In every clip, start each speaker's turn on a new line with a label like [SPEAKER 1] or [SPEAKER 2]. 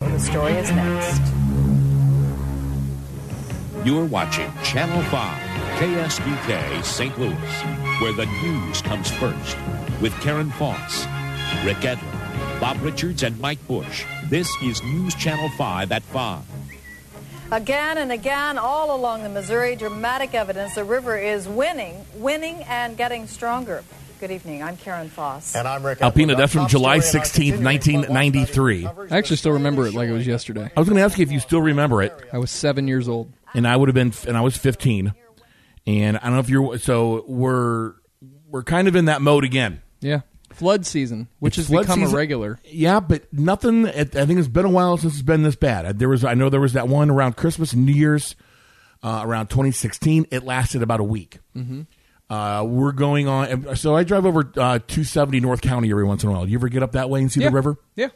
[SPEAKER 1] The story is next.
[SPEAKER 2] You're watching Channel 5, KSBK St. Louis, where the news comes first. With Karen Foss, Rick Edler, Bob Richards, and Mike Bush. This is News Channel 5 at 5.
[SPEAKER 1] Again and again, all along the Missouri, dramatic evidence the river is winning, winning, and getting stronger. Good evening. I'm Karen Foss.
[SPEAKER 3] And I'm Rick.
[SPEAKER 4] Alpina
[SPEAKER 3] Edler.
[SPEAKER 4] Duff from
[SPEAKER 3] Top
[SPEAKER 4] July
[SPEAKER 3] story in our
[SPEAKER 4] 16th,
[SPEAKER 3] continuing
[SPEAKER 4] 1993.
[SPEAKER 3] coverage
[SPEAKER 5] I actually
[SPEAKER 3] this
[SPEAKER 5] still remember it
[SPEAKER 3] Friday
[SPEAKER 5] like it was
[SPEAKER 3] showing
[SPEAKER 5] yesterday.
[SPEAKER 4] I was going to ask you if you still remember it,
[SPEAKER 5] I was seven years old.
[SPEAKER 4] and I would have been, and I was 15, and I don't know if you're. So we're we're kind of in that mode again.
[SPEAKER 5] Yeah, flood season, which
[SPEAKER 4] It's
[SPEAKER 5] has
[SPEAKER 4] flood
[SPEAKER 5] become
[SPEAKER 4] season.
[SPEAKER 5] a regular.
[SPEAKER 4] Yeah, but nothing. I think it's been a while since it's been this bad. There was, I know there was that one around Christmas and New Year's, uh, around 2016. It lasted about a week. Mm-hmm. Uh, we're going on. So I drive over uh, 270 North County every once in a while. You ever get up that way and see
[SPEAKER 5] yeah.
[SPEAKER 4] the river?
[SPEAKER 5] Yeah.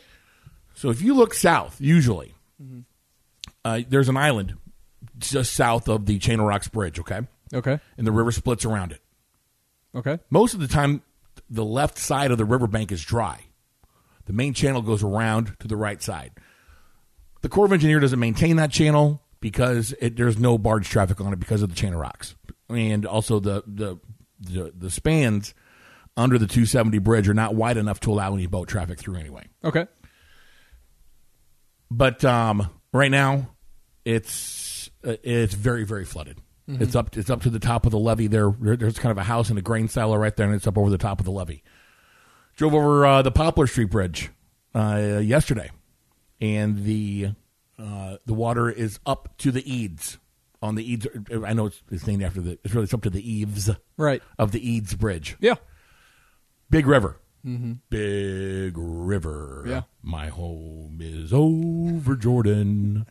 [SPEAKER 4] So if you look south, usually uh, there's an island just south of the Chain of Rocks Bridge. Okay,
[SPEAKER 5] Okay.
[SPEAKER 4] and the river splits around it.
[SPEAKER 5] Okay.
[SPEAKER 4] Most of the time, the left side of the riverbank is dry. The main channel goes around to the right side. The Corps of Engineer doesn't maintain that channel because it, there's no barge traffic on it because of the chain of rocks, and also the the the, the spans under the 270 bridge are not wide enough to allow any boat traffic through anyway.
[SPEAKER 5] Okay.
[SPEAKER 4] But um, right now, it's uh, it's very very flooded. It's up it's up to the top of the levee. There there's kind of a house and a grain silo right there, and it's up over the top of the levee. Drove over uh, the Poplar Street Bridge uh, yesterday, and the uh, the water is up to the eaves on the eaves. I know it's, it's named after the it's really it's up to the eaves
[SPEAKER 5] Right.
[SPEAKER 4] of the eaves bridge.
[SPEAKER 5] Yeah.
[SPEAKER 4] Big River. Big River.
[SPEAKER 5] Mm-hmm. Yeah.
[SPEAKER 4] My home is over Jordan.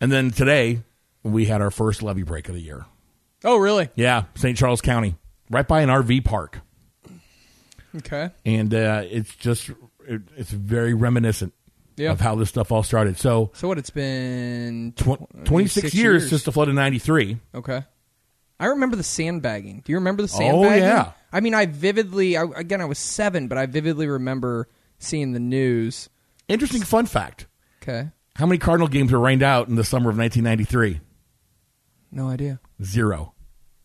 [SPEAKER 4] and then today, we had our first levee break of the year.
[SPEAKER 5] Oh, really?
[SPEAKER 4] Yeah, St. Charles County, right by an RV park.
[SPEAKER 5] Okay.
[SPEAKER 4] And uh, it's just, it, it's very reminiscent
[SPEAKER 5] Yeah.
[SPEAKER 4] of how this stuff all started. So,
[SPEAKER 5] So what? It's been
[SPEAKER 4] tw- 26 years, since the flood of 93.
[SPEAKER 5] Okay. I remember the sandbagging. Do you remember the
[SPEAKER 4] Oh,
[SPEAKER 5] sandbagging?
[SPEAKER 4] yeah.
[SPEAKER 5] I mean, I vividly. I, again, I was seven, but I vividly remember seeing the news.
[SPEAKER 4] Interesting fun fact
[SPEAKER 5] Okay.
[SPEAKER 4] how many Cardinal games were rained out in the summer of 1993?
[SPEAKER 5] No idea.
[SPEAKER 4] Zero.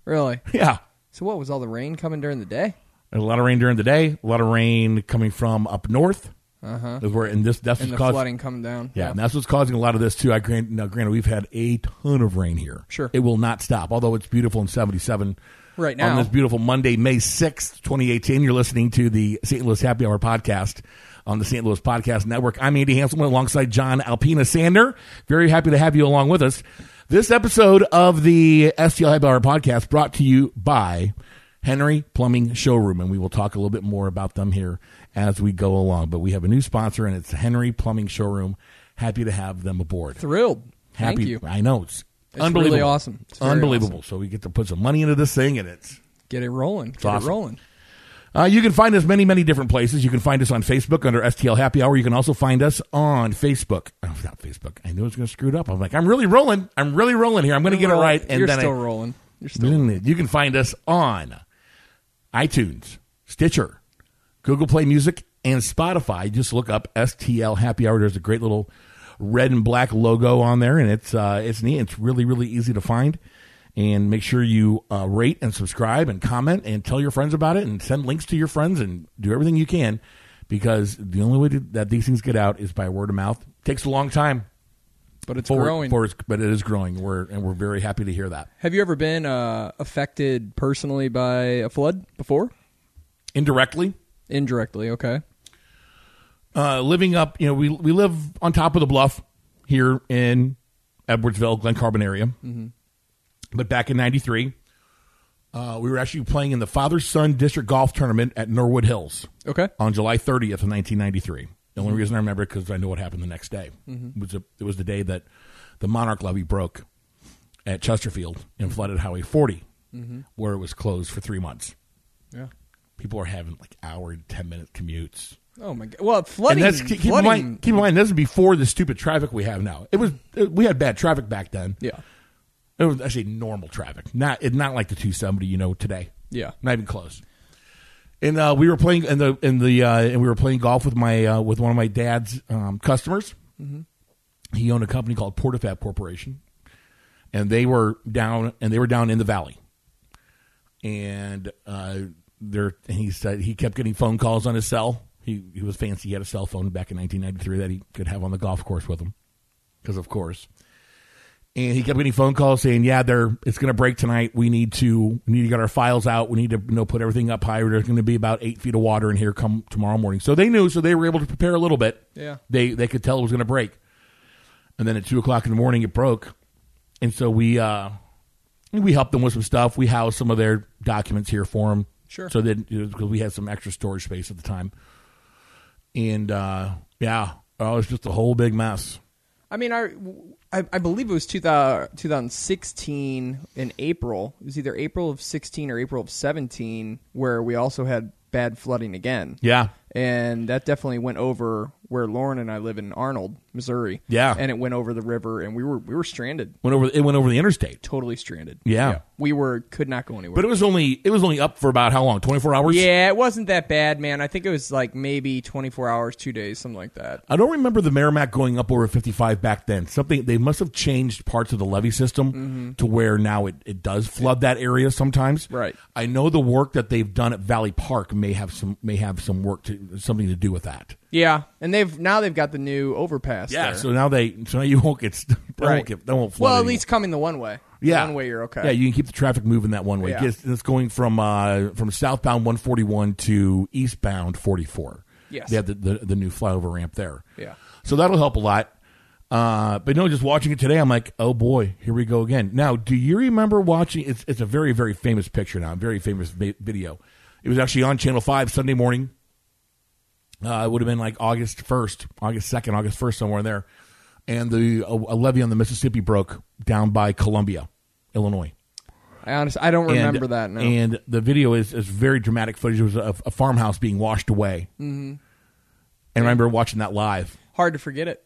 [SPEAKER 5] Really?
[SPEAKER 4] Yeah.
[SPEAKER 5] So what was all the rain coming during the day?
[SPEAKER 4] A lot of rain during the day. A lot of rain coming from up north. Uh huh. Where and this that's
[SPEAKER 5] Uh-huh.
[SPEAKER 4] what's
[SPEAKER 5] And the
[SPEAKER 4] causing-
[SPEAKER 5] flooding coming down.
[SPEAKER 4] Yeah, and that's what's causing a lot of this too. I grant now, granted, we've had a ton of rain here.
[SPEAKER 5] Sure.
[SPEAKER 4] it will not stop. Although it's beautiful in '77.
[SPEAKER 5] Right
[SPEAKER 4] on
[SPEAKER 5] now.
[SPEAKER 4] this beautiful Monday, May sixth, 2018, you're listening to the St. Louis Happy Hour podcast on the St. Louis Podcast Network. I'm Andy Hanselman alongside John Alpina Sander. Very happy to have you along with us. This episode of the STL Happy Hour podcast brought to you by Henry Plumbing Showroom, and we will talk a little bit more about them here as we go along. But we have a new sponsor, and it's Henry Plumbing Showroom. Happy to have them aboard.
[SPEAKER 5] Thrilled.
[SPEAKER 4] Happy,
[SPEAKER 5] Thank you.
[SPEAKER 4] I know it's,
[SPEAKER 5] It's
[SPEAKER 4] unbelievable,
[SPEAKER 5] really awesome. It's very
[SPEAKER 4] unbelievable. So we get to put some money into this thing, and it's
[SPEAKER 5] Get it rolling. Get
[SPEAKER 4] awesome.
[SPEAKER 5] it rolling.
[SPEAKER 4] uh, you can find us many, many different places. You can find us on Facebook under STL Happy Hour. You can also find us on Facebook. Oh, not Facebook. I knew I was going to screw it up. I'm like, I'm really rolling. I'm really rolling here. I'm going to get it right.
[SPEAKER 5] You're
[SPEAKER 4] then
[SPEAKER 5] still
[SPEAKER 4] I-
[SPEAKER 5] rolling. You're still
[SPEAKER 4] you can find us on iTunes, Stitcher, Google Play Music, and Spotify. Just look up STL Happy Hour. There's a great little red and black logo on there, and it's uh, it's neat. It's really really easy to find. And make sure you uh, rate and subscribe and comment and tell your friends about it and send links to your friends and do everything you can because the only way to, that these things get out is by word of mouth. takes a long time,
[SPEAKER 5] but it's
[SPEAKER 4] for-
[SPEAKER 5] growing.
[SPEAKER 4] for- but it is growing. We're and we're very happy to hear that.
[SPEAKER 5] Have you ever been uh, affected personally by a flood before?
[SPEAKER 4] Indirectly,
[SPEAKER 5] Indirectly, okay.
[SPEAKER 4] uh, living up, you know, we we live on top of the bluff here in Edwardsville, Glen Carbon area. But back in '93, uh, we were actually playing in the father son district golf tournament at Norwood Hills
[SPEAKER 5] Okay.
[SPEAKER 4] on July 30th of 1993. The only reason I remember it because I know what happened the next day. It was a, it was the day that the Monarch levee broke at Chesterfield and flooded Highway 40, where it was closed for three months.
[SPEAKER 5] Yeah.
[SPEAKER 4] People are having like hour and ten minute commutes.
[SPEAKER 5] Oh my god. Well, flooding.
[SPEAKER 4] And that's keep, keep in
[SPEAKER 5] flooding-
[SPEAKER 4] mind. Keep in mind this is before the stupid traffic we have now. It was it, we had bad traffic back then.
[SPEAKER 5] Yeah.
[SPEAKER 4] it was actually normal traffic. Not it, not like the two seventy you know today.
[SPEAKER 5] Yeah.
[SPEAKER 4] not even close. And uh, we were playing in the in the uh, and we were playing golf with my uh, with one of my dad's um, customers,
[SPEAKER 5] Mm-hmm.
[SPEAKER 4] He owned a company called Portafab Corporation, and they were down and they were down in the valley. And uh, there, and he said he kept getting phone calls on his cell. He he was fancy. He had a cell phone back in 1993 that he could have on the golf course with him, because of course. And he kept getting phone calls saying, "Yeah, they're it's going to break tonight. We need to we need to get our files out. We need to you know put everything up higher. There's going to be about eight feet of water in here come tomorrow morning." So they knew, so they were able to prepare a little bit.
[SPEAKER 5] Yeah.
[SPEAKER 4] they they could tell it was going to break. And then at two o'clock in the morning, it broke, and so we uh, we helped them with some stuff. We housed some of their documents here for them,
[SPEAKER 5] Sure.
[SPEAKER 4] So that because we had some extra storage space at the time, and uh, yeah, oh, it was just a whole big mess.
[SPEAKER 5] I mean, I, I, I believe it was 2000, 2016 in April. It was either April of 16 or April of 17 where we also had bad flooding again.
[SPEAKER 4] Yeah,
[SPEAKER 5] And that definitely went over where Lauren and I live in Arnold, Missouri.
[SPEAKER 4] Yeah.
[SPEAKER 5] And it went over the river and we were we were stranded,
[SPEAKER 4] went over it went over the interstate.
[SPEAKER 5] totally stranded.
[SPEAKER 4] Yeah.
[SPEAKER 5] We were could not go anywhere.
[SPEAKER 4] But it was only it was only up for about how long? Twenty four hours.
[SPEAKER 5] yeah, it wasn't that bad, man. I think it was like maybe 24 hours, 2 days, something like that.
[SPEAKER 4] I don't remember the Merrimack going up over 55 back then. Something they must have changed parts of the levee system
[SPEAKER 5] Mm-hmm.
[SPEAKER 4] to where now it, it does flood that area sometimes.
[SPEAKER 5] Right.
[SPEAKER 4] I know the work that they've done at Valley Park may have some may have some work to something to do with that.
[SPEAKER 5] Yeah. And they've now they've got the new overpass there.
[SPEAKER 4] So now they so now you won't get st- they
[SPEAKER 5] Right.
[SPEAKER 4] won't get they won't flood.
[SPEAKER 5] Well, at
[SPEAKER 4] anymore.
[SPEAKER 5] least coming the one way. The
[SPEAKER 4] yeah,
[SPEAKER 5] one way you're okay.
[SPEAKER 4] Yeah, you can keep the traffic moving that one way.
[SPEAKER 5] Yeah.
[SPEAKER 4] Yes, it's going from uh, from southbound 141 to eastbound 44.
[SPEAKER 5] Yes.
[SPEAKER 4] they have the, the the new flyover ramp there.
[SPEAKER 5] Yeah.
[SPEAKER 4] so that'll help a lot. Uh, but no, just watching it today, I'm like, oh boy, here we go again. Now, do you remember watching? It's it's a very very famous picture now, a very famous vi- video. It was actually on Channel Five Sunday morning. Uh, it would have been like August first, August second, August first, somewhere in there. And the uh, a, a levee on the Mississippi broke down by Columbia, Illinois.
[SPEAKER 5] I honestly I don't
[SPEAKER 4] And-
[SPEAKER 5] remember that now.
[SPEAKER 4] And the video is, is very dramatic footage. It was a, a farmhouse being washed away. Mm-hmm. And I remember watching that live.
[SPEAKER 5] hard to forget it.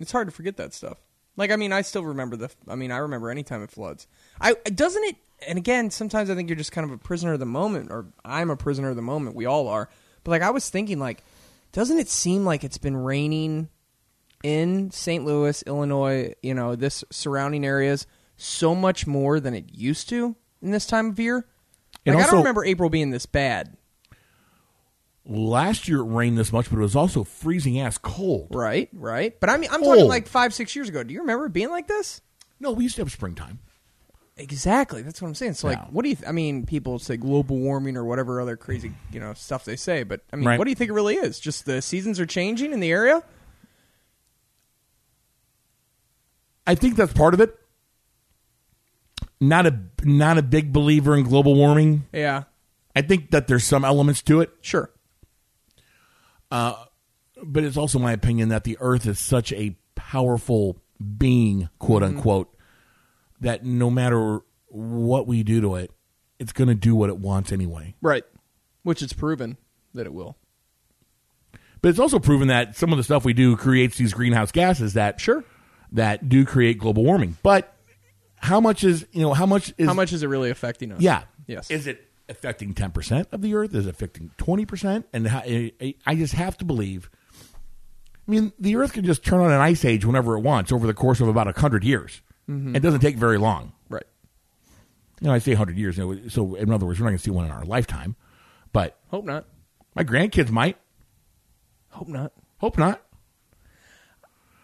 [SPEAKER 5] It's hard to forget that stuff. Like I mean, I still remember the. I mean, I remember any time it floods. I doesn't it. And again, sometimes I think you're just kind of a prisoner of the moment, or I'm a prisoner of the moment. We all are. But like I was thinking, like, doesn't it seem like it's been raining in St. Louis, Illinois, you know, this surrounding areas so much more than it used to in this time of year?
[SPEAKER 4] And
[SPEAKER 5] Like I
[SPEAKER 4] also-
[SPEAKER 5] don't remember April being this bad,
[SPEAKER 4] Last year it rained this much, but it was also freezing ass cold.
[SPEAKER 5] right? Right. But I mean, I'm talking
[SPEAKER 4] Old.
[SPEAKER 5] like five, six years ago. Do you remember it being like this?
[SPEAKER 4] No, we used to have springtime.
[SPEAKER 5] Exactly. That's what I'm saying. So, like,
[SPEAKER 4] Yeah.
[SPEAKER 5] what do you? Th- I mean, people say global warming or whatever other crazy you know stuff they say, but I mean,
[SPEAKER 4] Right.
[SPEAKER 5] what do you think it really is? Just the seasons are changing in the area.
[SPEAKER 4] I think that's part of it. Not a not a big believer in global warming.
[SPEAKER 5] Yeah.
[SPEAKER 4] I think that there's some elements to it,
[SPEAKER 5] Sure.
[SPEAKER 4] but it's also my opinion that the Earth is such a powerful being, quote unquote, that no matter what we do to it, it's going to do what it wants anyway.
[SPEAKER 5] Right. Which it's proven that it will.
[SPEAKER 4] But it's also proven that some of the stuff we do creates these greenhouse gases that
[SPEAKER 5] Sure.
[SPEAKER 4] that do create global warming. But how much is you know how much is
[SPEAKER 5] How much is it really affecting us?
[SPEAKER 4] Yeah.
[SPEAKER 5] Yes.
[SPEAKER 4] Is it affecting 10% of the earth? Is it affecting 20%? And how, I I just have to believe. I mean, the earth can just turn on an ice age whenever it wants over the course of about 100 years.
[SPEAKER 5] Mm-hmm.
[SPEAKER 4] It doesn't take very long.
[SPEAKER 5] right.
[SPEAKER 4] You know, I say 100 years. you know, So, in other words, we're not going to see one in our lifetime. But
[SPEAKER 5] Hope not.
[SPEAKER 4] my grandkids might.
[SPEAKER 5] Hope not.
[SPEAKER 4] Hope not.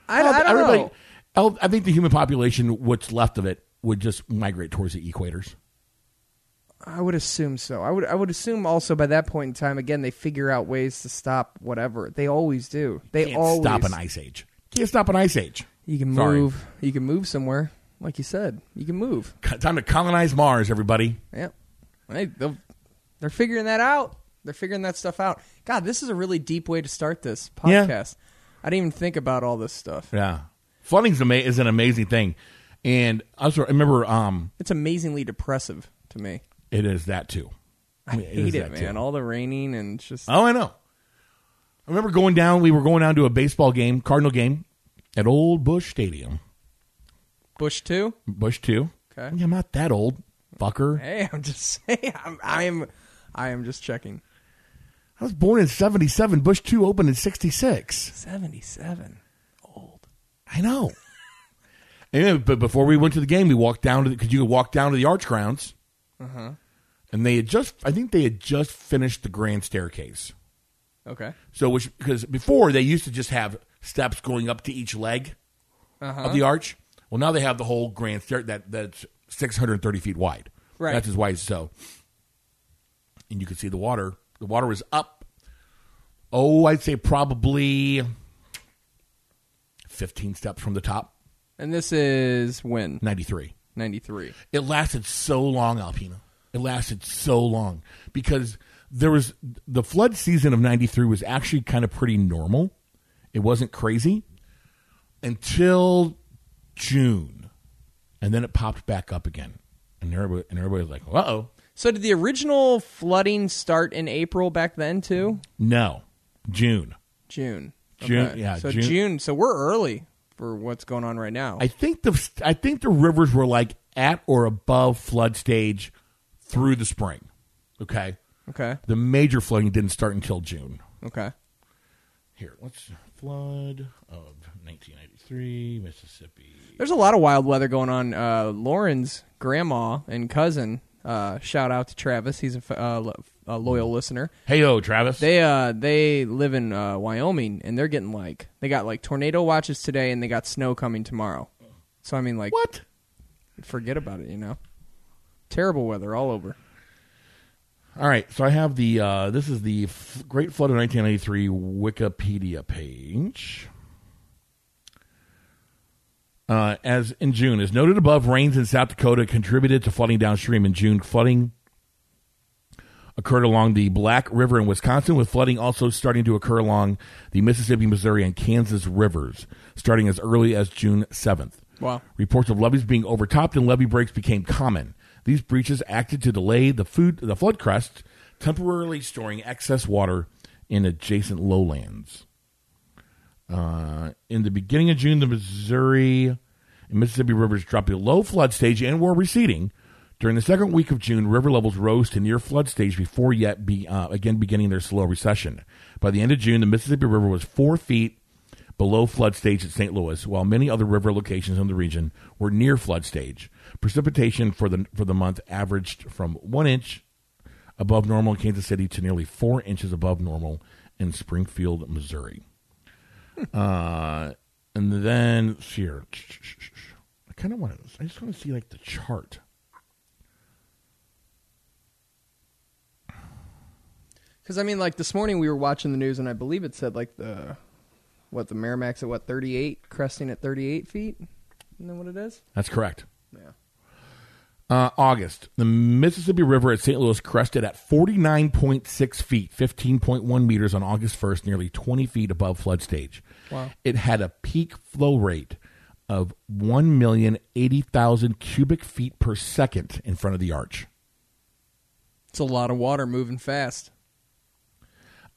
[SPEAKER 5] I, I don't
[SPEAKER 4] Everybody-
[SPEAKER 5] know.
[SPEAKER 4] I'll- I think the human population, what's left of it, would just migrate towards the equators.
[SPEAKER 5] I would assume so. I would. I would assume also by that point in time, again, they figure out ways to stop whatever they always do. They
[SPEAKER 4] Can't
[SPEAKER 5] always
[SPEAKER 4] stop an ice age. Can't stop an ice age.
[SPEAKER 5] You can
[SPEAKER 4] Sorry.
[SPEAKER 5] move. You can move somewhere, like you said. You can move.
[SPEAKER 4] Time to colonize Mars, everybody.
[SPEAKER 5] Yeah. Hey, they'll- they're figuring that out. They're figuring that stuff out. God, this is a really deep way to start this
[SPEAKER 4] Yeah.
[SPEAKER 5] podcast. I didn't even think about all this stuff.
[SPEAKER 4] Yeah, flooding's ama- is an amazing thing, and also I remember um,
[SPEAKER 5] It's amazingly depressive to me.
[SPEAKER 4] it is that too.
[SPEAKER 5] I
[SPEAKER 4] mean, is
[SPEAKER 5] hate it,
[SPEAKER 4] that, too.
[SPEAKER 5] man. All the raining and it's just
[SPEAKER 4] Oh, I know. I remember going down. We were going down to a baseball game, Cardinal game, at Old Bush Stadium,
[SPEAKER 5] bush too.
[SPEAKER 4] Bush Two.
[SPEAKER 5] Okay.
[SPEAKER 4] Yeah, I'm not that old, fucker.
[SPEAKER 5] Hey, I'm just saying. I'm, I'm, I am just checking.
[SPEAKER 4] I was born in '77. Bush Two opened in '66.
[SPEAKER 5] Seventy-seven. Old.
[SPEAKER 4] I know. Anyway, but before we went to the game, we walked down to because you could walk down to the arch grounds, and they had just I think they had just finished the grand staircase.
[SPEAKER 5] Okay.
[SPEAKER 4] So which because before they used to just have steps going up to each leg of the arch. Well, now they have the whole grand stair that that's 630 feet wide.
[SPEAKER 5] Right.
[SPEAKER 4] That's as wide as so. And you can see the water. The water was up. Oh, I'd say probably 15 steps from the top.
[SPEAKER 5] And this is when
[SPEAKER 4] 93.
[SPEAKER 5] ninety three.
[SPEAKER 4] It lasted so long, Alpina. It lasted so long because there was the flood season of 93 was actually kind of pretty normal. It wasn't crazy until June. And then it popped back up again. And everybody, and everybody was like, uh oh.
[SPEAKER 5] So did the original flooding start in April back then too?
[SPEAKER 4] No, June.
[SPEAKER 5] June.
[SPEAKER 4] June, yeah,
[SPEAKER 5] So
[SPEAKER 4] June.
[SPEAKER 5] June. So we're early for what's going on right now.
[SPEAKER 4] I think the I think the rivers were like at or above flood stage through the spring. Okay,
[SPEAKER 5] okay.
[SPEAKER 4] the major flooding didn't start until June.
[SPEAKER 5] Okay.
[SPEAKER 4] Here, let's flood of 1983, Mississippi.
[SPEAKER 5] There's a lot of wild weather going on. Uh, Lauren's grandma and cousin. Uh, shout out to Travis. He's a, f- uh, lo- a loyal listener.
[SPEAKER 4] Hey, yo, Travis.
[SPEAKER 5] They uh they live in uh, Wyoming and they're getting like they got like tornado watches today and they got snow coming tomorrow. So I mean like
[SPEAKER 4] what?
[SPEAKER 5] forget about it, you know. Terrible weather all over.
[SPEAKER 4] All right, so I have the uh, this is the f- Great Flood of 1983 Wikipedia page. Uh, as in June, as noted above, rains in South Dakota contributed to flooding downstream in June. Flooding occurred along the Black River in Wisconsin, with flooding also starting to occur along the Mississippi, Missouri, and Kansas rivers, starting as early as June 7th.
[SPEAKER 5] Wow.
[SPEAKER 4] Reports of levees being overtopped and levee breaks became common. These breaches acted to delay the food, the flood crest, temporarily storing excess water in adjacent lowlands. Uh, in the beginning of June, the Missouri and Mississippi rivers dropped below flood stage and were receding. During the second week of June, river levels rose to near flood stage before yet be, uh, again beginning their slow recession. By the end of June, the Mississippi River was four feet below flood stage at St. Louis, while many other river locations in the region were near flood stage. Precipitation for the for the month averaged from one inch above normal in Kansas City to nearly four inches above normal in Springfield, Missouri. uh, and then let's see here, I kind of want to. I just want to see like the chart.
[SPEAKER 5] Because I mean, like this morning we were watching the news, and I believe it said like the what the Merrimack's at what thirty eight, cresting at thirty eight feet. Isn't that what it is?
[SPEAKER 4] That's correct.
[SPEAKER 5] Yeah.
[SPEAKER 4] Uh, August, the Mississippi River at St. Louis crested at 49.6 feet, 15.1 meters on August 1st, nearly 20 feet above flood stage.
[SPEAKER 5] Wow.
[SPEAKER 4] It had a peak flow rate of 1,080,000 cubic feet per second in front of the arch.
[SPEAKER 5] It's a lot of water moving fast.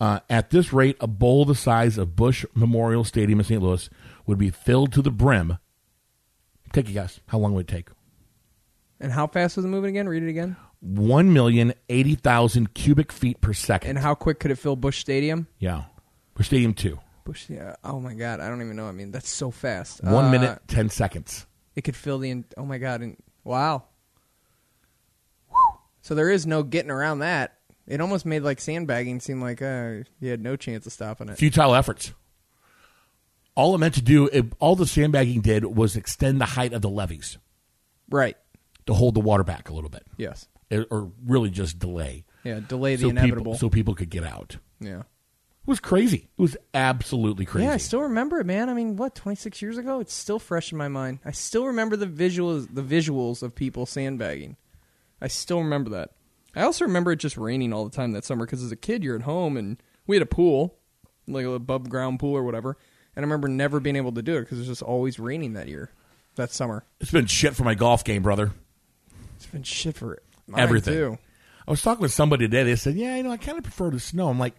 [SPEAKER 4] Uh, at this rate, a bowl the size of Bush Memorial Stadium in St. Louis would be filled to the brim. Take a guess. How long would it take?
[SPEAKER 5] And how fast was it moving again? Read it again.
[SPEAKER 4] 1,080,000 cubic feet per second.
[SPEAKER 5] And how quick could it fill Bush Stadium?
[SPEAKER 4] yeah. For Stadium 2.
[SPEAKER 5] Bush. Yeah. Oh my God. I don't even know. I mean, that's so fast.
[SPEAKER 4] One
[SPEAKER 5] Uh,
[SPEAKER 4] minute, ten seconds.
[SPEAKER 5] It could fill the. en- Oh my God. And wow. Whew. So there is no getting around that. It almost made like sandbagging seem like uh, you had no chance of stopping it.
[SPEAKER 4] Futile efforts. All it meant to do, it, all the sandbagging did was extend the height of the levees
[SPEAKER 5] Right.
[SPEAKER 4] to hold the water back a little bit,
[SPEAKER 5] Yes.
[SPEAKER 4] It- or really just delay
[SPEAKER 5] Yeah. Delay the
[SPEAKER 4] so
[SPEAKER 5] inevitable.
[SPEAKER 4] people so people could get out.
[SPEAKER 5] yeah.
[SPEAKER 4] It was crazy. It was absolutely crazy.
[SPEAKER 5] Yeah, I still remember it, man. I mean, what, 26 years ago? It's still fresh in my mind. I still remember the visuals, the visuals of people sandbagging. I still remember that. I also remember it just raining all the time that summer because as a kid, you're at home and we had a pool, like a above ground pool or whatever. And I remember never being able to do it because it was just always raining that year, that summer.
[SPEAKER 4] it's been shit for my golf game, brother.
[SPEAKER 5] It's been shit for it. Mine
[SPEAKER 4] Everything.
[SPEAKER 5] too.
[SPEAKER 4] I was talking with somebody today. They said, "Yeah, you know, I kind of prefer the snow." I'm like,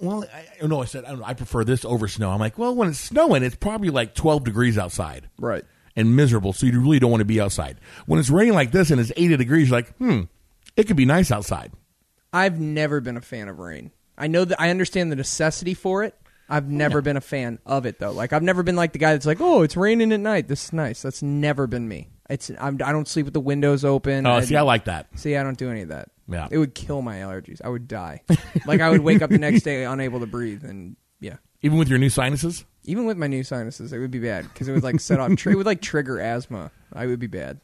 [SPEAKER 4] "Well, I, no," I said, I, don't know, "I prefer this over snow." I'm like, "Well, when it's snowing, it's probably like 12 degrees outside,
[SPEAKER 5] Right.
[SPEAKER 4] and miserable, so you really don't want to be outside. When it's raining like this and it's 80 degrees, you're like, hmm, it could be nice outside.
[SPEAKER 5] I've never been a fan of rain. I know that I understand the necessity for it. I've never been a fan of it though. Like I've never been like the guy that's like, "Oh, it's raining at night. This is nice." That's never been me. It's I'm, I don't sleep with the windows open.
[SPEAKER 4] Oh, see, I like that.
[SPEAKER 5] See, I don't do any of that.
[SPEAKER 4] Yeah.
[SPEAKER 5] It would kill my allergies. I would die. like I would wake up the next day unable to breathe and yeah.
[SPEAKER 4] Even with your new sinuses?
[SPEAKER 5] Even with my new sinuses, it would be bad because it would like set off. Tr- it would like trigger asthma. I would be bad.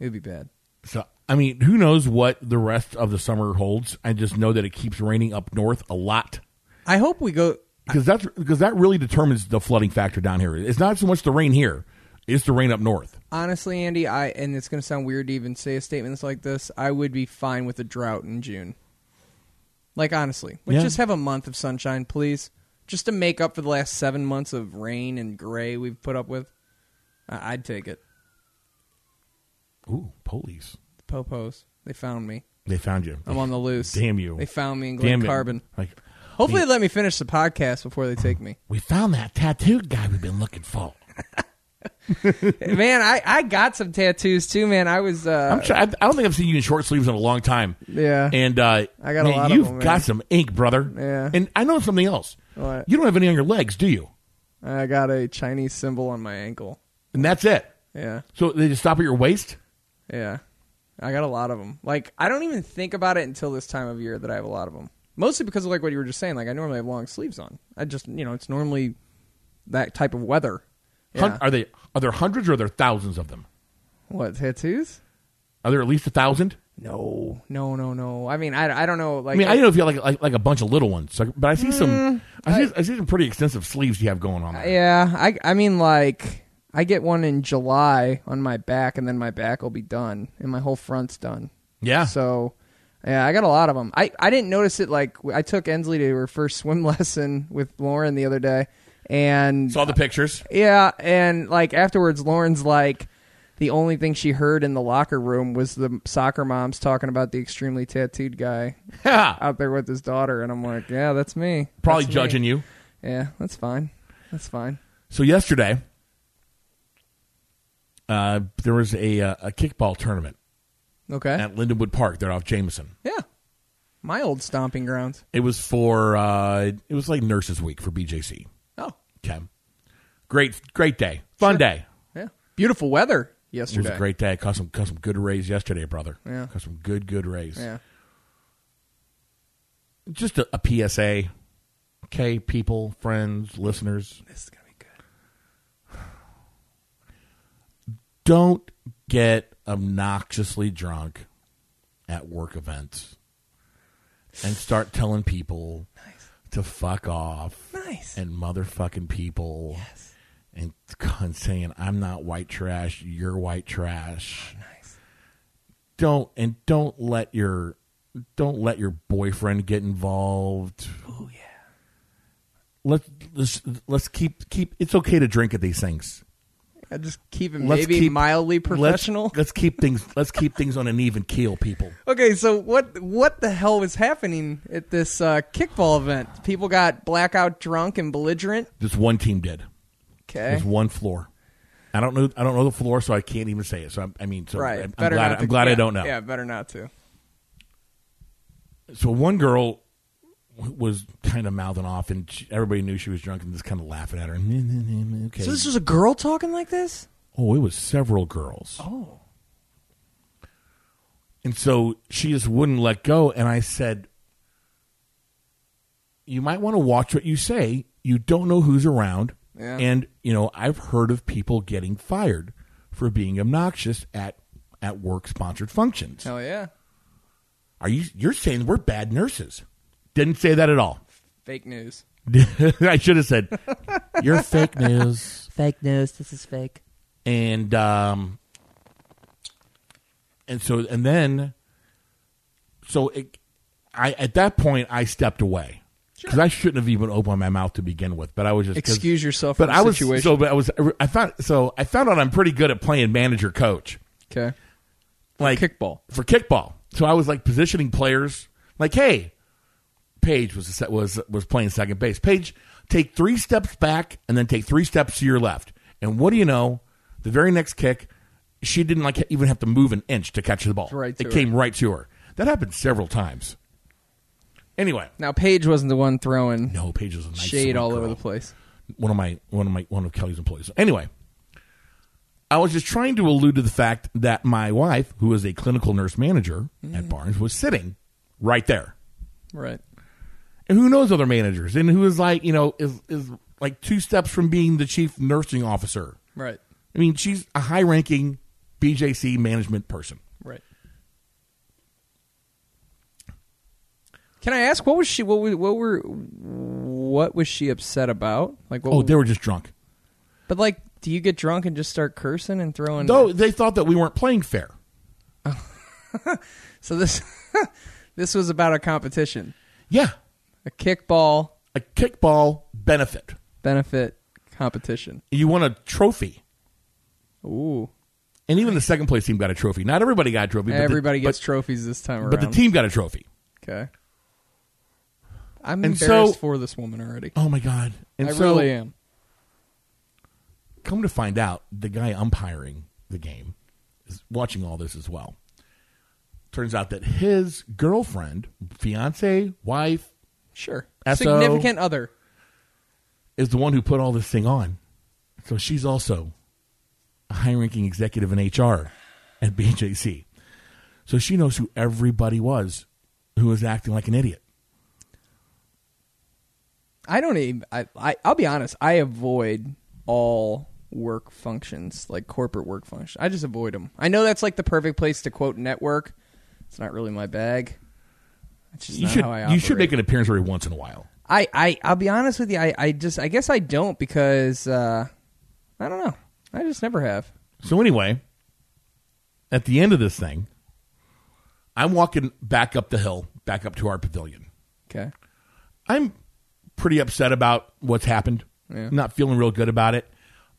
[SPEAKER 5] It would be bad.
[SPEAKER 4] So, I mean, who knows what the rest of the summer holds? I just know that it keeps raining up north a lot.
[SPEAKER 5] I hope we go.
[SPEAKER 4] Because that's because that really determines the flooding factor down here. It's not so much the rain here; it's the rain up north.
[SPEAKER 5] Honestly, Andy, I and it's going to sound weird to even say a statement that's like this. I would be fine with a drought in June. Like honestly, let's
[SPEAKER 4] Yeah.
[SPEAKER 5] just have a month of sunshine, please, just to make up for the last seven months of rain and gray we've put up with. I- I'd take it.
[SPEAKER 4] Ooh, police!
[SPEAKER 5] The popos, they found me.
[SPEAKER 4] They found you.
[SPEAKER 5] I'm on the loose.
[SPEAKER 4] Damn you.
[SPEAKER 5] They found me in Glen
[SPEAKER 4] Damn it.
[SPEAKER 5] Carbon.
[SPEAKER 4] Like,
[SPEAKER 5] Hopefully,
[SPEAKER 4] we,
[SPEAKER 5] they let me finish the podcast before they take me.
[SPEAKER 4] we found that tattooed guy we've been looking for.
[SPEAKER 5] man, I, I got some tattoos too, man. I was uh,
[SPEAKER 4] I'm sure, I, I don't think I've seen you in short sleeves in a long time.
[SPEAKER 5] Yeah.
[SPEAKER 4] and uh,
[SPEAKER 5] I got a
[SPEAKER 4] man,
[SPEAKER 5] lot of
[SPEAKER 4] You've
[SPEAKER 5] them,
[SPEAKER 4] got
[SPEAKER 5] man.
[SPEAKER 4] some ink, brother.
[SPEAKER 5] Yeah.
[SPEAKER 4] and I know something else.
[SPEAKER 5] What?
[SPEAKER 4] You don't have any on your legs, do you?
[SPEAKER 5] I got a Chinese symbol on my ankle.
[SPEAKER 4] And that's it.
[SPEAKER 5] Yeah,
[SPEAKER 4] So they just stop at your waist.
[SPEAKER 5] yeah. I got a lot of them. Like I don't even think about it until this time of year that I have a lot of them. Mostly because of like what you were just saying. Like I normally have long sleeves on. I just you know it's normally that type of weather.
[SPEAKER 4] Hun-
[SPEAKER 5] Yeah.
[SPEAKER 4] Are they? Are there hundreds or are there thousands of them?
[SPEAKER 5] What tattoos?
[SPEAKER 4] Are there at least a thousand?
[SPEAKER 5] No, no, no, no. I mean I, I don't know. Like
[SPEAKER 4] I
[SPEAKER 5] Mm.
[SPEAKER 4] mean, I don't know if you have like like, like a bunch of little ones, so- but I see some. I see, I, see some pretty extensive sleeves you have going on. There.
[SPEAKER 5] Yeah, I I mean like I get one in July on my back, and then my back will be done, and my whole front's done.
[SPEAKER 4] Yeah.
[SPEAKER 5] So, yeah, I got a lot of them. I I didn't notice it. Like I took Ensley to her first swim lesson with Lauren the other day, and
[SPEAKER 4] Saw the pictures.
[SPEAKER 5] yeah, and like afterwards, Lauren's like. The only thing she heard in the locker room was the soccer moms talking about the extremely tattooed guy
[SPEAKER 4] Yeah.
[SPEAKER 5] out there with his daughter, and I'm like, "Yeah, that's me."
[SPEAKER 4] Probably
[SPEAKER 5] That's me.
[SPEAKER 4] judging you.
[SPEAKER 5] Yeah, that's fine. That's fine.
[SPEAKER 4] So yesterday, uh, there was a uh, a kickball tournament
[SPEAKER 5] Okay.
[SPEAKER 4] at Lindenwood Park. They're off Jameson.
[SPEAKER 5] Yeah. My old stomping grounds.
[SPEAKER 4] It was for uh, it was like Nurses Week for BJC.
[SPEAKER 5] Oh.
[SPEAKER 4] Okay, great great day, fun day.
[SPEAKER 5] Yeah. Beautiful weather
[SPEAKER 4] It was
[SPEAKER 5] yesterday.
[SPEAKER 4] a great day. Caught some caught some good rays yesterday, brother.
[SPEAKER 5] Yeah.
[SPEAKER 4] caught some good good rays.
[SPEAKER 5] Yeah.
[SPEAKER 4] just a, a PSA. Okay, people, friends, listeners,
[SPEAKER 5] This is going to be good.
[SPEAKER 4] don't get obnoxiously drunk at work events and start telling people to fuck off
[SPEAKER 5] Nice.
[SPEAKER 4] and motherfucking people and, and saying I'm not white trash, you're white trash.
[SPEAKER 5] Nice.
[SPEAKER 4] Don't and don't let your don't let your boyfriend get involved.
[SPEAKER 5] Oh, yeah.
[SPEAKER 4] Let's let's, let's keep keep it's okay to drink at these things.
[SPEAKER 5] I just keep it
[SPEAKER 4] Let's
[SPEAKER 5] maybe
[SPEAKER 4] keep-
[SPEAKER 5] mildly
[SPEAKER 4] let's-
[SPEAKER 5] professional.
[SPEAKER 4] Let's, keep things let's keep things on an even keel, people.
[SPEAKER 5] Okay, so what what the hell was happening at this uh, kickball event? People got blackout drunk and belligerent.
[SPEAKER 4] This one team did.
[SPEAKER 5] Okay.
[SPEAKER 4] There's one floor. I don't know. I don't know the floor, so I can't even say it. So I'm, I mean, so
[SPEAKER 5] right.
[SPEAKER 4] I'm, I'm
[SPEAKER 5] better
[SPEAKER 4] glad.
[SPEAKER 5] not to,
[SPEAKER 4] I'm glad I
[SPEAKER 5] yeah,
[SPEAKER 4] don't know.
[SPEAKER 5] Yeah, better not to.
[SPEAKER 4] So one girl w- was kind of mouthing off, and she, everybody knew she was drunk, and just kind of laughing at her. okay.
[SPEAKER 5] So this was a girl talking like this?
[SPEAKER 4] oh, it was several girls.
[SPEAKER 5] Oh.
[SPEAKER 4] And so she just wouldn't let go. And I said, You might want to watch what you say. You don't know who's around.
[SPEAKER 5] Yeah.
[SPEAKER 4] And, you know, I've heard of people getting fired for being obnoxious at, at work sponsored functions.
[SPEAKER 5] Hell yeah.
[SPEAKER 4] Are you you're saying we're bad nurses? Didn't say that at all.
[SPEAKER 5] Fake news.
[SPEAKER 4] I should have said you're fake news.
[SPEAKER 3] Fake news. This is fake.
[SPEAKER 4] and um and so and then so it, i at that point i stepped away because i shouldn't have even opened my mouth to begin with but i was just 'cause-
[SPEAKER 5] Excuse yourself
[SPEAKER 4] but
[SPEAKER 5] from the
[SPEAKER 4] i was
[SPEAKER 5] situation.
[SPEAKER 4] so but i was i found so i found out i'm pretty good at playing manager coach
[SPEAKER 5] Okay.
[SPEAKER 4] like
[SPEAKER 5] Kickball.
[SPEAKER 4] for kickball so i was like positioning players like hey Paige was the se- was was playing second base. Paige, take three steps back and then take three steps to your left. And what do you know? The very next kick, she didn't like even have to move an inch to catch the ball.
[SPEAKER 5] Right to
[SPEAKER 4] it
[SPEAKER 5] her.
[SPEAKER 4] came right to her. That happened several times. Anyway,
[SPEAKER 5] Now Paige wasn't the one throwing
[SPEAKER 4] no, Paige was a nice
[SPEAKER 5] shade
[SPEAKER 4] sweet
[SPEAKER 5] all over
[SPEAKER 4] girl.
[SPEAKER 5] the place.
[SPEAKER 4] One of my one of my one of Kelly's employees. Anyway, I was just trying to allude to the fact that my wife, who is a clinical nurse manager
[SPEAKER 5] Mm-hmm.
[SPEAKER 4] at Barnes, was sitting right there.
[SPEAKER 5] Right.
[SPEAKER 4] and who knows other managers and who is like you know is is like two steps from being the chief nursing officer
[SPEAKER 5] Right.
[SPEAKER 4] i mean she's a high ranking bjc management person
[SPEAKER 5] Right. Can I ask what was she what was, what were what was she upset about? Like what
[SPEAKER 4] oh
[SPEAKER 5] were-
[SPEAKER 4] they were just drunk
[SPEAKER 5] Mm-hmm. But like do you get drunk and just start cursing and throwing
[SPEAKER 4] no they thought that we weren't playing fair
[SPEAKER 5] So this this was about a competition.
[SPEAKER 4] yeah
[SPEAKER 5] A kickball
[SPEAKER 4] a kickball benefit
[SPEAKER 5] benefit competition.
[SPEAKER 4] you won a trophy
[SPEAKER 5] Ooh.
[SPEAKER 4] and even the second place team got a trophy not everybody got a trophy but the-
[SPEAKER 5] Everybody
[SPEAKER 4] but-
[SPEAKER 5] gets trophies this time around.
[SPEAKER 4] but the team got a trophy
[SPEAKER 5] Okay. I'm
[SPEAKER 4] And
[SPEAKER 5] embarrassed
[SPEAKER 4] so-
[SPEAKER 5] for this woman already.
[SPEAKER 4] oh my god and
[SPEAKER 5] I
[SPEAKER 4] so
[SPEAKER 5] really am.
[SPEAKER 4] come to find out, the guy umpiring the game is watching all this as well. Turns out that his girlfriend, fiance, wife,
[SPEAKER 5] Sure.
[SPEAKER 4] SO.
[SPEAKER 5] Significant other.
[SPEAKER 4] is the one who put all this thing on. So she's also a high ranking executive in HR at BJC. So she knows who everybody was who was acting like an idiot.
[SPEAKER 5] I don't even. I, I I'll be honest. I avoid all work functions, like corporate work functions. I just avoid them. I know that's like the perfect place to quote network. It's not really my bag. It's just
[SPEAKER 4] you
[SPEAKER 5] not
[SPEAKER 4] should
[SPEAKER 5] how I
[SPEAKER 4] you should
[SPEAKER 5] operate.
[SPEAKER 4] make an appearance every once in a while.
[SPEAKER 5] I, I I'll be honest with you. I, I just I guess I don't because uh, I don't know. I just never have.
[SPEAKER 4] So anyway, at the end of this thing, I'm walking back up the hill, back up to our pavilion.
[SPEAKER 5] Okay.
[SPEAKER 4] I'm pretty upset about what's happened.
[SPEAKER 5] Yeah.
[SPEAKER 4] Not feeling real good about it.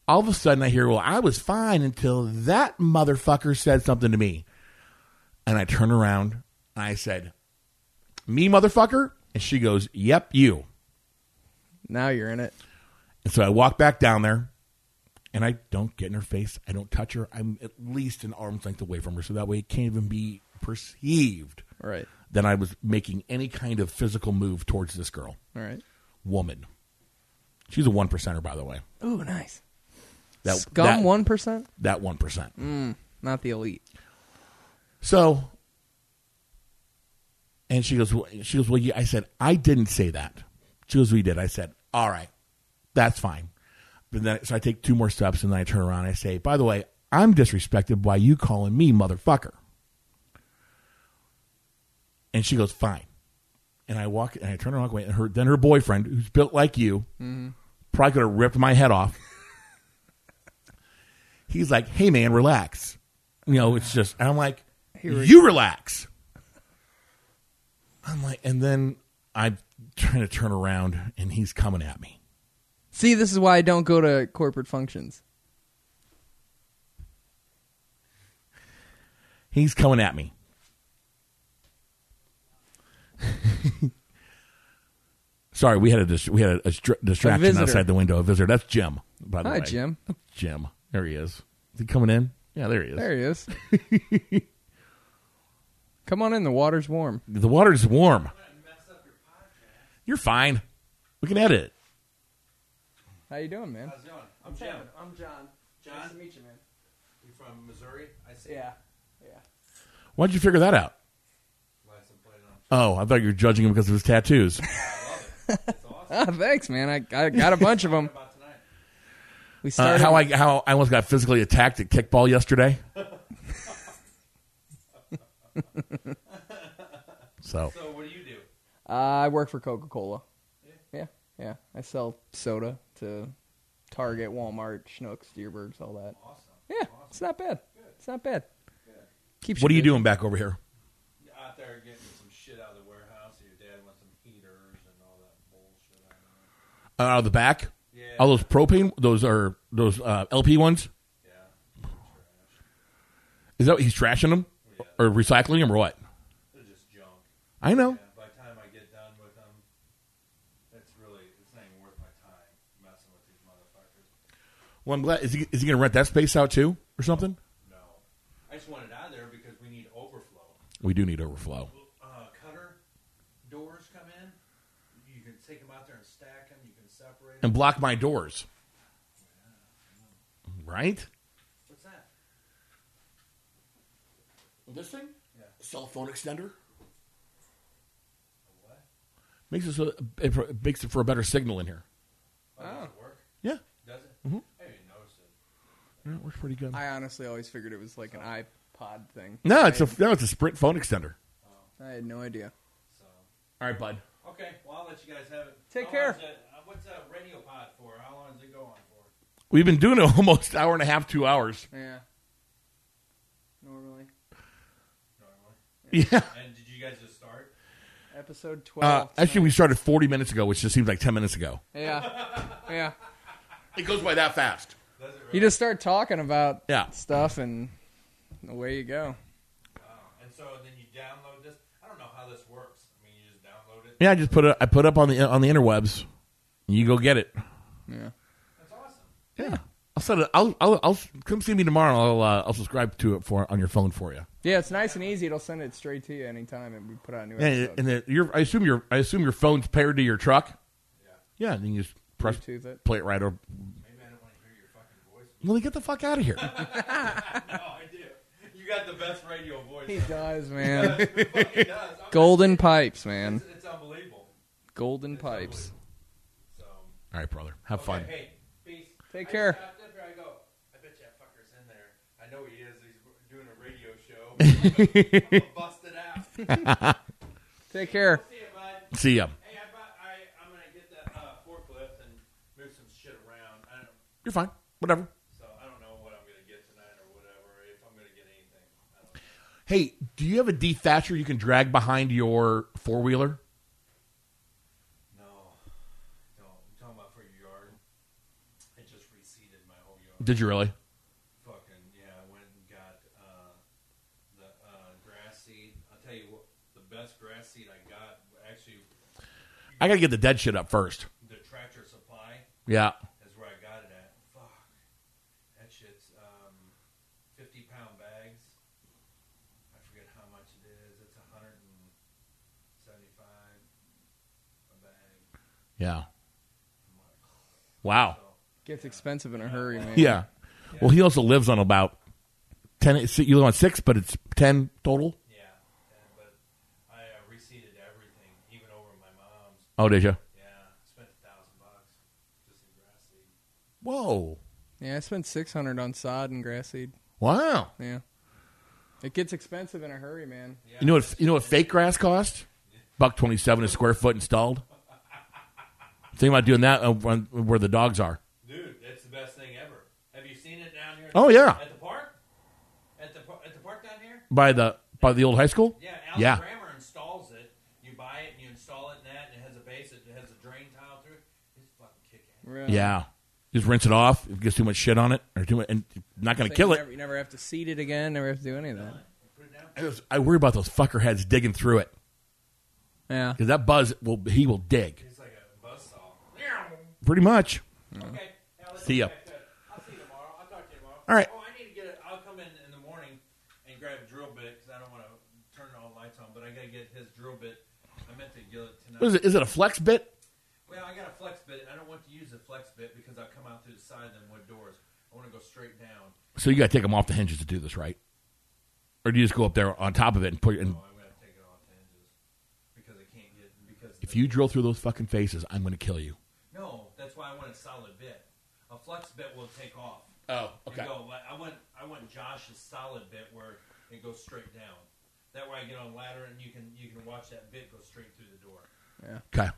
[SPEAKER 4] All of a sudden, I hear, "Well, I was fine until that motherfucker said something to me," and I turn around and I said, "Me, motherfucker," and she goes, "Yep, you."
[SPEAKER 5] Now you're in it.
[SPEAKER 4] And so I walk back down there, and I don't get in her face. I don't touch her. I'm at least an arm's length away from her, so that way it can't even be perceived
[SPEAKER 5] Right.
[SPEAKER 4] that I was making any kind of physical move towards this girl
[SPEAKER 5] All right.
[SPEAKER 4] woman. She's a one percenter, by the way.
[SPEAKER 5] Ooh, nice.
[SPEAKER 4] That
[SPEAKER 5] Scum
[SPEAKER 4] that-
[SPEAKER 5] one percent,
[SPEAKER 4] That one percent.
[SPEAKER 5] not the elite.
[SPEAKER 4] So, and she goes. Well, she goes. Well, yeah, I said I didn't say that. She goes. We did. I said. All right, that's fine. But then, so I take two more steps, and then I turn around. and I say, by the way, I'm disrespected by you calling me motherfucker. And she goes, fine. And I walk and I turn around, and her then her boyfriend, who's built like you, probably could have ripped my head off. He's like, "Hey man, relax." You know, it's just and I'm like, "You relax." I'm like, and then I'm trying to turn around, and he's coming at me.
[SPEAKER 5] See, this is why I don't go to corporate functions.
[SPEAKER 4] He's coming at me. Sorry, we had a dis- we had a, str- distraction
[SPEAKER 5] visitor.
[SPEAKER 4] outside the window. A visitor. That's Jim. By the
[SPEAKER 5] Hi,
[SPEAKER 4] way,
[SPEAKER 5] Jim.
[SPEAKER 4] Jim, there he is. Is he coming in? Yeah, there he is.
[SPEAKER 5] There he is. Come on in. The water's warm.
[SPEAKER 4] The water's warm. You're fine. We can edit. it.
[SPEAKER 5] How you doing, man?
[SPEAKER 3] How's it going? I'm Jim.
[SPEAKER 5] I'm John.
[SPEAKER 3] John?
[SPEAKER 5] Nice to meet you, man.
[SPEAKER 3] You from Missouri? I see.
[SPEAKER 5] Yeah.
[SPEAKER 4] Why'd you figure that out?
[SPEAKER 3] Last I'm playing
[SPEAKER 4] Oh,
[SPEAKER 3] on.
[SPEAKER 4] I thought you were judging him because of his tattoos. Uh,
[SPEAKER 3] It's awesome.
[SPEAKER 5] Ah, thanks, man. I, I got a bunch of them.
[SPEAKER 3] About tonight.
[SPEAKER 5] We
[SPEAKER 4] Uh,
[SPEAKER 5] started.
[SPEAKER 4] how I how I almost got physically attacked at kickball yesterday. so
[SPEAKER 3] So what do you do?
[SPEAKER 5] uh, I work for Coca Cola. Yeah. yeah. I sell soda to Target, Walmart, Schnucks, Deerbergs, all that. Awesome. Yeah. It's not bad. It's not bad. Keeps
[SPEAKER 4] what are you
[SPEAKER 5] busy.
[SPEAKER 4] doing back over here?
[SPEAKER 3] Out there getting some shit out of the warehouse. Your dad wants some heaters and all that bullshit. I don't
[SPEAKER 4] Uh,
[SPEAKER 3] know.
[SPEAKER 4] out of the back?
[SPEAKER 3] Yeah.
[SPEAKER 4] All those propane those are those uh, LP ones?
[SPEAKER 3] Yeah.
[SPEAKER 4] Is that what he's trashing them? Or recycling them or what?
[SPEAKER 3] They're just junk.
[SPEAKER 4] I know.
[SPEAKER 3] Yeah. By the time I get done with them, it's really it's not even worth my time messing with these motherfuckers.
[SPEAKER 4] Well, I'm glad. Is he, is he going to rent that space out too or something?
[SPEAKER 3] No. I just want it out of there because we need overflow.
[SPEAKER 4] We do need overflow.
[SPEAKER 3] Uh, cutter doors come in. separated.
[SPEAKER 4] and block my doors. Right?
[SPEAKER 3] What's that?
[SPEAKER 4] This thing?
[SPEAKER 3] Yeah.
[SPEAKER 4] Cell phone extender?
[SPEAKER 3] A what?
[SPEAKER 4] Makes it, so, it pro- makes it for a better signal in here.
[SPEAKER 3] Oh, Does it work?
[SPEAKER 4] Yeah.
[SPEAKER 3] Does it? Mm-hmm. I didn't even notice it.
[SPEAKER 4] yeah it works pretty good.
[SPEAKER 5] I honestly always figured it was like an iPod thing.
[SPEAKER 4] no, it's a no, it's a Sprint phone extender.
[SPEAKER 5] I had no idea.
[SPEAKER 3] So
[SPEAKER 4] All right, bud.
[SPEAKER 3] okay, well I'll let you guys have it.
[SPEAKER 5] Take
[SPEAKER 3] How
[SPEAKER 5] care.
[SPEAKER 3] long is it- uh, what's that radio pod for? How long does it go on for?
[SPEAKER 4] We've been doing it almost hour and a half, two hours.
[SPEAKER 5] Yeah. Normally.
[SPEAKER 3] Normally.
[SPEAKER 4] Yeah.
[SPEAKER 3] And did you guys just start?
[SPEAKER 5] Episode 12.
[SPEAKER 4] Uh, actually, we started 40 minutes ago, which just seems like 10 minutes ago.
[SPEAKER 5] yeah. Yeah.
[SPEAKER 4] It goes by that fast.
[SPEAKER 3] Does it really?
[SPEAKER 5] You just start talking about
[SPEAKER 4] Yeah.
[SPEAKER 5] stuff and away you go.
[SPEAKER 3] And so then you download this. I don't know how this works. I mean, you just download it.
[SPEAKER 4] Yeah, I just put it. I put up on the on the interwebs. You go get it.
[SPEAKER 5] Yeah.
[SPEAKER 3] That's awesome.
[SPEAKER 4] Yeah, I'll set it. I'll I'll, I'll come see me tomorrow. I'll uh, I'll subscribe to it for on your phone for you.
[SPEAKER 5] Yeah, it's nice and easy. It'll send it straight to you anytime and we put out a new
[SPEAKER 4] Yeah,
[SPEAKER 5] episode.
[SPEAKER 4] and then your I assume your I assume your phone's paired to your truck. Yeah, then you just press
[SPEAKER 5] Bluetooth it.
[SPEAKER 4] play it right over.
[SPEAKER 3] Maybe I don't want to hear your fucking voice.
[SPEAKER 4] Lily, get the fuck out of here.
[SPEAKER 3] No, I do. You got the best radio voice.
[SPEAKER 5] He does, man.
[SPEAKER 3] He fucking does. I'm-
[SPEAKER 5] Golden pipes, man.
[SPEAKER 3] It's, it's unbelievable.
[SPEAKER 5] Golden pipes.
[SPEAKER 3] So
[SPEAKER 4] All right, brother. Have
[SPEAKER 3] okay,
[SPEAKER 4] fun.
[SPEAKER 3] Hey, peace.
[SPEAKER 5] Take
[SPEAKER 3] I
[SPEAKER 5] care.
[SPEAKER 3] just stopped up here, I go. I bet that fucker's in there. I know he is. He's doing a radio show. I'm gonna bust it out.
[SPEAKER 5] Take care.
[SPEAKER 3] See ya, bud.
[SPEAKER 4] See ya.
[SPEAKER 3] Hey, I bought, I, I'm gonna get that uh, forklift and move some shit around. I don't.
[SPEAKER 4] You're fine. Whatever.
[SPEAKER 3] So I don't know what I'm gonna get tonight or whatever. If I'm gonna get anything. I don't know.
[SPEAKER 4] Hey, do you have a D Thatcher you can drag behind your four wheeler?
[SPEAKER 3] No. No. I'm talking about for your yard. I just reseeded my whole yard.
[SPEAKER 4] Did you really?
[SPEAKER 3] Fucking yeah, I went and got uh, the uh, grass seed. I'll tell you what, the best grass seed I got actually
[SPEAKER 4] I gotta get the dead shit up first.
[SPEAKER 3] the tractor supply
[SPEAKER 4] Yeah.
[SPEAKER 3] is where I got it at. Fuck, that shit's um, fifty pound bags. I forget how much it is. It's a hundred and seventy five a bag.
[SPEAKER 4] Yeah. Wow.
[SPEAKER 5] Gets expensive in a hurry, man.
[SPEAKER 4] Yeah. Well, he also lives on about ten. You live on six, but it's ten total.
[SPEAKER 3] Yeah, and, but I uh, reseeded everything, even over my mom's.
[SPEAKER 4] Oh, did you?
[SPEAKER 3] Yeah, spent a thousand bucks just in grass seed.
[SPEAKER 4] Whoa!
[SPEAKER 5] Yeah, I spent 600 on sod and grass seed.
[SPEAKER 4] Wow!
[SPEAKER 5] Yeah. It gets expensive in a hurry, man.
[SPEAKER 4] You know what? You know what fake grass costs? Buck twenty-seven a square foot installed. Think about doing that uh, when- where the dogs are.
[SPEAKER 3] Dude, that's the best thing ever. Have you seen it down here?
[SPEAKER 4] Oh, yeah.
[SPEAKER 3] At the park? At the par- at the park down here?
[SPEAKER 4] By the by, the old high school.
[SPEAKER 3] Yeah, Alan
[SPEAKER 4] Yeah.
[SPEAKER 3] Kramer installs it. You buy it and you install it in that, and it has a base. It has a drain tile through it. It's fucking kicking.
[SPEAKER 5] Really.
[SPEAKER 4] Yeah. Just rinse it off. If it gets too much shit on it, or too much, and not going
[SPEAKER 5] So
[SPEAKER 4] to kill
[SPEAKER 5] you
[SPEAKER 4] it.
[SPEAKER 5] Never, you never have to seed it again. Never have to do any of that.
[SPEAKER 3] Put it down.
[SPEAKER 4] I was- I worry about those fucker heads digging through it
[SPEAKER 5] Yeah.
[SPEAKER 4] because that buzz will he will dig
[SPEAKER 3] It's like a buzzsaw.
[SPEAKER 4] pretty much.
[SPEAKER 3] Okay. Alan,
[SPEAKER 4] Mm-hmm. See ya.
[SPEAKER 3] okay, good. I'll see you tomorrow. I'll talk to you tomorrow.
[SPEAKER 4] All right.
[SPEAKER 3] Oh, I need to get it. I'll come in in the morning and grab a drill bit because I don't want to turn all the lights on, but I got to get his drill bit. I meant to get it tonight.
[SPEAKER 4] What is it? Is it a flex bit?
[SPEAKER 3] Well, I got a flex bit. I don't want to use a flex bit because I come out through the side of them wood doors. I want to go straight down.
[SPEAKER 4] So you got to take them off the hinges to do this, right? Or do you just go up there on top of it and put? And
[SPEAKER 3] So Oh, I'm going to take it off the hinges because I can't get because
[SPEAKER 4] if
[SPEAKER 3] the-
[SPEAKER 4] you drill through those fucking faces, I'm going to kill you.
[SPEAKER 3] no, that's why I want a solid bit. A flex bit will take off.
[SPEAKER 4] Oh,
[SPEAKER 3] And go. Like, I want I want Josh's solid bit where it goes straight down. That way I get on ladder and you can you can watch that bit go straight through the door.
[SPEAKER 4] Okay,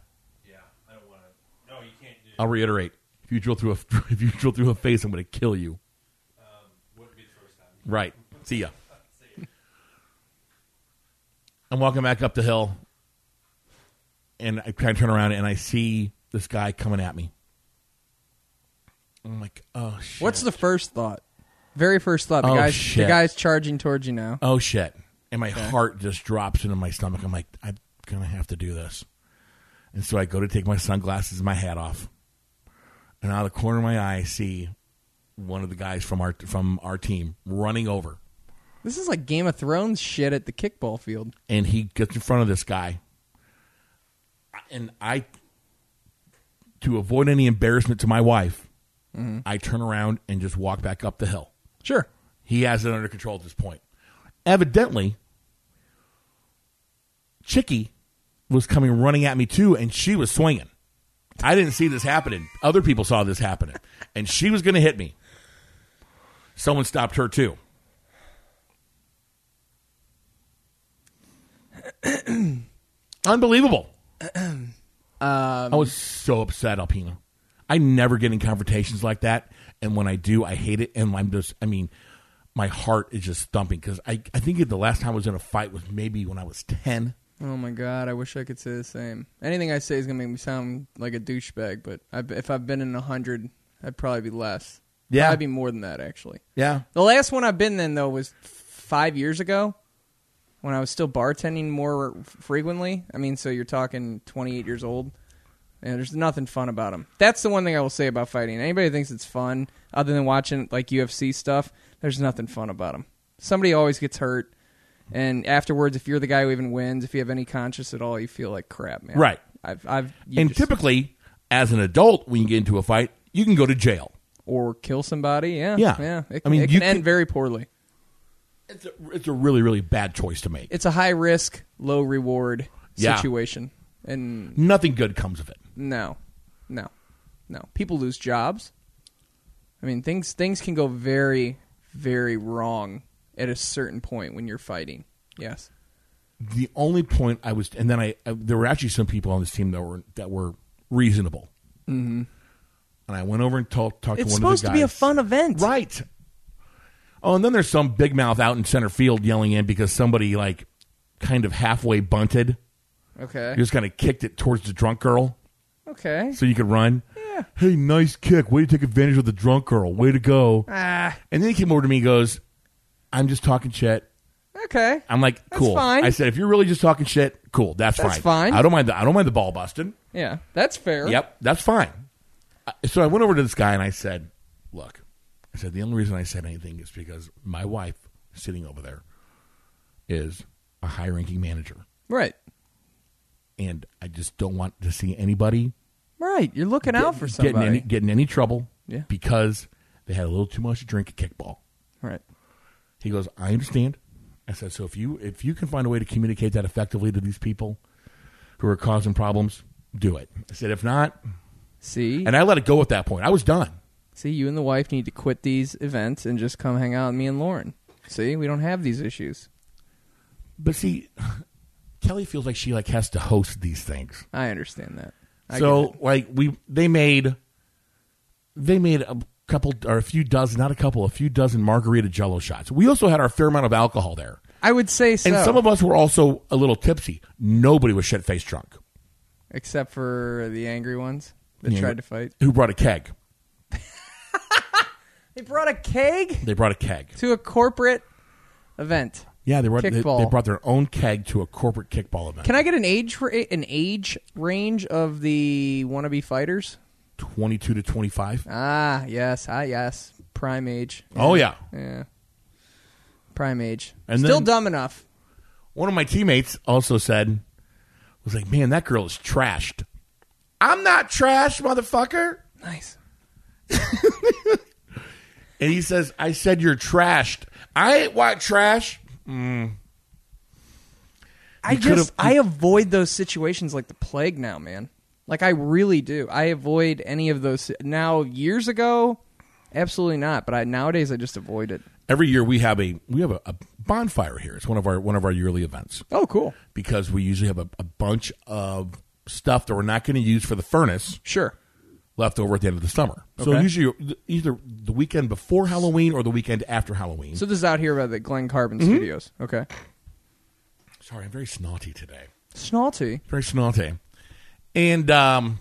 [SPEAKER 3] Yeah, I don't want to. No, you can't do.
[SPEAKER 4] I'll reiterate. If you drill through a if you drill through a face, I'm going to kill you.
[SPEAKER 3] Wouldn't be the first time.
[SPEAKER 4] Right. See ya.
[SPEAKER 3] See ya.
[SPEAKER 4] I'm walking back up the hill, and I kind of turn around and I see this guy coming at me. I'm like, oh shit.
[SPEAKER 5] What's the first thought? Very first thought. The
[SPEAKER 4] Oh,
[SPEAKER 5] guy's
[SPEAKER 4] shit.
[SPEAKER 5] the guy's charging towards you now.
[SPEAKER 4] oh shit and my heart just drops into my stomach i'm like i'm gonna have to do this and so i go to take my sunglasses and my hat off and out of the corner of my eye i see one of the guys from our from our team running over
[SPEAKER 5] This is like Game of Thrones shit at the kickball field.
[SPEAKER 4] and he gets in front of this guy and i to avoid any embarrassment to my wife, I turn around and just walk back up the hill.
[SPEAKER 5] Sure.
[SPEAKER 4] He has it under control at this point. Evidently, Chicky was coming running at me too, and she was swinging. I didn't see this happening. Other people saw this happening, and she was going to hit me. Someone stopped her too. Unbelievable. I was so upset, Alpina. I never get in confrontations like that, and when I do, I hate it. And I'm just, I mean, my heart is just thumping because I, I think the last time I was in a fight was maybe when I was ten.
[SPEAKER 5] Oh my god, I wish I could say the same. Anything I say is gonna make me sound like a douchebag, but i if I've been in a hundred, I'd probably be less.
[SPEAKER 4] Yeah.
[SPEAKER 5] probably be more than that actually.
[SPEAKER 4] Yeah,
[SPEAKER 5] The last one I've been in though was f- five years ago, when I was still bartending more f- frequently. I mean, so you're talking 28 years old, and there's nothing fun about them. That's the one thing I will say about fighting. Anybody who thinks it's fun other than watching like UFC stuff, there's nothing fun about them. Somebody always gets hurt, and afterwards, if you're the guy who even wins, if you have any conscience at all, you feel like crap, man.
[SPEAKER 4] Right.
[SPEAKER 5] I've, I've, you
[SPEAKER 4] and
[SPEAKER 5] just-
[SPEAKER 4] typically, as an adult, when you get into a fight, you can go to jail.
[SPEAKER 5] or kill somebody. Yeah,
[SPEAKER 4] Yeah.
[SPEAKER 5] yeah. It,
[SPEAKER 4] I mean,
[SPEAKER 5] it
[SPEAKER 4] you
[SPEAKER 5] can end
[SPEAKER 4] could-
[SPEAKER 5] very poorly.
[SPEAKER 4] It's a, it's a really really bad choice to make.
[SPEAKER 5] it's a high risk, low reward
[SPEAKER 4] Yeah.
[SPEAKER 5] situation. And
[SPEAKER 4] Nothing good comes of it.
[SPEAKER 5] no, no, no. People lose jobs. I mean, things things can go very, very wrong at a certain point when you're fighting. Yes.
[SPEAKER 4] the only point I was, and then I, I there were actually some people on this team that were that were reasonable, mm-hmm. and I went over and talked talked
[SPEAKER 5] It's
[SPEAKER 4] to one of
[SPEAKER 5] supposed
[SPEAKER 4] the guys.
[SPEAKER 5] to be a fun event.
[SPEAKER 4] right? Oh, and then there's some big mouth out in center field yelling in because somebody like kind of halfway bunted,
[SPEAKER 5] Okay.
[SPEAKER 4] just kind of kicked it towards the drunk girl
[SPEAKER 5] Okay.
[SPEAKER 4] so you could run. Yeah. Hey, nice kick! Way to take advantage of the drunk girl. Way to go!
[SPEAKER 5] Ah.
[SPEAKER 4] And then he came over to me and goes, "I'm just talking shit."
[SPEAKER 5] Okay.
[SPEAKER 4] I'm like, cool.
[SPEAKER 5] fine.
[SPEAKER 4] I said, if you're really just talking shit, cool. That's,
[SPEAKER 5] That's
[SPEAKER 4] fine.
[SPEAKER 5] fine.
[SPEAKER 4] I don't mind. The, I don't mind the ball busting.
[SPEAKER 5] Yeah. That's fair.
[SPEAKER 4] Yep, that's fine. I- So I went over to this guy and I said, look, I said the only reason I said anything is because my wife sitting over there is a high-ranking manager,
[SPEAKER 5] Right.
[SPEAKER 4] and I just don't want to see anybody
[SPEAKER 5] Right. You're looking out for somebody.
[SPEAKER 4] getting any, getting any trouble
[SPEAKER 5] Yeah.
[SPEAKER 4] because they had a little too much to drink at kickball.
[SPEAKER 5] right.
[SPEAKER 4] He goes, I understand. I said, so if you if you can find a way to communicate that effectively to these people who are causing problems, do it. I said, if not,
[SPEAKER 5] See.
[SPEAKER 4] and I let it go at that point. I was done.
[SPEAKER 5] See, you and the wife need to quit these events and just come hang out with me and Lauren. See, we don't have these issues.
[SPEAKER 4] But see, Kelly feels like she like has to host these things.
[SPEAKER 5] I understand that. I get
[SPEAKER 4] so
[SPEAKER 5] it.
[SPEAKER 4] like we they made they made a couple or a few dozen, not a couple, a few dozen margarita jello shots. We also had our fair amount of alcohol there.
[SPEAKER 5] I would say so.
[SPEAKER 4] And some of us were also a little tipsy. Nobody was shit faced drunk.
[SPEAKER 5] except for the angry ones that
[SPEAKER 4] Yeah.
[SPEAKER 5] tried to fight.
[SPEAKER 4] Who brought a keg?
[SPEAKER 5] They brought a keg
[SPEAKER 4] They brought a keg.
[SPEAKER 5] to a corporate event.
[SPEAKER 4] Yeah, they brought they, they
[SPEAKER 5] Kickball.
[SPEAKER 4] brought their own keg to a corporate kickball event.
[SPEAKER 5] Can I get an age ra- an age range of the wannabe fighters?
[SPEAKER 4] Twenty two to twenty five.
[SPEAKER 5] Ah, yes, ah, yes, prime age.
[SPEAKER 4] Oh yeah.
[SPEAKER 5] yeah, prime age.
[SPEAKER 4] And
[SPEAKER 5] Still
[SPEAKER 4] then-
[SPEAKER 5] dumb enough.
[SPEAKER 4] One of my teammates also said, "Was like, man, that girl is trashed." I'm not trashed, motherfucker.
[SPEAKER 5] Nice.
[SPEAKER 4] And he says, "I said you're trashed. I ain't white trash."
[SPEAKER 5] I
[SPEAKER 4] could've-
[SPEAKER 5] just I avoid those situations like the plague now, man. Like I really do. I avoid any of those si- now. Years ago, absolutely not. But I nowadays I just avoid it.
[SPEAKER 4] Every year we have a we have a, a bonfire here. It's one of our one of our yearly events
[SPEAKER 5] Oh, cool.
[SPEAKER 4] because we usually have a, a bunch of stuff that we're not going to use for the furnace
[SPEAKER 5] Sure.
[SPEAKER 4] left over at the end of the summer. So
[SPEAKER 5] Okay.
[SPEAKER 4] usually either the weekend before Halloween or the weekend after Halloween.
[SPEAKER 5] So this is out here by the Glen Carbon Studios. Okay.
[SPEAKER 4] Sorry, I'm very snotty today.
[SPEAKER 5] Snalty.
[SPEAKER 4] Very snotty. And um,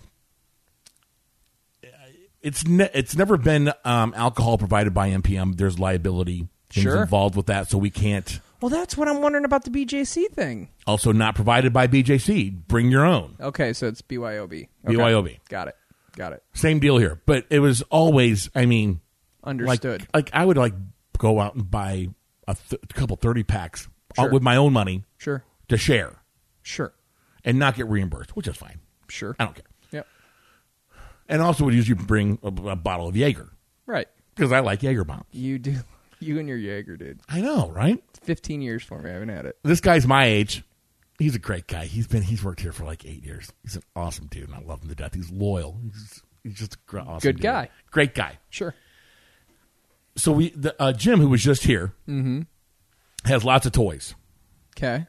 [SPEAKER 4] it's ne- it's never been um, alcohol provided by NPM. There's liability things
[SPEAKER 5] Sure.
[SPEAKER 4] involved with that, so we can't.
[SPEAKER 5] Well, that's what I'm wondering about the BJC thing.
[SPEAKER 4] Also, not provided by BJC. Bring your own.
[SPEAKER 5] Okay, so it's BYOB. Okay.
[SPEAKER 4] BYOB.
[SPEAKER 5] Got it. Got it.
[SPEAKER 4] Same deal here. But it was always, I mean, like,
[SPEAKER 5] Understood.
[SPEAKER 4] like I would like go out and buy a, th- a couple thirty packs uh,
[SPEAKER 5] Sure.
[SPEAKER 4] with my own money
[SPEAKER 5] sure.
[SPEAKER 4] to share
[SPEAKER 5] Sure.
[SPEAKER 4] and not get reimbursed, which is fine.
[SPEAKER 5] Sure.
[SPEAKER 4] I don't care.
[SPEAKER 5] Yep.
[SPEAKER 4] and also would usually bring a, a bottle of Jaeger
[SPEAKER 5] Right.
[SPEAKER 4] because I like Jaeger bombs.
[SPEAKER 5] You do. You and your Jaeger, dude.
[SPEAKER 4] I know, right?
[SPEAKER 5] It's 15 years for me. I haven't had it.
[SPEAKER 4] This guy's my age. He's a great guy. He's been he's worked here for like eight years. He's an awesome dude, and I love him to death. He's loyal. He's, he's just a gr- awesome
[SPEAKER 5] Good
[SPEAKER 4] dude.
[SPEAKER 5] guy.
[SPEAKER 4] Great guy.
[SPEAKER 5] Sure.
[SPEAKER 4] So we the, uh, Jim, who was just here,
[SPEAKER 5] Mm-hmm.
[SPEAKER 4] has lots of toys.
[SPEAKER 5] Okay.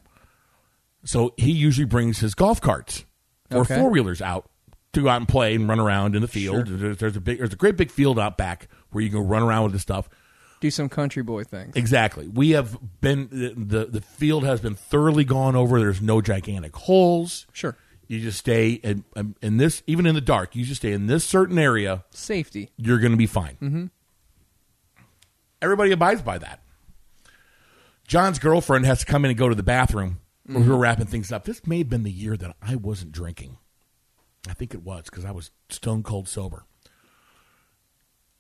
[SPEAKER 4] So he usually brings his golf carts or
[SPEAKER 5] Okay.
[SPEAKER 4] four wheelers out to go out and play and run around in the field.
[SPEAKER 5] Sure.
[SPEAKER 4] There's, there's a big, there's a great big field out back where you can run around with the stuff.
[SPEAKER 5] Do some country boy things.
[SPEAKER 4] Exactly. We have been the, the the field has been thoroughly gone over. There's no gigantic holes.
[SPEAKER 5] Sure.
[SPEAKER 4] You just stay in, um, in this even in the dark. You just stay in this certain area.
[SPEAKER 5] Safety.
[SPEAKER 4] You're going to be fine. Mm-hmm. Everybody abides by that. John's girlfriend has to come in and go to the bathroom. when We were wrapping things up. This may have been the year that I wasn't drinking. I think it was because I was stone cold sober.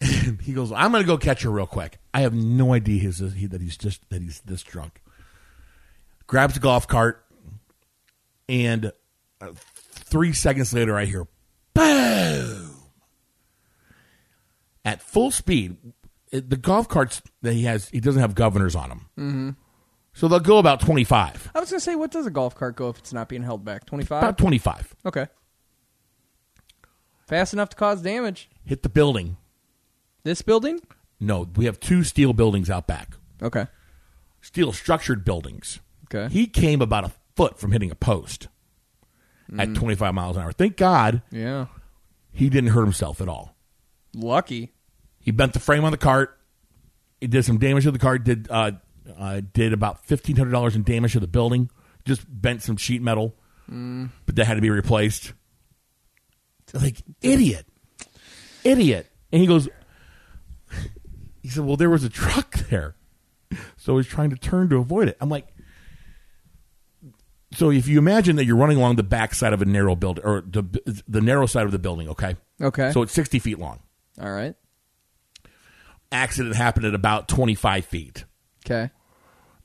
[SPEAKER 4] And he goes, "I'm going to go catch her real quick." I have no idea he's he, that he's just that he's this drunk. Grabs the golf cart, and uh, three seconds later, I hear boom at full speed. It, the golf carts that he has, he doesn't have governors on them, mm-hmm. so they'll go about twenty five,
[SPEAKER 5] I was gonna say, what does a golf cart go if it's not being held back? 25.
[SPEAKER 4] about twenty five.
[SPEAKER 5] okay. Fast enough to cause damage.
[SPEAKER 4] Hit the building.
[SPEAKER 5] This building.
[SPEAKER 4] No, we have two steel buildings out back.
[SPEAKER 5] Okay.
[SPEAKER 4] steel structured buildings.
[SPEAKER 5] Okay.
[SPEAKER 4] He came about a foot from hitting a post at 25 miles an hour. Thank God
[SPEAKER 5] Yeah.
[SPEAKER 4] he didn't hurt himself at all.
[SPEAKER 5] Lucky.
[SPEAKER 4] He bent the frame on the cart. He did some damage to the cart. Did uh, uh, did about fifteen hundred dollars in damage to the building. Just bent some sheet metal, but that had to be replaced. Like idiot, idiot. And he goes. He said, "Well, there was a truck there, so he's trying to turn to avoid it." I'm like. So if you imagine that you're running along the back side of a narrow building or the the narrow side of the building, okay?
[SPEAKER 5] Okay.
[SPEAKER 4] So it's 60 feet long
[SPEAKER 5] All right.
[SPEAKER 4] accident happened at about 25 feet.
[SPEAKER 5] Okay.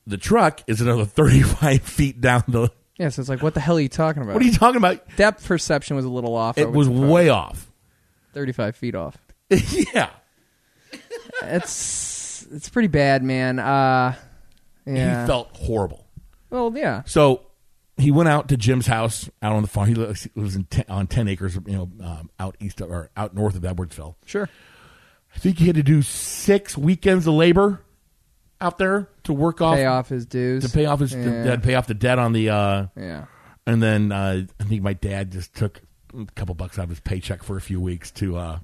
[SPEAKER 4] The truck is another 35 feet down the.
[SPEAKER 5] Yeah. So it's like, what the hell are you talking about?
[SPEAKER 4] What are you talking about?
[SPEAKER 5] Depth perception was a little off. I
[SPEAKER 4] It
[SPEAKER 5] would
[SPEAKER 4] was
[SPEAKER 5] suppose.
[SPEAKER 4] way off.
[SPEAKER 5] 35 feet off.
[SPEAKER 4] yeah.
[SPEAKER 5] It's it's pretty bad, man. Uh, yeah.
[SPEAKER 4] He felt horrible.
[SPEAKER 5] well, yeah.
[SPEAKER 4] So he went out to Jim's house out on the farm. He lives lives in ten, on 10 acres, you know, um, out east of, or out north of Edwardsville.
[SPEAKER 5] Sure.
[SPEAKER 4] I think he had to do six weekends of labor out there to work off,
[SPEAKER 5] Pay off his dues.
[SPEAKER 4] to pay off his
[SPEAKER 5] yeah.
[SPEAKER 4] to pay off the debt on the uh,
[SPEAKER 5] Yeah.
[SPEAKER 4] And then uh, I think my dad just took a couple bucks out of his paycheck for a few weeks to. Uh,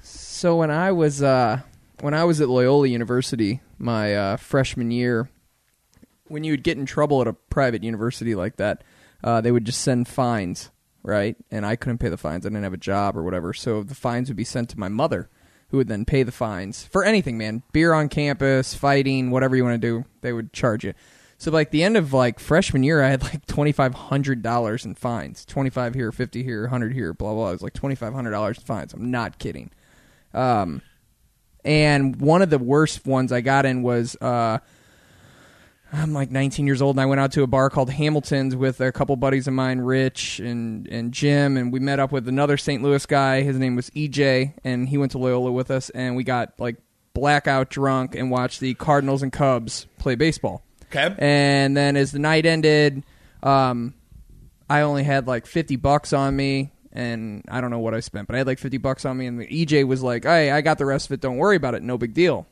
[SPEAKER 5] So when I was uh, when I was at Loyola University, my uh, freshman year, when you would get in trouble at a private university like that, uh, they would just send fines, right? And I couldn't pay the fines. I didn't have a job or whatever, so the fines would be sent to my mother, who would then pay the fines for anything, man. Beer on campus, fighting, whatever you want to do, they would charge you. So like the end of like freshman year, I had like twenty five hundred dollars in fines. Twenty five here, fifty here, hundred here, blah blah. It was like twenty five hundred dollars in fines. I'm not kidding and one of the worst ones I got in was uh, I'm like 19 years old, and I went out to a bar called Hamilton's with a couple buddies of mine, Rich and and Jim, and we met up with another St. Louis guy. His name was EJ, and he went to Loyola with us, and we got like blackout drunk and watched the Cardinals and Cubs play baseball.
[SPEAKER 4] Okay.
[SPEAKER 5] And then as the night ended, um, I only had like 50 bucks on me and I don't know what I spent, but I had like 50 bucks on me and EJ was like, "Hey, I got the rest of it. Don't worry about it. No big deal."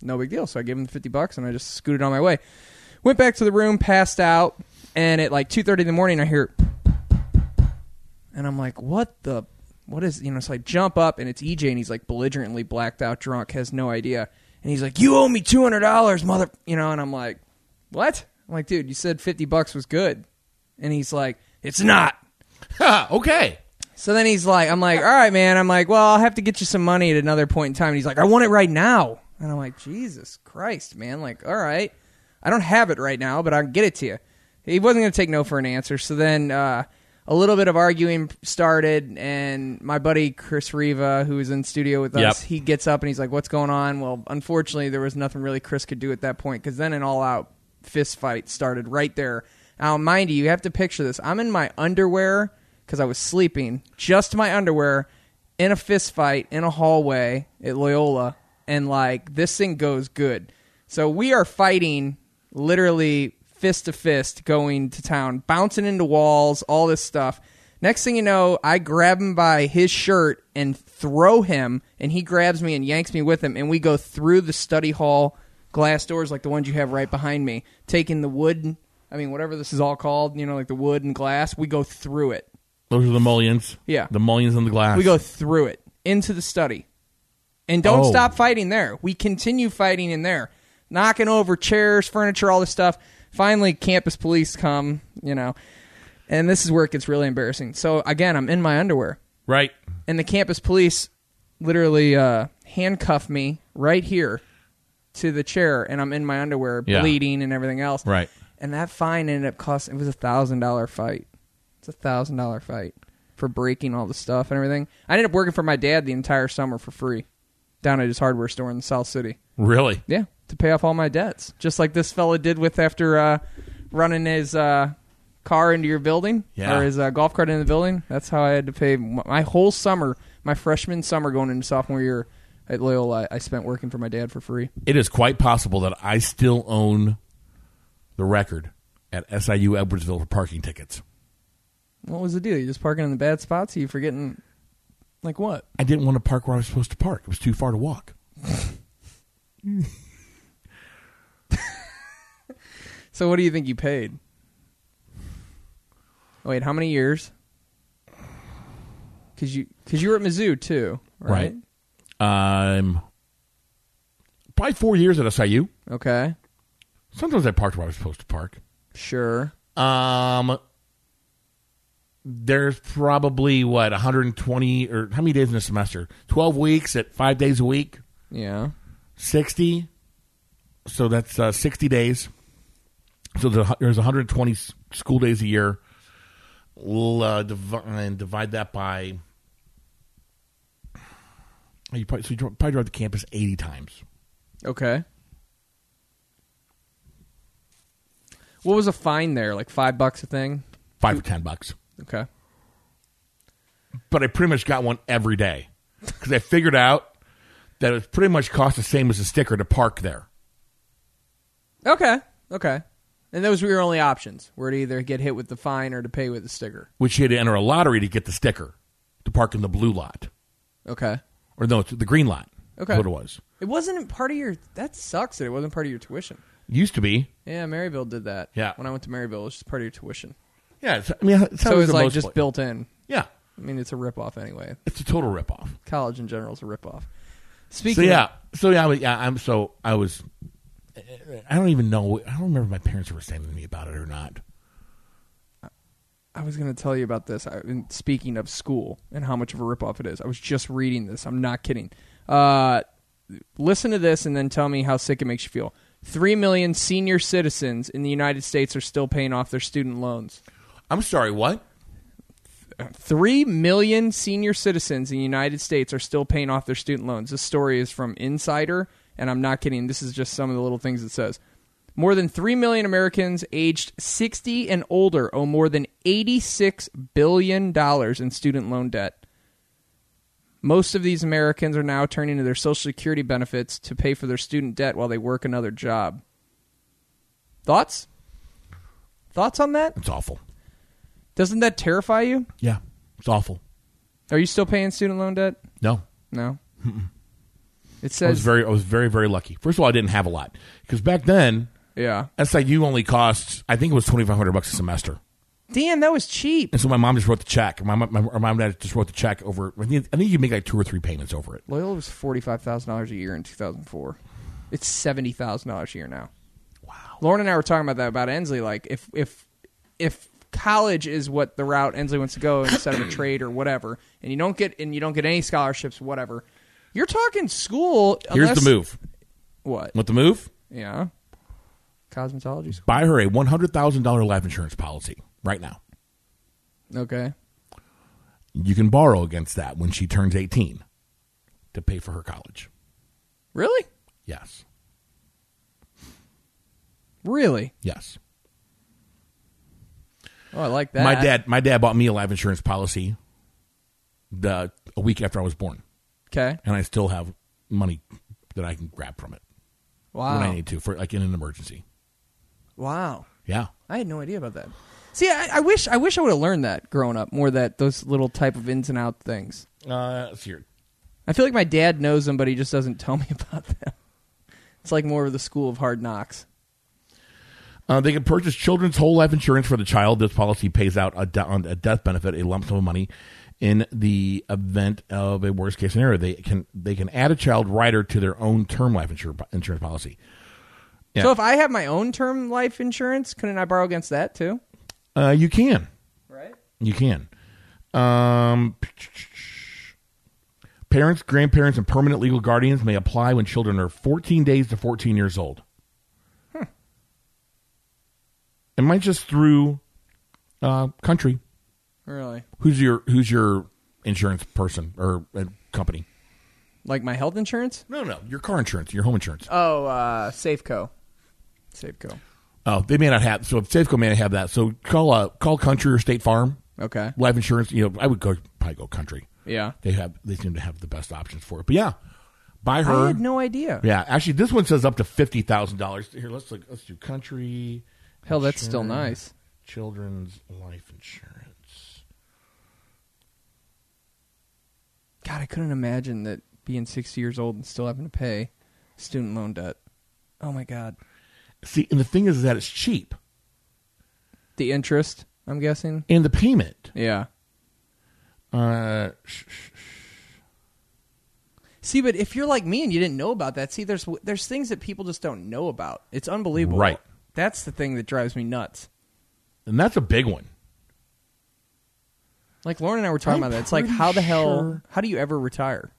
[SPEAKER 5] No big deal. So I gave him the 50 bucks and I just scooted on my way. Went back to the room, passed out, and at like 2:30 in the morning I hear and I'm like, "What the what is, you know, so I jump up and it's EJ and he's like belligerently blacked out drunk, has no idea. And he's like, "You owe me $200, mother," you know, and I'm like, "What?" I'm like, "Dude, you said 50 bucks was good." And he's like, "It's not."
[SPEAKER 4] ha, okay.
[SPEAKER 5] So then he's like, I'm like, all right, man. I'm like, well, I'll have to get you some money at another point in time. And he's like, I want it right now. And I'm like, Jesus Christ, man. Like, all right. I don't have it right now, but I'll get it to you. He wasn't going to take no for an answer. So then uh, a little bit of arguing started. And my buddy Chris Riva, who was in studio with us,
[SPEAKER 4] Yep.
[SPEAKER 5] he gets up and he's like, what's going on? Well, unfortunately, there was nothing really Chris could do at that point because then an all out fist fight started right there. Now, mind you, you have to picture this. I'm in my underwear because I was sleeping, just my underwear, in a fist fight in a hallway at Loyola, and like this thing goes good. So we are fighting literally fist to fist, going to town, bouncing into walls, all this stuff. Next thing you know, I grab him by his shirt and throw him, and he grabs me and yanks me with him, and we go through the study hall glass doors like the ones you have right behind me, taking the wood. I mean, whatever this is all called, you know, like the wood and glass. We go through it.
[SPEAKER 4] Those are the mullions.
[SPEAKER 5] Yeah.
[SPEAKER 4] The mullions on the glass.
[SPEAKER 5] We go through it into the study. And don't
[SPEAKER 4] Oh.
[SPEAKER 5] stop fighting there. We continue fighting in there, knocking over chairs, furniture, all this stuff. Finally, campus police come, you know, and this is where it gets really embarrassing. So, again, I'm in my underwear,
[SPEAKER 4] right.
[SPEAKER 5] and the campus police literally uh, handcuff me right here to the chair, and I'm in my underwear,
[SPEAKER 4] Yeah.
[SPEAKER 5] bleeding and everything else.
[SPEAKER 4] Right.
[SPEAKER 5] And that fine ended up costing, it was a $1,000 fight. It's a $1,000 fight for breaking all the stuff and everything. I ended up working for my dad the entire summer for free down at his hardware store in the South City.
[SPEAKER 4] Really?
[SPEAKER 5] Yeah, to pay off all my debts. Just like this fella did with after uh, running his uh, car into your building
[SPEAKER 4] Yeah.
[SPEAKER 5] or his uh, golf cart into the building. That's how I had to pay m- my whole summer, my freshman summer going into sophomore year at Loyola. I I spent working for my dad for free.
[SPEAKER 4] It is quite possible that I still own the record at SIU Edwardsville for parking tickets.
[SPEAKER 5] What was the deal? You just parking in the bad spots? Are you forgetting, like what?
[SPEAKER 4] I didn't want to park where I was supposed to park. It was too far to walk.
[SPEAKER 5] So what do you think you paid? Wait, how many years? Because you because you were at Mizzou too, right?
[SPEAKER 4] Um, probably four years at SIU.
[SPEAKER 5] Okay,
[SPEAKER 4] Sometimes I parked where I was supposed to park.
[SPEAKER 5] sure.
[SPEAKER 4] Um, there's probably what 120 or how many days in a semester? 12 weeks at five days a week,
[SPEAKER 5] Yeah,
[SPEAKER 4] 60. So that's uh, 60 days. So the- there's 120 s- school days a year. L- Uh, div- and divide that by. You probably, so you dr- probably drive the campus 80 times.
[SPEAKER 5] okay. What was a fine there? Like five bucks a thing?
[SPEAKER 4] Five or 10 bucks.
[SPEAKER 5] Okay.
[SPEAKER 4] but I pretty much got one every day because I figured out that it pretty much cost the same as a sticker to park there.
[SPEAKER 5] Okay. Okay. And those were your only options. Were to either get hit with the fine or to pay with the sticker.
[SPEAKER 4] Which you had to enter a lottery to get the sticker to park in the blue lot
[SPEAKER 5] Okay.
[SPEAKER 4] or no, it's the green lot.
[SPEAKER 5] Okay.
[SPEAKER 4] is what it was
[SPEAKER 5] It wasn't part of your. That sucks that it wasn't part of your tuition.
[SPEAKER 4] used to be.
[SPEAKER 5] Yeah, Maryville did that.
[SPEAKER 4] Yeah.
[SPEAKER 5] When I went to Maryville, it was just part of your tuition.
[SPEAKER 4] Yeah, it's, I mean, it's
[SPEAKER 5] So it's like just built in.
[SPEAKER 4] Yeah,
[SPEAKER 5] I mean, it's a ripoff anyway.
[SPEAKER 4] it's a total ripoff.
[SPEAKER 5] College in general is a ripoff.
[SPEAKER 4] So
[SPEAKER 5] Speaking
[SPEAKER 4] yeah, so yeah, I was, yeah, I'm so I was. I don't even know. I don't remember if my parents were saying to me about it or not.
[SPEAKER 5] of, I was going to tell you about this. I, and speaking of school and how much of a ripoff it is, I was just reading this. I'm not kidding. Uh, listen to this and then tell me how sick it makes you feel. Three million senior citizens in the United States are still paying off their student loans.
[SPEAKER 4] I'm sorry. What?
[SPEAKER 5] Three million senior citizens in the United States are still paying off their student loans. This story is from Insider, and I'm not kidding. This is just some of the little things it says. More than 3 million Americans aged 60 and older owe more than $86 billion in student loan debt. Most of these Americans are now turning to their Social Security benefits to pay for their student debt while they work another job. Thoughts? Thoughts on that?
[SPEAKER 4] It's awful.
[SPEAKER 5] Doesn't that terrify you?
[SPEAKER 4] Yeah, it's awful.
[SPEAKER 5] Are you still paying student loan debt?
[SPEAKER 4] No,
[SPEAKER 5] No. It
[SPEAKER 4] I was
[SPEAKER 5] says
[SPEAKER 4] very, I was very, very lucky. First of all, I didn't have a lot because back then
[SPEAKER 5] yeah.
[SPEAKER 4] SIU only cost, I think it was twenty five hundred bucks a semester,
[SPEAKER 5] Damn, that was cheap.
[SPEAKER 4] and so my mom just wrote the check. My my, my my mom and dad just wrote the check over. I think I think you make like two or three payments over it.
[SPEAKER 5] Loyola was forty five thousand dollars a year in two thousand four. It's seventy thousand dollars a year now. Wow. Lauren and I were talking about that about Ensley. Like if if if college is what the route Ensley wants to go instead of a trade or whatever, and you don't get and you don't get any scholarships, whatever. You're talking school.
[SPEAKER 4] Here's
[SPEAKER 5] unless-
[SPEAKER 4] the move.
[SPEAKER 5] What?
[SPEAKER 4] What the move?
[SPEAKER 5] Yeah. Cosmetology school.
[SPEAKER 4] Buy her a one hundred thousand dollar life insurance policy right now.
[SPEAKER 5] Okay.
[SPEAKER 4] You can borrow against that when she turns eighteen to pay for her college.
[SPEAKER 5] Really?
[SPEAKER 4] Yes,
[SPEAKER 5] Really?
[SPEAKER 4] yes.
[SPEAKER 5] Oh, I like that.
[SPEAKER 4] My dad, my dad bought me a life insurance policy the a week after I was born,
[SPEAKER 5] Okay.
[SPEAKER 4] and I still have money that I can grab from it
[SPEAKER 5] Wow.
[SPEAKER 4] when I need to for like in an emergency.
[SPEAKER 5] Wow.
[SPEAKER 4] Yeah,
[SPEAKER 5] I had no idea about that. See, I, I wish I wish I would have learned that growing up more that those little type of ins and out things.
[SPEAKER 4] uh, let's see here.
[SPEAKER 5] I feel like my dad knows them, but he just doesn't tell me about them. It's like more of the school of hard knocks.
[SPEAKER 4] Uh, they can purchase children's whole life insurance for the child. This policy pays out a, de- on a death benefit, a lump sum of money, in the event of a worst case scenario. They can they can add a child rider to their own term life insur- insurance policy. Yeah.
[SPEAKER 5] So if I have my own term life insurance, couldn't I borrow against that too?
[SPEAKER 4] Uh, you can,
[SPEAKER 5] Right.
[SPEAKER 4] you can. Um, parents, grandparents, and permanent legal guardians may apply when children are 14 days to 14 years old. Am I just through uh, country?
[SPEAKER 5] Really?
[SPEAKER 4] Who's your Who's your insurance person or uh, company?
[SPEAKER 5] Like my health insurance?
[SPEAKER 4] No, no, your car insurance, your home insurance.
[SPEAKER 5] Oh, uh, Safeco. Safeco.
[SPEAKER 4] Oh, they may not have. So Safeco may not have that. So call uh, call Country or State Farm
[SPEAKER 5] Okay.
[SPEAKER 4] life insurance. You know, I would go probably go Country.
[SPEAKER 5] Yeah.
[SPEAKER 4] They have they seem to have the best options for it. But yeah, buy her.
[SPEAKER 5] I had no idea.
[SPEAKER 4] yeah, actually, this one says up to fifty thousand dollars. Here, let's look. Let's do Country.
[SPEAKER 5] Hell, that's still
[SPEAKER 4] insurance,
[SPEAKER 5] nice.
[SPEAKER 4] Children's life insurance.
[SPEAKER 5] God, I couldn't imagine that being 60 years old and still having to pay student loan debt. Oh my God.
[SPEAKER 4] See, and the thing is, that it's cheap
[SPEAKER 5] The interest, I'm guessing.
[SPEAKER 4] and the payment.
[SPEAKER 5] Yeah.
[SPEAKER 4] Uh,
[SPEAKER 5] See, but if you're like me and you didn't know about that, see, there's there's things that people just don't know about. It's unbelievable.
[SPEAKER 4] Right.
[SPEAKER 5] That's the thing that drives me nuts.
[SPEAKER 4] and that's a big one.
[SPEAKER 5] Like Lauren and I were talking
[SPEAKER 4] I'm
[SPEAKER 5] about that. It's like
[SPEAKER 4] pretty
[SPEAKER 5] how the hell
[SPEAKER 4] sure-
[SPEAKER 5] how do you ever retire?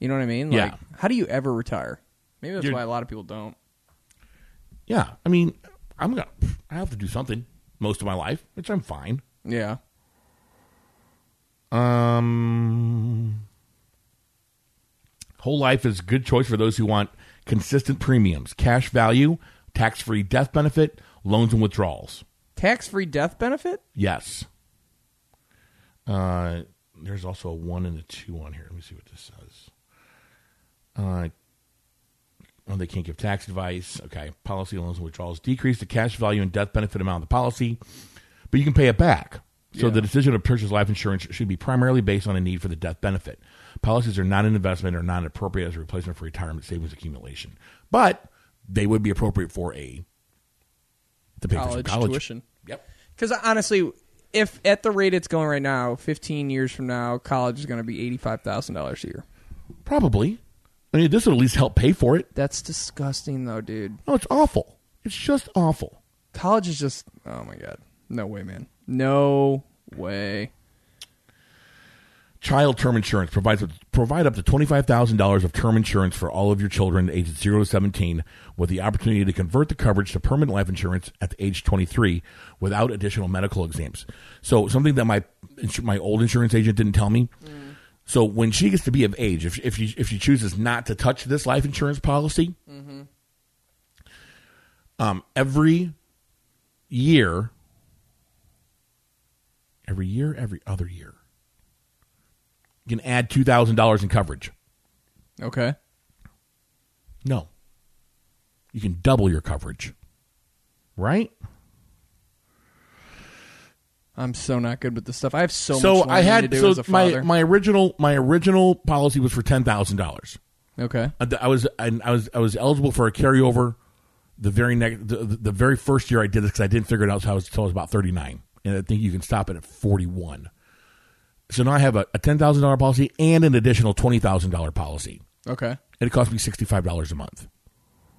[SPEAKER 5] You know what I mean?
[SPEAKER 4] Yeah.
[SPEAKER 5] Like how do you ever retire? Maybe that's
[SPEAKER 4] You're-
[SPEAKER 5] why a lot of people don't.
[SPEAKER 4] Yeah, I mean, I'm gonna I have to do something most of my life, which I'm fine.
[SPEAKER 5] Yeah.
[SPEAKER 4] Um, whole life is a good choice for those who want consistent premiums, cash value, tax-free death benefit, loans and withdrawals.
[SPEAKER 5] Tax free death benefit?
[SPEAKER 4] Yes. Uh, there's also a one and a two on here. Let me see what this says. Uh, oh, they can't give tax advice. Okay. Policy loans and withdrawals decrease the cash value and death benefit amount of the policy, but you can pay it back. So the decision to purchase life insurance should be primarily based on a need for the death benefit. Policies are not an investment or not appropriate as a replacement for retirement savings accumulation, but they would be appropriate for a to pay
[SPEAKER 5] College
[SPEAKER 4] for some college
[SPEAKER 5] tuition.
[SPEAKER 4] Yep.
[SPEAKER 5] Because uh, honestly, if at the rate it's going right now, 15 years from now, college is going to be $85,000 a year.
[SPEAKER 4] Probably. I mean, this would at least help pay for it.
[SPEAKER 5] That's disgusting, though, dude.
[SPEAKER 4] No, it's awful. It's just awful.
[SPEAKER 5] College is just, oh my God. No way, man. No way.
[SPEAKER 4] Child term insurance provides provide up to twenty five thousand dollars of term insurance for all of your children ages zero to seventeen, with the opportunity to convert the coverage to permanent life insurance at the age twenty three without additional medical exams. So something that my insu- my old insurance agent didn't tell me. So when she gets to be of age, if if she if she chooses not to touch this life insurance policy, um, every year, every year, every other year, you can add two thousand dollars in coverage.
[SPEAKER 5] Okay.
[SPEAKER 4] No, you can double your coverage, right?
[SPEAKER 5] I'm so not good with this stuff. I have so,
[SPEAKER 4] so
[SPEAKER 5] much
[SPEAKER 4] I
[SPEAKER 5] learning
[SPEAKER 4] had
[SPEAKER 5] to do
[SPEAKER 4] so
[SPEAKER 5] as a
[SPEAKER 4] my
[SPEAKER 5] father.
[SPEAKER 4] my original my original policy was for ten thousand dollars.
[SPEAKER 5] okay.
[SPEAKER 4] I was I, I was I was eligible for a carryover the very next the, the very first year I did this because I didn't figure it out until I was, until I was about thirty nine, and I think you can stop it at forty one. So now I have a, a ten thousand dollar policy and an additional twenty thousand dollar policy.
[SPEAKER 5] Okay.
[SPEAKER 4] and it cost me sixty five dollars a month.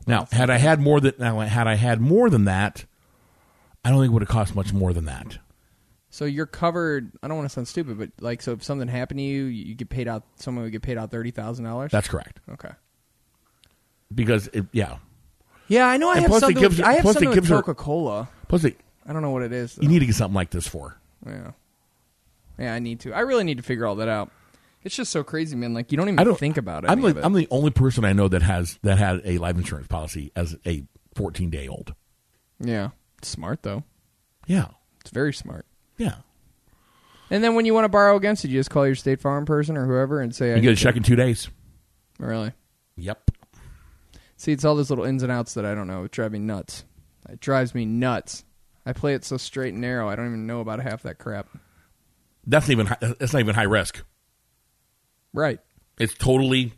[SPEAKER 4] Now, had I had more than now, had I had more than that, I don't think it would have cost much more than that.
[SPEAKER 5] So you're covered. I don't want to sound stupid, but like, so if something happened to you, you get paid out. Someone would get paid out thirty thousand dollars.
[SPEAKER 4] That's correct
[SPEAKER 5] okay.
[SPEAKER 4] because it, yeah.
[SPEAKER 5] Yeah, I know. I
[SPEAKER 4] And
[SPEAKER 5] have
[SPEAKER 4] plus it
[SPEAKER 5] something.
[SPEAKER 4] gives-
[SPEAKER 5] with, I have
[SPEAKER 4] plus it
[SPEAKER 5] something
[SPEAKER 4] gives her-
[SPEAKER 5] with Coca Cola.
[SPEAKER 4] Plus, it,
[SPEAKER 5] I don't know what it is. Though.
[SPEAKER 4] you need to get something like this for.
[SPEAKER 5] Yeah. Yeah, I need to. I really need to figure all that out. It's just so crazy, man. Like you don't even
[SPEAKER 4] I don't
[SPEAKER 5] think about it.
[SPEAKER 4] I'm like, I'm the only person I know that has that had a life insurance policy as a 14 day old.
[SPEAKER 5] yeah. It's smart though.
[SPEAKER 4] Yeah,
[SPEAKER 5] It's very smart.
[SPEAKER 4] yeah.
[SPEAKER 5] And then when you want to borrow against it, you just call your State Farm person or whoever and say, I
[SPEAKER 4] You get a
[SPEAKER 5] need-
[SPEAKER 4] check in two days.
[SPEAKER 5] Really?
[SPEAKER 4] Yep.
[SPEAKER 5] See, it's all those little ins and outs that I don't know. It drives me nuts. It drives me nuts. I play it so straight and narrow. I don't even know about half that crap.
[SPEAKER 4] That's not even hi- that's not even high risk.
[SPEAKER 5] Right.
[SPEAKER 4] It's totally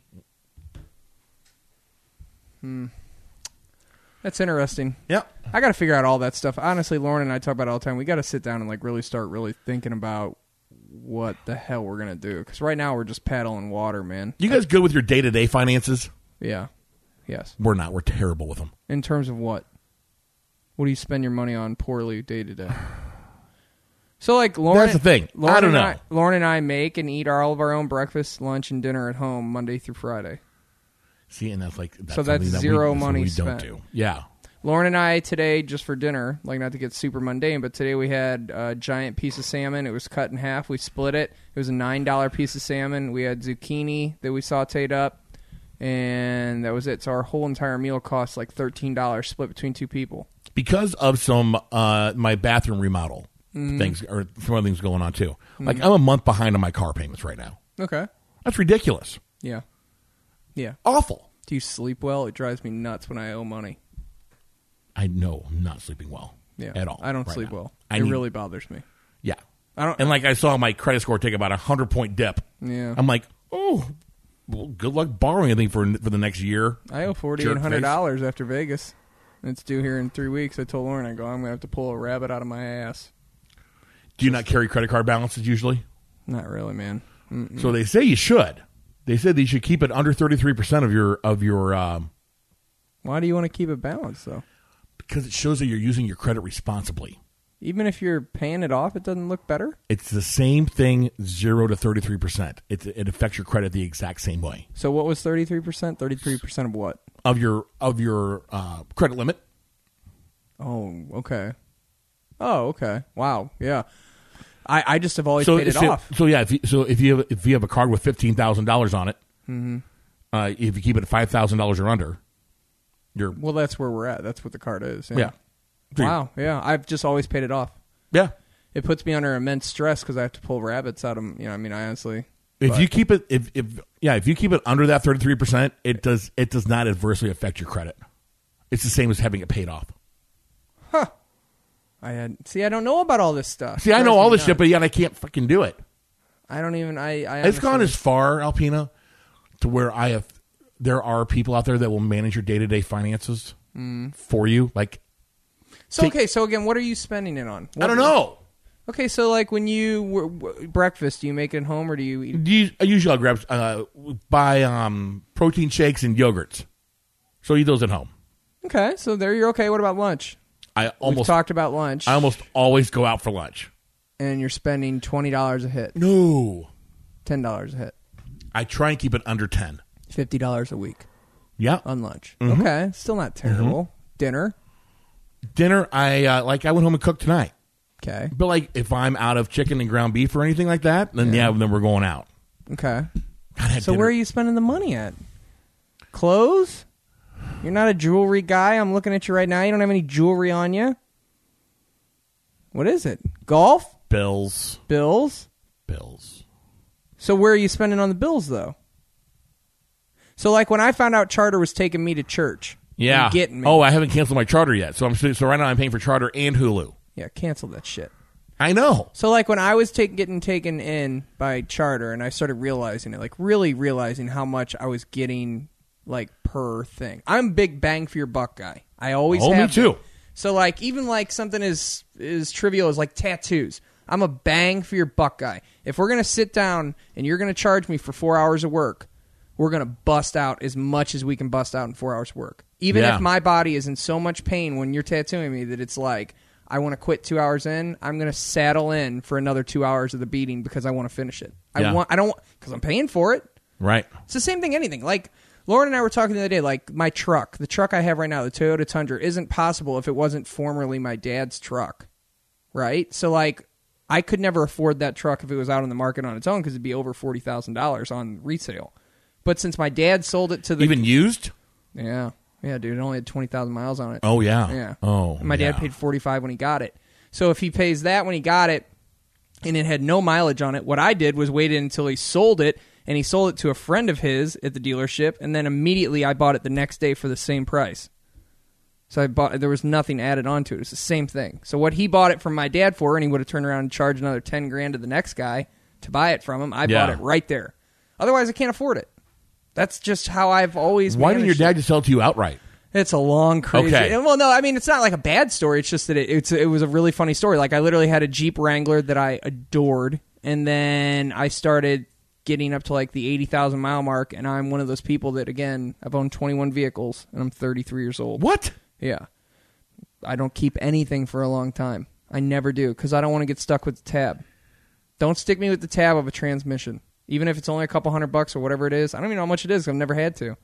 [SPEAKER 5] That's interesting.
[SPEAKER 4] Yep.
[SPEAKER 5] I got to figure out all that stuff. Honestly, Lauren and I talk about it all the time. We got to sit down and like really start really thinking about what the hell we're gonna do. Because right now we're just paddling water, man.
[SPEAKER 4] You guys good with your day to day finances?
[SPEAKER 5] Yeah. Yes.
[SPEAKER 4] We're not. We're terrible with them.
[SPEAKER 5] In terms of what? What do you spend your money on poorly day to day? So like Lauren,
[SPEAKER 4] That's the thing. I
[SPEAKER 5] Lauren
[SPEAKER 4] don't
[SPEAKER 5] and
[SPEAKER 4] know.
[SPEAKER 5] Lauren and I make and eat our, all of our own breakfast, lunch, and dinner at home Monday through Friday.
[SPEAKER 4] See, and that's like that's
[SPEAKER 5] So that's
[SPEAKER 4] something that
[SPEAKER 5] zero
[SPEAKER 4] we, that's what
[SPEAKER 5] money
[SPEAKER 4] we
[SPEAKER 5] spent.
[SPEAKER 4] don't do. Yeah.
[SPEAKER 5] Lauren and I today, just for dinner, like not to get super mundane, but today we had a giant piece of salmon. It was cut in half. We split it. It was a nine dollar piece of salmon. We had zucchini that we sauteed up, and that was it. So our whole entire meal cost like thirteen dollars, split between two people.
[SPEAKER 4] because of some uh, my bathroom remodel
[SPEAKER 5] Mm.
[SPEAKER 4] things or some other things going on too. Like I'm a month behind on my car payments right now.
[SPEAKER 5] Okay.
[SPEAKER 4] That's ridiculous.
[SPEAKER 5] Yeah. Yeah.
[SPEAKER 4] Awful.
[SPEAKER 5] Do you sleep well? It drives me nuts when I owe money.
[SPEAKER 4] I know I'm not sleeping well.
[SPEAKER 5] Yeah.
[SPEAKER 4] At all.
[SPEAKER 5] I don't
[SPEAKER 4] right
[SPEAKER 5] sleep
[SPEAKER 4] now.
[SPEAKER 5] well.
[SPEAKER 4] I
[SPEAKER 5] it
[SPEAKER 4] need-
[SPEAKER 5] really bothers me.
[SPEAKER 4] Yeah.
[SPEAKER 5] I don't-
[SPEAKER 4] And like I saw my credit score take about a hundred point dip.
[SPEAKER 5] Yeah.
[SPEAKER 4] I'm like, oh, well, good luck borrowing anything for for the next year.
[SPEAKER 5] I owe forty eight hundred dollars after Vegas. And it's due here in three weeks. I told Lauren, I go, I'm gonna have to pull a rabbit out of my ass.
[SPEAKER 4] Do you not carry credit card balances usually?
[SPEAKER 5] Not really, man. Mm.
[SPEAKER 4] So they say you should. They said that you should keep it under thirty three percent of your of your um,
[SPEAKER 5] Why do you want to keep it balanced though?
[SPEAKER 4] because it shows that you're using your credit responsibly.
[SPEAKER 5] Even if you're paying it off, it doesn't look better.
[SPEAKER 4] It's the same thing, zero to thirty three percent. It it affects your credit the exact same way
[SPEAKER 5] So what was thirty three percent? Thirty three percent of what?
[SPEAKER 4] of your of your uh, credit limit.
[SPEAKER 5] Oh, okay. Oh, okay. Wow. Yeah. I, I just have always
[SPEAKER 4] so
[SPEAKER 5] paid Oh, it
[SPEAKER 4] so,
[SPEAKER 5] off.
[SPEAKER 4] so yeah, if you, so if you have, if you have a card with fifteen thousand dollars on it,
[SPEAKER 5] Mm-hmm.
[SPEAKER 4] uh, if you keep it at five thousand dollars or under, you're
[SPEAKER 5] Well, that's where we're at. That's what the card is.
[SPEAKER 4] yeah, So you're-
[SPEAKER 5] Wow. Yeah. I've just always paid it off.
[SPEAKER 4] yeah.
[SPEAKER 5] It puts me under immense stress because I have to pull rabbits out of you know. I mean, I honestly.
[SPEAKER 4] If
[SPEAKER 5] but-
[SPEAKER 4] you keep it, if, if yeah, if you keep it under that thirty three percent, it does it does not adversely affect your credit. It's the same as having it paid off.
[SPEAKER 5] I had see. I don't know about all this stuff.
[SPEAKER 4] See, I know all this shit, but yet I can't fucking do it.
[SPEAKER 5] I don't even. I. I
[SPEAKER 4] It's
[SPEAKER 5] honestly-
[SPEAKER 4] gone as far, Alpina, to where I have. There are people out there that will manage your day to day finances
[SPEAKER 5] Mm.
[SPEAKER 4] for you. Like
[SPEAKER 5] So okay. So again, what are you spending it on?
[SPEAKER 4] I don't know.
[SPEAKER 5] Okay, so like when you w- w- breakfast, do you make it at home or do you eat?
[SPEAKER 4] Do you- I Usually, I'll grab uh, buy um, protein shakes and yogurts. So eat those at home.
[SPEAKER 5] Okay, so there you're okay. What about lunch?
[SPEAKER 4] I
[SPEAKER 5] We've
[SPEAKER 4] almost
[SPEAKER 5] talked about lunch.
[SPEAKER 4] I almost always go out for lunch.
[SPEAKER 5] and you're spending twenty dollars a hit,
[SPEAKER 4] No,
[SPEAKER 5] ten dollars a hit,
[SPEAKER 4] I try and keep it under ten.
[SPEAKER 5] fifty dollars a week
[SPEAKER 4] Yeah,
[SPEAKER 5] on lunch.
[SPEAKER 4] Mm-hmm.
[SPEAKER 5] Okay, still not terrible. Dinner.
[SPEAKER 4] dinner. I uh, like. I went home and cooked tonight.
[SPEAKER 5] Okay.
[SPEAKER 4] But like, if I'm out of chicken and ground beef or anything like that, then yeah, then we're going out.
[SPEAKER 5] Okay.
[SPEAKER 4] God, I had
[SPEAKER 5] So
[SPEAKER 4] dinner-
[SPEAKER 5] where are you spending the money at? Clothes? You're not a jewelry guy. I'm looking at you right now. You don't have any jewelry on you. What is it? Golf?
[SPEAKER 4] bills?
[SPEAKER 5] Bills?
[SPEAKER 4] Bills.
[SPEAKER 5] So where are you spending on the bills though? So like when I found out Charter was taking me to church,
[SPEAKER 4] Yeah.
[SPEAKER 5] and getting me.
[SPEAKER 4] Oh, I haven't canceled my charter yet. So I'm so right now I'm paying for charter and Hulu.
[SPEAKER 5] yeah, cancel that shit.
[SPEAKER 4] I know.
[SPEAKER 5] So like when I was take, getting taken in by Charter, and I started realizing it, like really realizing how much I was getting like per thing. I'm a big bang for your buck guy. I always
[SPEAKER 4] Oh, me
[SPEAKER 5] have
[SPEAKER 4] too.
[SPEAKER 5] been. So like even like something as as trivial as like tattoos. I'm a bang for your buck guy. If we're gonna sit down and you're gonna charge me for four hours of work, we're gonna bust out as much as we can bust out in four hours of work. Even
[SPEAKER 4] Yeah.
[SPEAKER 5] if my body is in so much pain when you're tattooing me that it's like I want to quit two hours in. I'm going to saddle in for another two hours of the beating because I want to finish it. I
[SPEAKER 4] Yeah.
[SPEAKER 5] want. I don't because I'm paying for it.
[SPEAKER 4] Right.
[SPEAKER 5] It's the same thing. Anything like Lauren and I were talking the other day. Like my truck, the truck I have right now, the Toyota Tundra, isn't possible if it wasn't formerly my dad's truck, right? So like, I could never afford that truck if it was out on the market on its own because it'd be over forty thousand dollars on resale. But since my dad sold it to the
[SPEAKER 4] Even used?
[SPEAKER 5] yeah yeah dude, it only had twenty thousand miles on it.
[SPEAKER 4] Oh yeah.
[SPEAKER 5] Yeah.
[SPEAKER 4] Oh.
[SPEAKER 5] And my
[SPEAKER 4] yeah.
[SPEAKER 5] dad paid forty five when he got it. So if he pays that when he got it, and it had no mileage on it. What I did was waited until he sold it, and he sold it to a friend of his at the dealership, and then immediately I bought it the next day for the same price. So I bought there was nothing added onto it. It was the same thing. So what he bought it from my dad for, and he would have turned around and charged another ten grand to the next guy to buy it from him. I
[SPEAKER 4] Yeah.
[SPEAKER 5] bought it right there. Otherwise, I can't afford it. That's just how I've always.
[SPEAKER 4] Why didn't your
[SPEAKER 5] managed it.
[SPEAKER 4] dad just sell it to you outright?
[SPEAKER 5] It's a long, crazy.
[SPEAKER 4] Okay.
[SPEAKER 5] Well, no, I mean it's not like a bad story. It's just that it, it's it was a really funny story. Like I literally had a Jeep Wrangler that I adored, and then I started getting up to like the eighty thousand mile mark, and I'm one of those people that again I've owned twenty one vehicles, and I'm thirty three years old.
[SPEAKER 4] What?
[SPEAKER 5] Yeah, I don't keep anything for a long time. I never do because I don't want to get stuck with the tab. Don't stick me with the tab of a transmission, even if it's only a couple hundred bucks or whatever it is. I don't even know how much it is. I've never had to.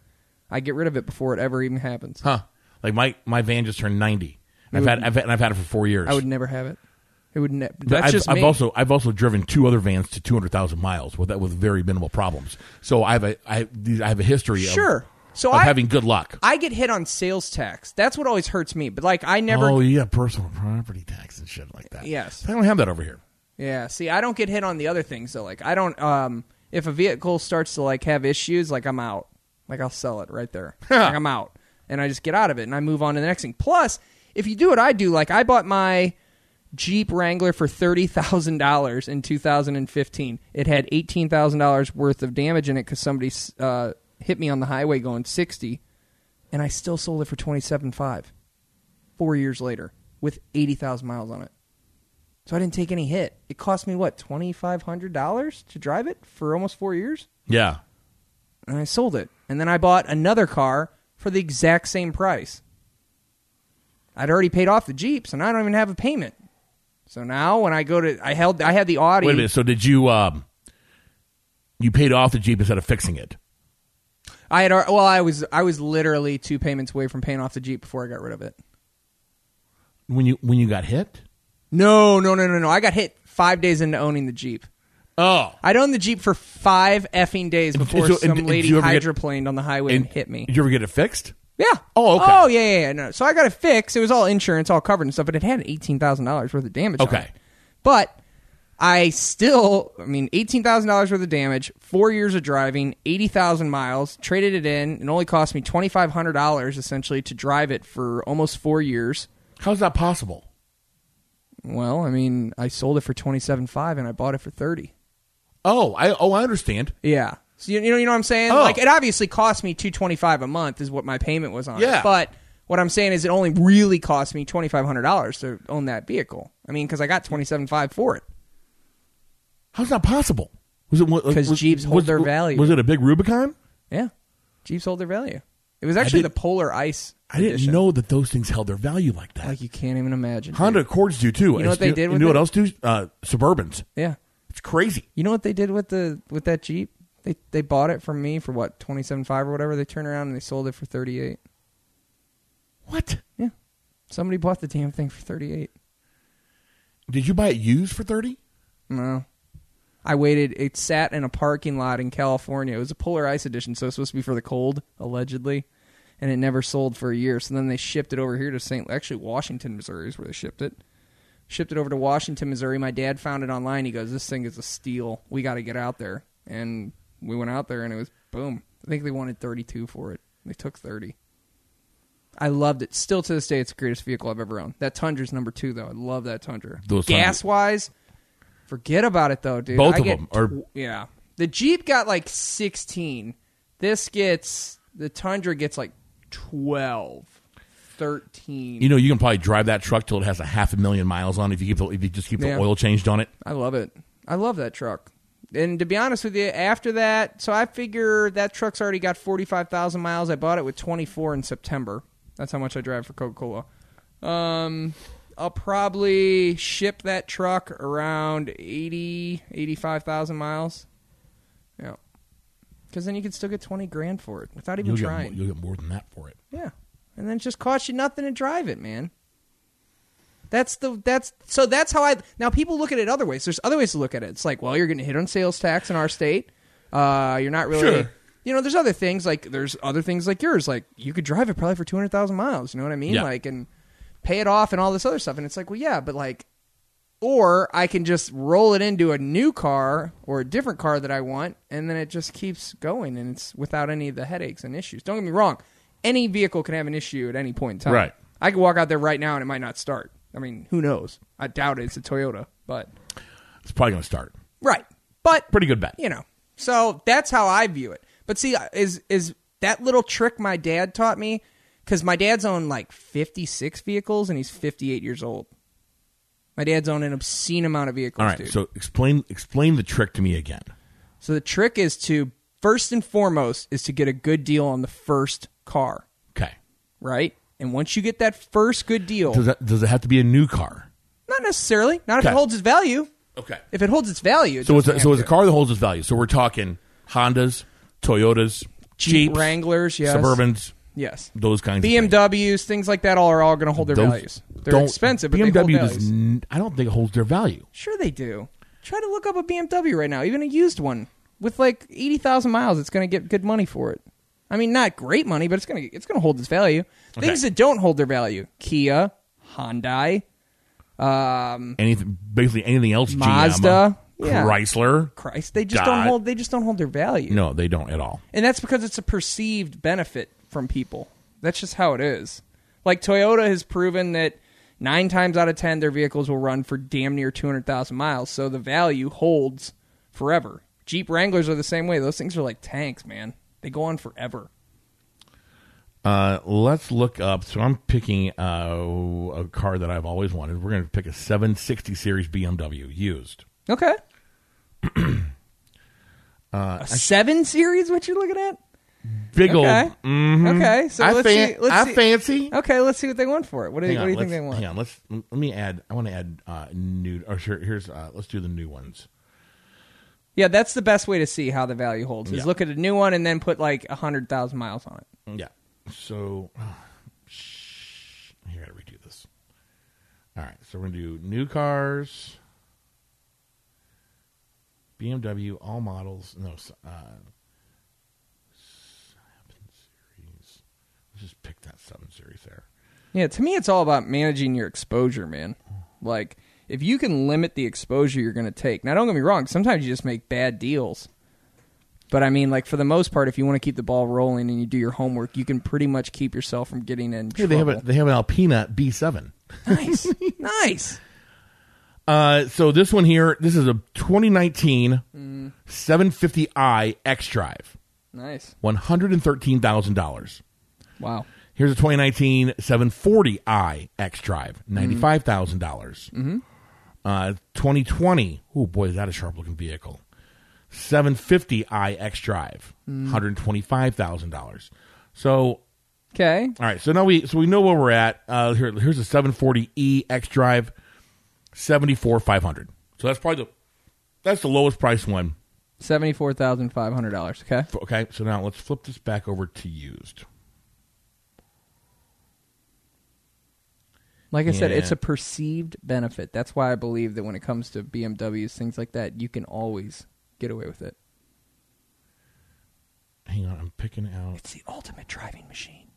[SPEAKER 5] I get rid of it before it ever even happens.
[SPEAKER 4] Huh? Like my my van just turned ninety. And I've had, I've had and I've had it for four years.
[SPEAKER 5] I would never have it. It would never.
[SPEAKER 4] But
[SPEAKER 5] That's
[SPEAKER 4] I've,
[SPEAKER 5] just
[SPEAKER 4] I've
[SPEAKER 5] me.
[SPEAKER 4] also I've also driven two other vans to two hundred thousand miles with that with very minimal problems. So I have a I these- I have a history of
[SPEAKER 5] Sure. So
[SPEAKER 4] of
[SPEAKER 5] I-
[SPEAKER 4] having good luck.
[SPEAKER 5] I get hit on sales tax. That's what always hurts me. But like, I never.
[SPEAKER 4] Oh, you got personal property tax and shit like that.
[SPEAKER 5] Yes.
[SPEAKER 4] I don't have that over here.
[SPEAKER 5] Yeah. See, I don't get hit on the other things though. Like, I don't. Um, if a vehicle starts to like have issues, like I'm out. Like I'll sell it right there. like I'm out, and I just get out of it, and I move on to the next thing. Plus, if you do what I do, like I bought my Jeep Wrangler for thirty thousand dollars in 2015. It had eighteen thousand dollars worth of damage in it because somebody s- uh, hit me on the highway going sixty, and I still sold it for twenty seven five. Four years later, with eighty thousand miles on it. So I didn't take any hit. It cost me what twenty five hundred dollars to drive it for almost four years,
[SPEAKER 4] Yeah.
[SPEAKER 5] and I sold it. And then I bought another car for the exact same price. I'd already paid off the Jeeps, and I don't even have a payment. So now when I go to, I held, I had the Audi.
[SPEAKER 4] Wait a minute. So did you um you paid off the Jeep instead of fixing it?
[SPEAKER 5] I had, al- well, I was, I was literally two payments away from paying off the Jeep before I got rid of it.
[SPEAKER 4] When you when you got hit?
[SPEAKER 5] No, no, no, no, no. I got hit five days into owning the Jeep.
[SPEAKER 4] Oh.
[SPEAKER 5] I'd owned the Jeep for five effing days before
[SPEAKER 4] so- and-
[SPEAKER 5] some
[SPEAKER 4] and
[SPEAKER 5] lady
[SPEAKER 4] did you ever get-
[SPEAKER 5] hydroplaned on the highway and, hit me.
[SPEAKER 4] Did you ever get it fixed?
[SPEAKER 5] Yeah.
[SPEAKER 4] Oh, okay.
[SPEAKER 5] Oh, yeah, yeah, yeah. No. So I got it fixed. It was all insurance, all covered and stuff, but it had eighteen thousand dollars worth of damage. on
[SPEAKER 4] Okay.
[SPEAKER 5] it. But I still, I mean, eighteen thousand dollars worth of damage, four years of driving, eighty thousand miles, traded it in, and only cost me twenty five hundred dollars essentially to drive it for almost four years.
[SPEAKER 4] How's that possible?
[SPEAKER 5] Well, I mean, I sold it for twenty seven five, and I bought it for thirty.
[SPEAKER 4] Oh, I oh I understand.
[SPEAKER 5] Yeah. So you, you know you know what I'm saying?
[SPEAKER 4] Oh.
[SPEAKER 5] Like it obviously cost me 225 a month is what my payment was on. it.
[SPEAKER 4] Yeah.
[SPEAKER 5] But what I'm saying is it only really cost me $2500 to own that vehicle. I mean cuz I got 275 for it.
[SPEAKER 4] How's that possible? Was it what- like,
[SPEAKER 5] 'Cause
[SPEAKER 4] was-
[SPEAKER 5] Jeeps hold
[SPEAKER 4] was-
[SPEAKER 5] their value.
[SPEAKER 4] Was it a big Rubicon?
[SPEAKER 5] Yeah. Jeeps hold their value. It was actually the
[SPEAKER 4] didn't-
[SPEAKER 5] Polar Ice.
[SPEAKER 4] I didn't
[SPEAKER 5] edition.
[SPEAKER 4] know that those things held their value like that.
[SPEAKER 5] Like you can't even imagine. dude.
[SPEAKER 4] Honda Accords do too.
[SPEAKER 5] You know what they
[SPEAKER 4] It's-
[SPEAKER 5] did
[SPEAKER 4] You
[SPEAKER 5] with
[SPEAKER 4] know
[SPEAKER 5] it?
[SPEAKER 4] what else do? Uh, Suburbans.
[SPEAKER 5] Yeah.
[SPEAKER 4] It's crazy.
[SPEAKER 5] You know what they did with the with that Jeep? They they bought it from me for what 275 or whatever. They turned around and they sold it for 38.
[SPEAKER 4] What?
[SPEAKER 5] Yeah. Somebody bought the damn thing for 38.
[SPEAKER 4] Did you buy it used for thirty?
[SPEAKER 5] No. I waited. It sat in a parking lot in California. It was a Polar Ice edition, so it's supposed to be for the cold, allegedly. And it never sold for a year. So then they shipped it over here to St. Actually, Washington, Missouri is where they shipped it. Shipped it over to Washington, Missouri. My dad found it online. He goes, This thing is a steal. We got to get out there. And we went out there, and it was boom. I think they wanted 32 for it. They took 30. I loved it. Still to this day, it's the greatest vehicle I've ever owned. That Tundra's number two, though. I love that Tundra.
[SPEAKER 4] Those Tundra-
[SPEAKER 5] Gas wise, forget about it though, dude.
[SPEAKER 4] Both
[SPEAKER 5] I
[SPEAKER 4] of
[SPEAKER 5] get
[SPEAKER 4] them are-
[SPEAKER 5] tw- yeah. The Jeep got like sixteen. This gets the Tundra gets like 12, 13.
[SPEAKER 4] You know you can probably drive that truck till it has a half a million miles on it if you keep the, if you just keep the
[SPEAKER 5] Yeah.
[SPEAKER 4] oil changed on it.
[SPEAKER 5] I love it. I love that truck. And to be honest with you, after that, so I figure that truck's already got 45,000 miles. I bought it with 24 in September. That's how much I drive for Coca Cola. Um, I'll probably ship that truck around 80, 85,000 miles. Yeah. Because then you could still get 20 grand for it without even
[SPEAKER 4] You'll get,
[SPEAKER 5] trying.
[SPEAKER 4] more- you'll get more than that for it.
[SPEAKER 5] Yeah. And then it just costs you nothing to drive it, man. That's the that's so that's how I now people look at it other ways. There's other ways to look at it. It's like, well, you're getting hit on sales tax in our state. Uh, you're not really
[SPEAKER 4] Sure.
[SPEAKER 5] you know, there's other things like there's other things like yours. Like you could drive it probably for two hundred thousand miles, you know what I mean?
[SPEAKER 4] Yeah.
[SPEAKER 5] Like and pay it off and all this other stuff. And it's like, well yeah, but like Or I can just roll it into a new car or a different car that I want, and then it just keeps going, and it's without any of the headaches and issues. Don't get me wrong; any vehicle can have an issue at any point in time.
[SPEAKER 4] Right.
[SPEAKER 5] I could walk out there right now, and it might not start. I mean, who knows? I doubt it. It's a Toyota, but
[SPEAKER 4] It's probably going to start.
[SPEAKER 5] right. But
[SPEAKER 4] Pretty good bet.
[SPEAKER 5] you know. So that's how I view it. But see, is is that little trick my dad taught me? Because my dad's owned like fifty six vehicles, and he's fifty eight years old. My dad's owned an obscene amount of vehicles.
[SPEAKER 4] All right.
[SPEAKER 5] dude.
[SPEAKER 4] So explain explain the trick to me again.
[SPEAKER 5] So the trick is to first and foremost is to get a good deal on the first car,
[SPEAKER 4] Okay.
[SPEAKER 5] right? And once you get that first good deal,
[SPEAKER 4] Does that does it have to be a new car?
[SPEAKER 5] not necessarily, not if
[SPEAKER 4] Okay.
[SPEAKER 5] it holds its value.
[SPEAKER 4] Okay.
[SPEAKER 5] If it holds its value, it
[SPEAKER 4] So it's
[SPEAKER 5] doesn't
[SPEAKER 4] a, so
[SPEAKER 5] have
[SPEAKER 4] it's a
[SPEAKER 5] to.
[SPEAKER 4] car that holds its value. So we're talking Hondas, Toyotas,
[SPEAKER 5] Jeep
[SPEAKER 4] Jeeps,
[SPEAKER 5] Wranglers, yes.
[SPEAKER 4] Suburbans,
[SPEAKER 5] Yes.
[SPEAKER 4] those kinds. of things.
[SPEAKER 5] BMWs, things like that, all are all going to hold their
[SPEAKER 4] Those
[SPEAKER 5] values. They're
[SPEAKER 4] don't-
[SPEAKER 5] expensive, but
[SPEAKER 4] BMW
[SPEAKER 5] they hold
[SPEAKER 4] does.
[SPEAKER 5] values.
[SPEAKER 4] N- I don't think it holds their value.
[SPEAKER 5] sure, they do. Try to look up a BMW right now, even a used one with like eighty thousand miles. It's going to get good money for it. I mean, not great money, but it's going to it's going to hold its value. Things that don't hold their value: Kia, Hyundai, um,
[SPEAKER 4] Anything, basically anything else. GM,
[SPEAKER 5] Mazda. Yeah.
[SPEAKER 4] Chrysler.
[SPEAKER 5] Christ, they just
[SPEAKER 4] God.
[SPEAKER 5] don't hold they just don't hold their value.
[SPEAKER 4] No, they don't at all.
[SPEAKER 5] And that's because it's a perceived benefit from people. That's just how it is. Like Toyota has proven that nine times out of ten their vehicles will run for damn near two hundred thousand miles, so the value holds forever. Jeep Wranglers are the same way. Those things are like tanks, man. They go on forever.
[SPEAKER 4] Uh, let's look up. So I'm picking uh, a car that I've always wanted. We're going to pick a 760 series BMW used.
[SPEAKER 5] Okay.
[SPEAKER 4] Uh,
[SPEAKER 5] a seven series, what you're looking at?
[SPEAKER 4] Big
[SPEAKER 5] Okay.
[SPEAKER 4] old. Mhm.
[SPEAKER 5] Okay. So
[SPEAKER 4] I,
[SPEAKER 5] let's
[SPEAKER 4] fan-
[SPEAKER 5] see. Let's
[SPEAKER 4] I
[SPEAKER 5] see.
[SPEAKER 4] fancy.
[SPEAKER 5] Okay, let's see what they want for it. What do,
[SPEAKER 4] Hang
[SPEAKER 5] what
[SPEAKER 4] on,
[SPEAKER 5] do you think
[SPEAKER 4] let's-
[SPEAKER 5] they want?
[SPEAKER 4] Hang on, let's let me add. I want to add uh, new. Or sure, here's uh, let's do the new ones.
[SPEAKER 5] Yeah, that's the best way to see how the value holds. Is
[SPEAKER 4] Yeah.
[SPEAKER 5] look at a new one and then put like hundred thousand miles on it.
[SPEAKER 4] Yeah. So shh, here I gotta redo this. All right, so we're gonna do new cars, BMW, all models. No, s- uh, seven series. Let's just pick that seven series there.
[SPEAKER 5] Yeah, to me, it's all about managing your exposure, man. Like if you can limit the exposure you're going to take. Now, don't get me wrong. Sometimes you just make bad deals. But I mean, like for the most part, if you want to keep the ball rolling and you do your homework, you can pretty much keep yourself from getting in
[SPEAKER 4] Hey, they
[SPEAKER 5] trouble.
[SPEAKER 4] have a, they have an Alpina B7.
[SPEAKER 5] nice, nice.
[SPEAKER 4] Uh, so this one here, this is a 2019 750i X Drive,
[SPEAKER 5] Nice.
[SPEAKER 4] one hundred and thirteen thousand dollars.
[SPEAKER 5] Wow.
[SPEAKER 4] Here's a 2019 740i X Drive, ninety-five thousand dollars. Uh, 2020, oh boy, is that a sharp looking vehicle? 750i X Drive, hundred twenty-five thousand dollars. So,
[SPEAKER 5] Okay.
[SPEAKER 4] all right, so now we so we know where we're at. Uh, here, here's a 740e X Drive, seventy-four five hundred. So that's probably the that's the lowest price one.
[SPEAKER 5] Seventy-four thousand five hundred dollars. Okay.
[SPEAKER 4] Okay, so now let's flip this back over to used.
[SPEAKER 5] Like I said, it's
[SPEAKER 4] Yeah.
[SPEAKER 5] a perceived benefit. That's why I believe that when it comes to BMWs, things like that, you can always get away with it.
[SPEAKER 4] Hang on, I'm picking out.
[SPEAKER 5] It's the ultimate driving machine.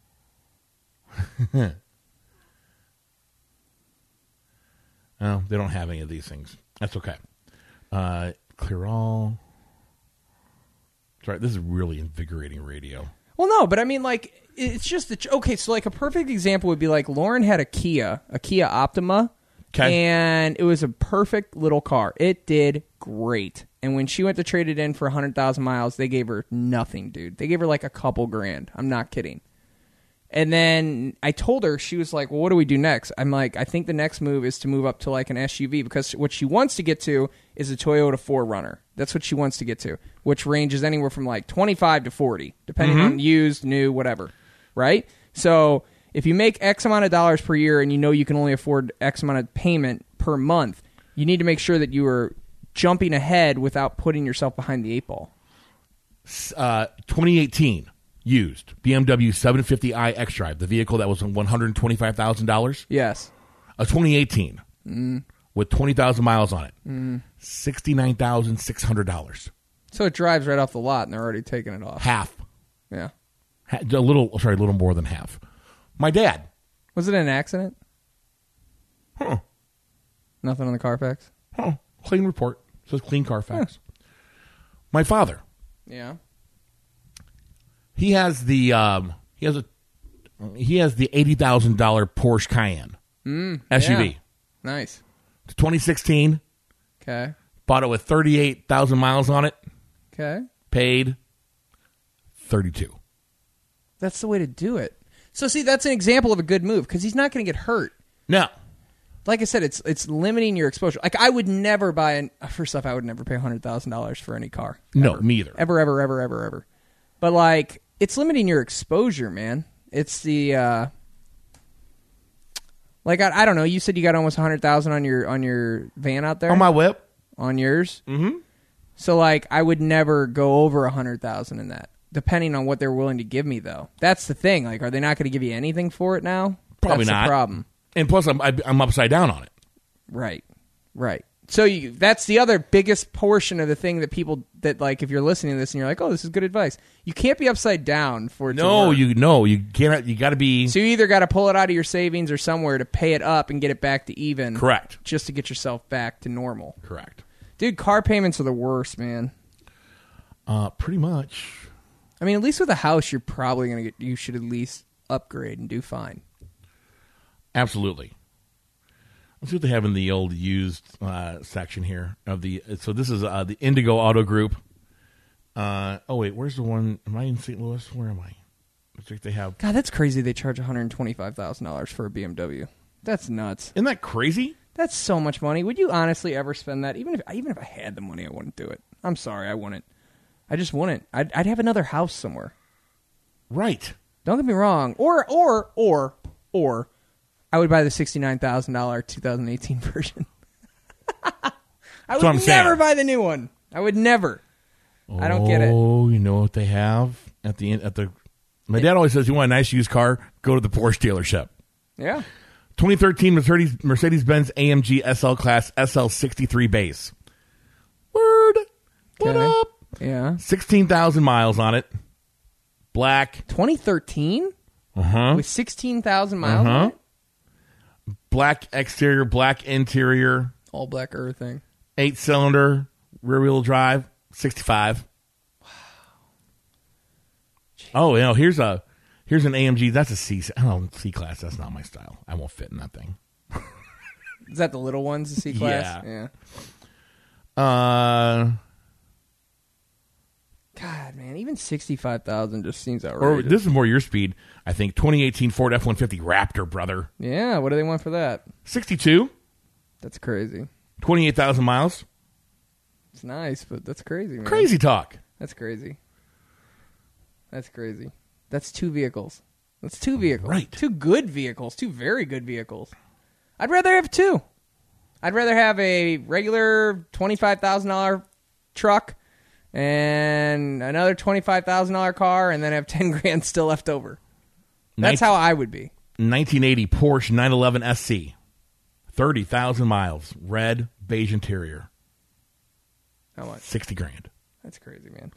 [SPEAKER 4] Oh, they don't have any of these things. That's okay. Uh, clear all. Sorry, this is really invigorating radio.
[SPEAKER 5] Well, no, but I mean, like, it's just the. Ch- okay, so, like, a perfect example would be like Lauren had a Kia, a Kia Optima.
[SPEAKER 4] 'Kay.
[SPEAKER 5] And it was a perfect little car. It did great. And when she went to trade it in for 100,000 miles, they gave her nothing, dude. They gave her like a couple grand. I'm not kidding. And then I told her, she was like, Well, what do we do next? I'm like, I think the next move is to move up to like an SUV because what she wants to get to is a Toyota 4Runner. That's what she wants to get to, which ranges anywhere from like 25 to 40, depending on used, new, whatever. Right? So if you make X amount of dollars per year and you know you can only afford X amount of payment per month, you need to make sure that you are jumping ahead without putting yourself behind the eight ball.
[SPEAKER 4] S- Uh, 2018 used BMW 750i X Drive, the vehicle that was one hundred twenty-five thousand dollars.
[SPEAKER 5] Yes.
[SPEAKER 4] A 2018 with twenty thousand miles on it, sixty-nine thousand six hundred dollars.
[SPEAKER 5] So it drives right off the lot and they're already taking it off.
[SPEAKER 4] Half,
[SPEAKER 5] Yeah.
[SPEAKER 4] Ha- a little. Sorry, a little more than half. My dad.
[SPEAKER 5] Was it an accident? Nothing on the Carfax.
[SPEAKER 4] Oh, clean report. Says clean Carfax. My father,
[SPEAKER 5] Yeah.
[SPEAKER 4] he has the um, he has a he has the eighty thousand dollar Porsche Cayenne SUV.
[SPEAKER 5] Mm, yeah. Nice.
[SPEAKER 4] It's 2016.
[SPEAKER 5] Okay.
[SPEAKER 4] Bought it with thirty eight thousand miles on it.
[SPEAKER 5] Okay.
[SPEAKER 4] Paid thirty two.
[SPEAKER 5] That's the way to do it. So see, that's an example of a good move because he's not going to get hurt.
[SPEAKER 4] No,
[SPEAKER 5] Like I said, it's it's limiting your exposure. Like I would never buy an. uh, First off, I would never pay hundred thousand dollars for any car.
[SPEAKER 4] no, me either.
[SPEAKER 5] Ever, ever, ever, ever, ever. But like, it's limiting your exposure, man. It's the uh like I, I don't know. You said you got almost hundred thousand on your on your van out there
[SPEAKER 4] On my whip,
[SPEAKER 5] on yours. Mm-hmm. So like, I would never go over a hundred thousand in that. Depending on what they're willing to give me, though, that's the thing. Like, are they not going to give you anything for it now?
[SPEAKER 4] probably
[SPEAKER 5] That's the
[SPEAKER 4] not.
[SPEAKER 5] problem.
[SPEAKER 4] And plus, I'm I, I'm upside down on it.
[SPEAKER 5] Right. Right. So you, that's the other biggest portion of the thing that people that like if you're listening to this and you're like, "Oh, this is good advice." You can't be upside down for it to
[SPEAKER 4] No,
[SPEAKER 5] work.
[SPEAKER 4] you no, you cannot. You got to be
[SPEAKER 5] So you either got to pull it out of your savings or somewhere to pay it up and get it back to even.
[SPEAKER 4] Correct.
[SPEAKER 5] Just to get yourself back to normal.
[SPEAKER 4] correct.
[SPEAKER 5] Dude, car payments are the worst, man.
[SPEAKER 4] Uh, pretty much.
[SPEAKER 5] I mean, at least with a house you're probably going to get you should at least upgrade and do fine.
[SPEAKER 4] Absolutely. Let's see what they have in the old used uh, section here of the. So this is uh, the Indigo Auto Group. Uh, oh wait, where's the one? Am I in St. Louis? Where am I? I think they have.
[SPEAKER 5] God, that's crazy they charge $125,000 for a BMW. That's nuts.
[SPEAKER 4] Isn't that crazy?
[SPEAKER 5] That's so much money. Would you honestly ever spend that? Even if even if I had the money, I wouldn't do it. I'm sorry, I wouldn't. I just wouldn't. I'd, I'd have another house somewhere.
[SPEAKER 4] Right.
[SPEAKER 5] Don't get me wrong. Or or or or I would buy the sixty nine thousand dollar 2018 version. I would
[SPEAKER 4] what I'm
[SPEAKER 5] never
[SPEAKER 4] saying.
[SPEAKER 5] buy the new one. I would never. I don't get it.
[SPEAKER 4] Oh, you know what they have at the in- at the. My dad always says, "You want a nice used car? Go to the Porsche dealership."
[SPEAKER 5] Yeah.
[SPEAKER 4] 2013 Mercedes Mercedes Benz AMG SL Class SL63 base. Word. What
[SPEAKER 5] Okay.
[SPEAKER 4] up?
[SPEAKER 5] Yeah.
[SPEAKER 4] 16,000 miles on it. Black.
[SPEAKER 5] 2013
[SPEAKER 4] Uh huh.
[SPEAKER 5] with 16,000 miles on
[SPEAKER 4] Uh-huh.
[SPEAKER 5] it?
[SPEAKER 4] Black exterior, black interior,
[SPEAKER 5] all black everything.
[SPEAKER 4] eight cylinder, rear wheel drive, 65. Oh, you know, here's a here's an AMG. That's a C. I don't C class. That's not my style. I won't fit in that thing.
[SPEAKER 5] Is that the little ones, the C class?
[SPEAKER 4] Yeah.
[SPEAKER 5] yeah.
[SPEAKER 4] Uh,
[SPEAKER 5] God, man, even 65,000 just seems
[SPEAKER 4] or
[SPEAKER 5] outrageous.
[SPEAKER 4] this is more your speed. I think 2018 Ford F150 Raptor, brother.
[SPEAKER 5] Yeah, what do they want for that?
[SPEAKER 4] 62,
[SPEAKER 5] That's crazy.
[SPEAKER 4] 28,000 miles.
[SPEAKER 5] It's nice, but that's crazy, man.
[SPEAKER 4] Crazy talk.
[SPEAKER 5] That's crazy. That's crazy. That's two vehicles. That's two vehicles.
[SPEAKER 4] Right.
[SPEAKER 5] Two good vehicles. Two very good vehicles. I'd rather have two. I'd rather have a regular twenty-five thousand dollar truck and another twenty-five thousand dollar car, and then have ten grand still left over.
[SPEAKER 4] Nice.
[SPEAKER 5] That's how I would be.
[SPEAKER 4] 1980 Porsche 911 SC, 30,000 miles, red, beige interior,
[SPEAKER 5] How much?
[SPEAKER 4] 60 grand.
[SPEAKER 5] That's crazy, man.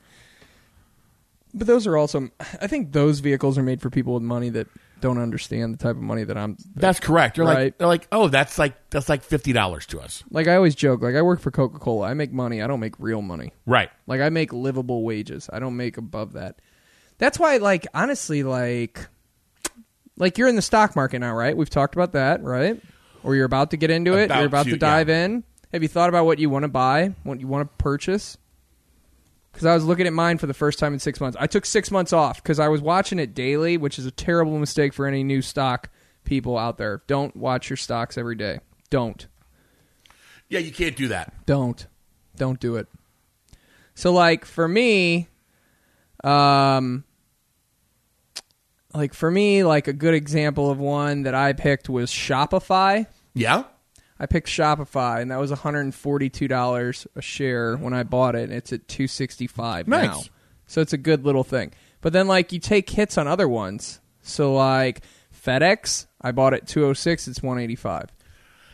[SPEAKER 5] But those are also, I think those vehicles are made for people with money that don't understand the type of money that I'm.
[SPEAKER 4] That's correct. They're like
[SPEAKER 5] Right.
[SPEAKER 4] they're like, "Oh, that's like that's like $50 to us."
[SPEAKER 5] Like I always joke, like I work for Coca Cola. I make money. I don't make real money.
[SPEAKER 4] Right.
[SPEAKER 5] Like I make livable wages. I don't make above that. That's why, like honestly, like, like you're in the stock market now, right? We've talked about that, right? Or you're about to get into it.
[SPEAKER 4] About
[SPEAKER 5] You're about
[SPEAKER 4] to,
[SPEAKER 5] to dive
[SPEAKER 4] yeah.
[SPEAKER 5] in. Have you thought about what you want to buy? What you want to purchase? because I was looking at mine for the first time in six months. I took six months off because I was watching it daily, which is a terrible mistake for any new stock people out there. Don't watch your stocks every day. Don't.
[SPEAKER 4] Yeah, you can't do that.
[SPEAKER 5] Don't. Don't do it. So like for me, um like for me, like a good example of one that I picked was Shopify.
[SPEAKER 4] Yeah?
[SPEAKER 5] I picked Shopify, and that was one hundred and forty-two dollars a share when I bought it, and it's at two sixty-five
[SPEAKER 4] Nice.
[SPEAKER 5] now. So it's a good little thing. But then, like, you take hits on other ones. So like FedEx, I bought it two hundred six. It's one eighty-five.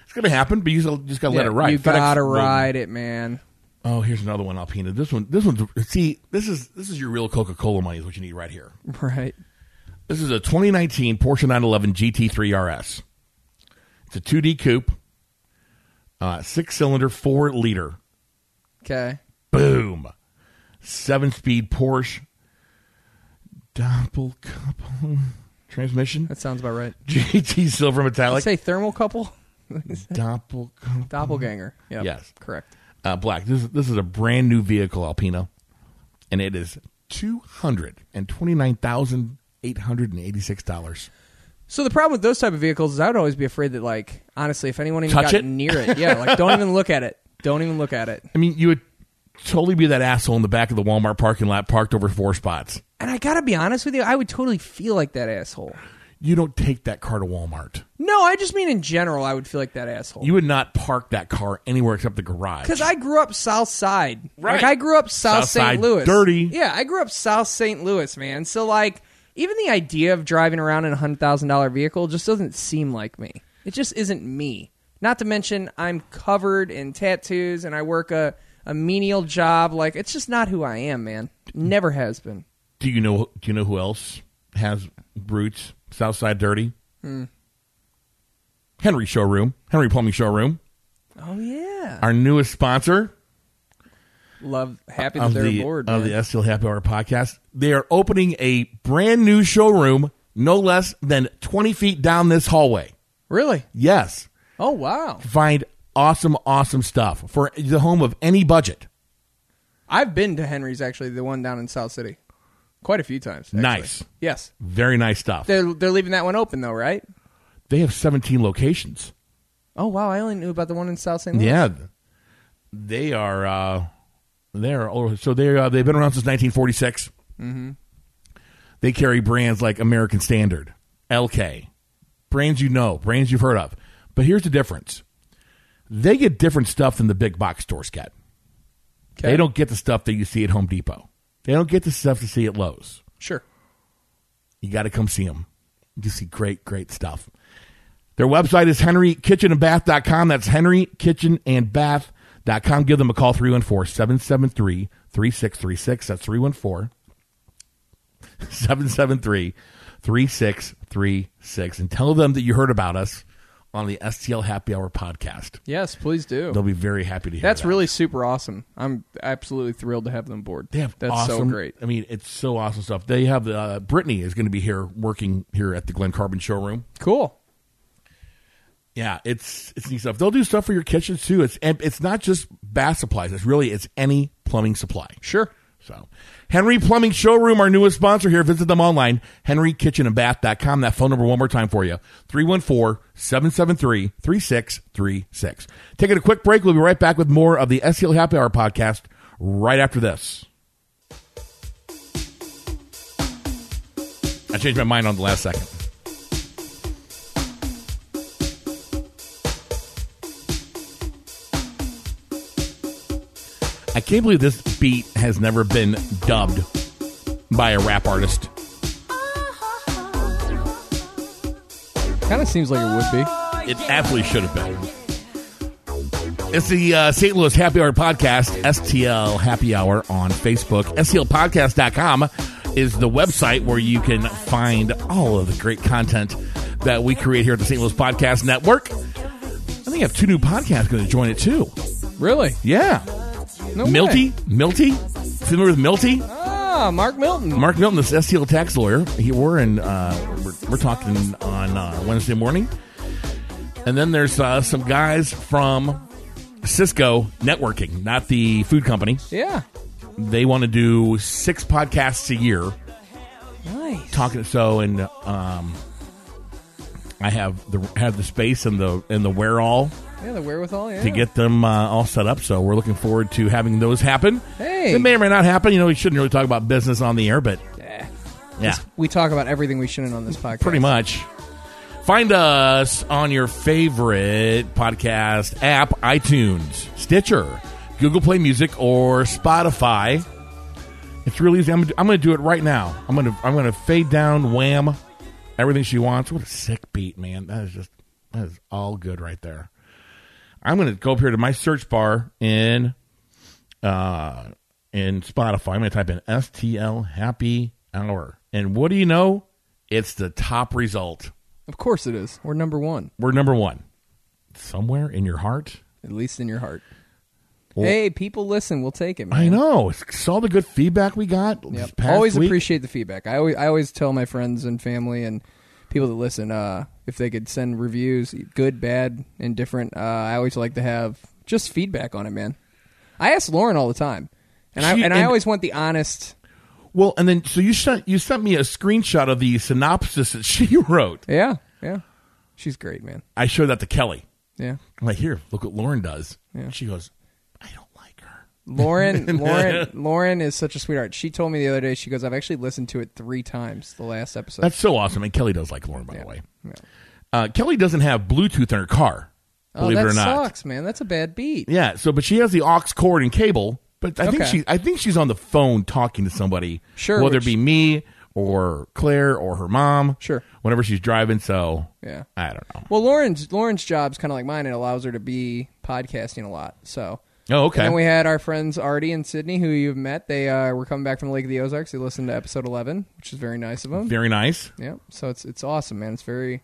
[SPEAKER 4] It's going to happen, but you just- just got to let it ride.
[SPEAKER 5] You
[SPEAKER 4] FedEx
[SPEAKER 5] gotta
[SPEAKER 4] rolled.
[SPEAKER 5] ride it, man.
[SPEAKER 4] Oh, here's another one, Alpina. This one this one's see, this is this is your real Coca-Cola money is what you need right here.
[SPEAKER 5] Right.
[SPEAKER 4] This is a 2019 Porsche 911 GT3 RS. It's a 2D coupe. Uh, six cylinder, four liter.
[SPEAKER 5] Okay.
[SPEAKER 4] Boom. Seven speed Porsche. Doppel couple transmission.
[SPEAKER 5] That sounds about right.
[SPEAKER 4] GT silver metallic.
[SPEAKER 5] Say thermal couple?
[SPEAKER 4] Doppel couple.
[SPEAKER 5] Doppelganger. Yep.
[SPEAKER 4] Mm-hmm. Yes.
[SPEAKER 5] Correct.
[SPEAKER 4] uh, black. This is, this is a brand new vehicle, Alpino, and it is two hundred and twenty nine thousand eight hundred and eighty six dollars.
[SPEAKER 5] So the problem with those type of vehicles is I would always be afraid that like honestly if anyone even
[SPEAKER 4] Touch
[SPEAKER 5] got
[SPEAKER 4] it?
[SPEAKER 5] near it, yeah, like don't even look at it. Don't even look at it.
[SPEAKER 4] I mean, you would totally be that asshole in the back of the Walmart parking lot, parked over four spots.
[SPEAKER 5] And I gotta be honest with you, I would totally feel like that asshole.
[SPEAKER 4] You don't take that car to Walmart.
[SPEAKER 5] No, I just mean in general, I would feel like that asshole.
[SPEAKER 4] You would not park that car anywhere except the garage.
[SPEAKER 5] Because I grew up South Side.
[SPEAKER 4] Right.
[SPEAKER 5] Like, I grew up South,
[SPEAKER 4] South
[SPEAKER 5] St.
[SPEAKER 4] Side
[SPEAKER 5] Louis.
[SPEAKER 4] dirty.
[SPEAKER 5] Yeah, I grew up South St. Louis, man. So, like, even the idea of driving around in a $100,000 vehicle just doesn't seem like me. It just isn't me. Not to mention, I'm covered in tattoos and I work a, a menial job. Like, it's just not who I am, man. Never has been.
[SPEAKER 4] do you know? Do you know who else has roots? Southside dirty.
[SPEAKER 5] Hmm.
[SPEAKER 4] Henry Showroom, Henry Plumbing Showroom,
[SPEAKER 5] Oh, yeah.
[SPEAKER 4] our newest sponsor.
[SPEAKER 5] Love, happy that
[SPEAKER 4] of
[SPEAKER 5] they're
[SPEAKER 4] the,
[SPEAKER 5] aboard,
[SPEAKER 4] of
[SPEAKER 5] man.
[SPEAKER 4] the STL Happy Hour podcast. They are opening a brand new showroom, no less than 20 feet down this hallway.
[SPEAKER 5] really?
[SPEAKER 4] Yes.
[SPEAKER 5] Oh, wow.
[SPEAKER 4] Find awesome, awesome stuff for the home of any budget.
[SPEAKER 5] I've been to Henry's, actually, the one down in South City. Quite a few times. actually.
[SPEAKER 4] Nice.
[SPEAKER 5] Yes.
[SPEAKER 4] Very nice stuff.
[SPEAKER 5] They're they're leaving that one open though, right?
[SPEAKER 4] They have 17 locations.
[SPEAKER 5] Oh wow, I only knew about the one in South St. Louis.
[SPEAKER 4] Yeah. They are, uh, they are, old. so they, uh, they've been around since 1946. Mm-hmm. They carry brands like American Standard, LK, brands you know, brands you've heard of. But here's the difference they get different stuff than the big box stores get.
[SPEAKER 5] Okay.
[SPEAKER 4] They don't get the stuff that you see at Home Depot, they don't get the stuff you see at Lowe's.
[SPEAKER 5] Sure.
[SPEAKER 4] You got to come see them. You see great, great stuff. Their website is henrykitchenandbath.com. That's henrykitchenandbath.com. Give them a call 314 773 3636. That's 314 773 3636. And tell them that you heard about us on the STL Happy Hour podcast.
[SPEAKER 5] Yes, please do.
[SPEAKER 4] They'll be very happy to hear
[SPEAKER 5] That's
[SPEAKER 4] that.
[SPEAKER 5] really super awesome. I'm absolutely thrilled to have them aboard.
[SPEAKER 4] They have
[SPEAKER 5] That's
[SPEAKER 4] awesome,
[SPEAKER 5] so great.
[SPEAKER 4] I mean, it's so awesome stuff. They have the uh, Brittany is going to be here working here at the Glen Carbon showroom.
[SPEAKER 5] Cool.
[SPEAKER 4] Yeah, it's it's neat stuff. They'll do stuff for your kitchens too. It's and it's not just bath supplies. It's really it's any plumbing supply.
[SPEAKER 5] Sure.
[SPEAKER 4] So, Henry Plumbing Showroom, our newest sponsor here. Visit them online, henrykitchenandbath.com. That phone number one more time for you, 314-773-3636. Taking a quick break. We'll be right back with more of the SEL Happy Hour podcast right after this. I changed my mind on the last second. I can't believe this beat has never been dubbed by a rap artist.
[SPEAKER 5] Kind of seems like it would be.
[SPEAKER 4] It absolutely should have been. It's the uh, St. Louis Happy Hour Podcast, STL Happy Hour on Facebook. STLpodcast.com is the website where you can find all of the great content that we create here at the St. Louis Podcast Network. I think I have two new podcasts going to join it too.
[SPEAKER 5] Really?
[SPEAKER 4] Yeah.
[SPEAKER 5] No
[SPEAKER 4] Milty?
[SPEAKER 5] way.
[SPEAKER 4] Milty? Familiar with Milty?
[SPEAKER 5] Ah, Mark Milton.
[SPEAKER 4] Mark Milton, this STL tax lawyer. He, we're in. Uh, we're, we're talking on uh, Wednesday morning, and then there's uh, some guys from Cisco Networking, not the food company.
[SPEAKER 5] Yeah.
[SPEAKER 4] They want to do six podcasts a year
[SPEAKER 5] Nice.
[SPEAKER 4] talking. So, and um, I have the have the space and the and the where all
[SPEAKER 5] Yeah, the wherewithal. Yeah.
[SPEAKER 4] to get them uh, all set up. So we're looking forward to having those happen.
[SPEAKER 5] Hey.
[SPEAKER 4] It may or may not happen. You know, we shouldn't really talk about business on the air, but
[SPEAKER 5] Yeah.
[SPEAKER 4] yeah.
[SPEAKER 5] We talk about everything we shouldn't on this podcast.
[SPEAKER 4] pretty much. Find us on your favorite podcast app, iTunes, Stitcher, Google Play Music, or Spotify. It's really easy. I'm, gonna- I'm going to do it right now. I'm going to I'm going to fade down Wham, everything she wants. What a sick beat, man! That is just that is all good right there. I'm going to go up here to my search bar in uh, in Spotify. I'm going to type in STL Happy Hour. And what do you know? It's the top result.
[SPEAKER 5] Of course it is. We're number one.
[SPEAKER 4] We're number one. Somewhere in your heart,
[SPEAKER 5] at least in your heart.
[SPEAKER 4] Well-
[SPEAKER 5] hey, people listen. We'll take it. Man.
[SPEAKER 4] I know. Saw the good feedback we got. this
[SPEAKER 5] Yep.
[SPEAKER 4] past
[SPEAKER 5] Always
[SPEAKER 4] week.
[SPEAKER 5] appreciate the feedback. I always I always tell my friends and family and people that listen uh, if they could send reviews, good, bad, and different. Uh, I always like to have just feedback on it, man. I ask Lauren all the time, and I
[SPEAKER 4] She-
[SPEAKER 5] and I
[SPEAKER 4] and-
[SPEAKER 5] always want the honest.
[SPEAKER 4] Well, and then so you sent you sent me a screenshot of the synopsis that she wrote.
[SPEAKER 5] Yeah, yeah. She's great, man.
[SPEAKER 4] I showed that to Kelly.
[SPEAKER 5] Yeah,
[SPEAKER 4] I'm like, here, look what Lauren does.
[SPEAKER 5] Yeah.
[SPEAKER 4] She goes, I don't like her.
[SPEAKER 5] Lauren. Lauren. Lauren is such a sweetheart. She told me the other day. She goes, "I've actually listened to it three times. The last episode."
[SPEAKER 4] That's so awesome. And Kelly does like Lauren, by
[SPEAKER 5] Yeah.
[SPEAKER 4] the way.
[SPEAKER 5] Yeah.
[SPEAKER 4] Uh, Kelly doesn't have Bluetooth in her car.
[SPEAKER 5] oh,
[SPEAKER 4] Believe
[SPEAKER 5] that
[SPEAKER 4] it or not.
[SPEAKER 5] sucks, man. That's a bad beat.
[SPEAKER 4] Yeah. So, but she has the aux cord and cable. But I think
[SPEAKER 5] Okay.
[SPEAKER 4] she, I think she's on the phone talking to somebody.
[SPEAKER 5] Sure,
[SPEAKER 4] Whether
[SPEAKER 5] which-
[SPEAKER 4] it be me or Claire or her mom.
[SPEAKER 5] Sure.
[SPEAKER 4] Whenever she's driving. So
[SPEAKER 5] Yeah.
[SPEAKER 4] I don't know.
[SPEAKER 5] Well, Lauren's Lauren's job's kind of like mine. It allows her to be podcasting a lot. So.
[SPEAKER 4] Oh, okay.
[SPEAKER 5] And then we had our friends Artie and Sydney, who you've met. They uh, were coming back from the Lake of the Ozarks. They listened to episode eleven, which is very nice of them.
[SPEAKER 4] Very nice.
[SPEAKER 5] Yeah. So it's it's awesome, man. It's very,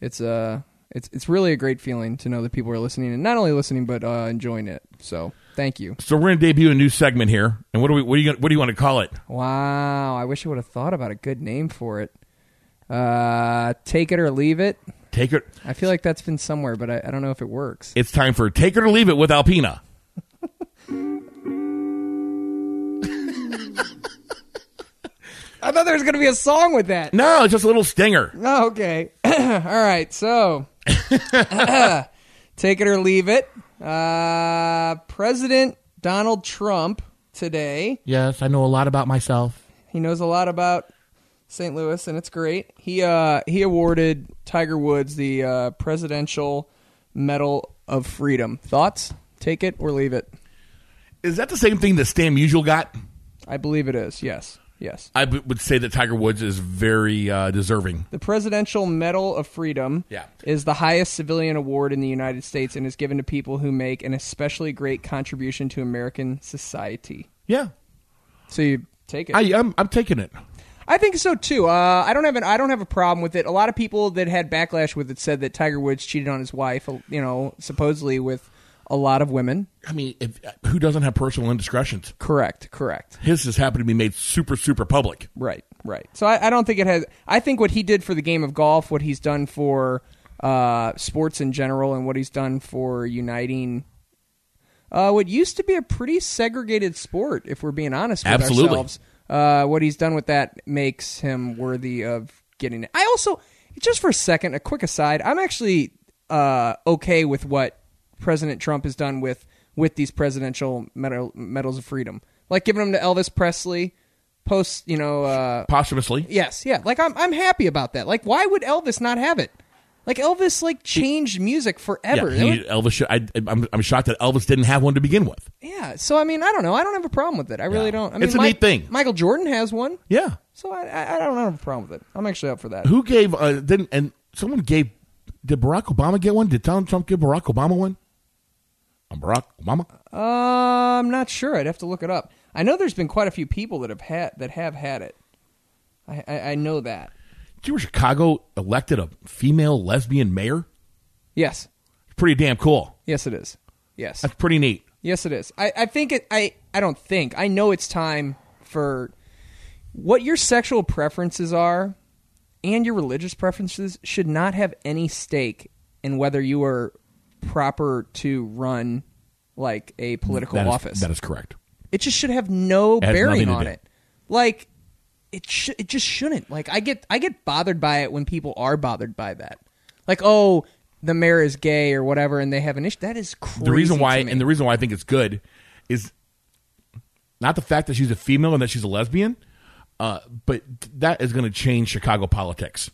[SPEAKER 5] it's uh, it's it's really a great feeling to know that people are listening and not only listening but uh, enjoying it. So thank you.
[SPEAKER 4] So we're going to debut a new segment here. And what do we, what do you, what do you want to call it?
[SPEAKER 5] Wow. I wish I would have thought about a good name for it. Uh, take it or leave it.
[SPEAKER 4] Take it.
[SPEAKER 5] I feel like that's been somewhere, but I, I don't know if it works.
[SPEAKER 4] It's time for Take It or Leave It with Alpina.
[SPEAKER 5] I thought there was gonna be a song with that.
[SPEAKER 4] No, it's just a little stinger.
[SPEAKER 5] Oh, okay. All right. So, take it or leave it. Uh, President Donald Trump today.
[SPEAKER 4] Yes, I know a lot about myself.
[SPEAKER 5] He knows a lot about St. Louis, and it's great. He uh, he awarded Tiger Woods the uh, Presidential Medal of Freedom. Thoughts? Take it or leave it.
[SPEAKER 4] Is that the same thing that Stan Musial got?
[SPEAKER 5] I believe it is. Yes. Yes.
[SPEAKER 4] I b- would say that Tiger Woods is very uh, deserving.
[SPEAKER 5] The Presidential Medal of Freedom
[SPEAKER 4] Yeah.
[SPEAKER 5] is the highest civilian award in the United States and is given to people who make an especially great contribution to American society.
[SPEAKER 4] Yeah,
[SPEAKER 5] So you take it.
[SPEAKER 4] I, I'm, I'm taking it.
[SPEAKER 5] I think so too. Uh, I don't have an I don't have a problem with it. A lot of people that had backlash with it said that Tiger Woods cheated on his wife, you know, supposedly with a lot of women.
[SPEAKER 4] I mean, if, who doesn't have personal indiscretions?
[SPEAKER 5] Correct, correct.
[SPEAKER 4] His has happened to be made super, super public.
[SPEAKER 5] Right, right. So I, I don't think it has. I think what he did for the game of golf, what he's done for uh, sports in general, and what he's done for uniting uh, what used to be a pretty segregated sport, if we're being honest with
[SPEAKER 4] Absolutely.
[SPEAKER 5] ourselves. Uh, what he's done with that makes him worthy of getting it. I also, just for a second, a quick aside, I'm actually uh, okay with what President Trump has done with with these presidential medal, medals of freedom, like giving them to Elvis Presley. Post, you know, uh,
[SPEAKER 4] Posthumously,
[SPEAKER 5] Yes, yeah. Like I'm I'm happy about that. Like why would Elvis not have it? Like Elvis like changed music forever.
[SPEAKER 4] yeah,
[SPEAKER 5] That
[SPEAKER 4] he-
[SPEAKER 5] would-
[SPEAKER 4] Elvis. should- I, I'm, I'm shocked that Elvis didn't have one to begin with.
[SPEAKER 5] yeah. So I mean, I don't know. I don't have a problem with it. I really
[SPEAKER 4] Yeah.
[SPEAKER 5] don't. I mean,
[SPEAKER 4] It's a
[SPEAKER 5] Mi-
[SPEAKER 4] neat thing.
[SPEAKER 5] Michael Jordan has one.
[SPEAKER 4] Yeah,
[SPEAKER 5] So I, I I don't have a problem with it. I'm actually up for that.
[SPEAKER 4] who gave? Uh, then and someone gave. Did Barack Obama get one? Did Donald Trump give Barack Obama one? Um, Barack Obama.
[SPEAKER 5] Uh, I'm not sure. I'd have to look it up. I know there's been quite a few people that have had that have had it. I I, I know that.
[SPEAKER 4] Did you know Chicago elected a female lesbian mayor?
[SPEAKER 5] Yes.
[SPEAKER 4] Pretty damn cool.
[SPEAKER 5] Yes it is. Yes.
[SPEAKER 4] That's pretty neat.
[SPEAKER 5] Yes, it is. I, I think it. I I don't think. I know it's time for what your sexual preferences are, and your religious preferences should not have any stake in whether you are proper to run like a political
[SPEAKER 4] That is-
[SPEAKER 5] office.
[SPEAKER 4] that is correct.
[SPEAKER 5] It just should have no
[SPEAKER 4] has nothing
[SPEAKER 5] bearing
[SPEAKER 4] to
[SPEAKER 5] on
[SPEAKER 4] do.
[SPEAKER 5] it. Like it sh- it just shouldn't. Like I get I get bothered by it when people are bothered by that. Like oh the mayor is gay or whatever and they have an issue. That is crazy.
[SPEAKER 4] the reason why
[SPEAKER 5] to me.
[SPEAKER 4] and the reason why I think it's good is not the fact that she's a female and that she's a lesbian, uh, but that is going to change Chicago politics,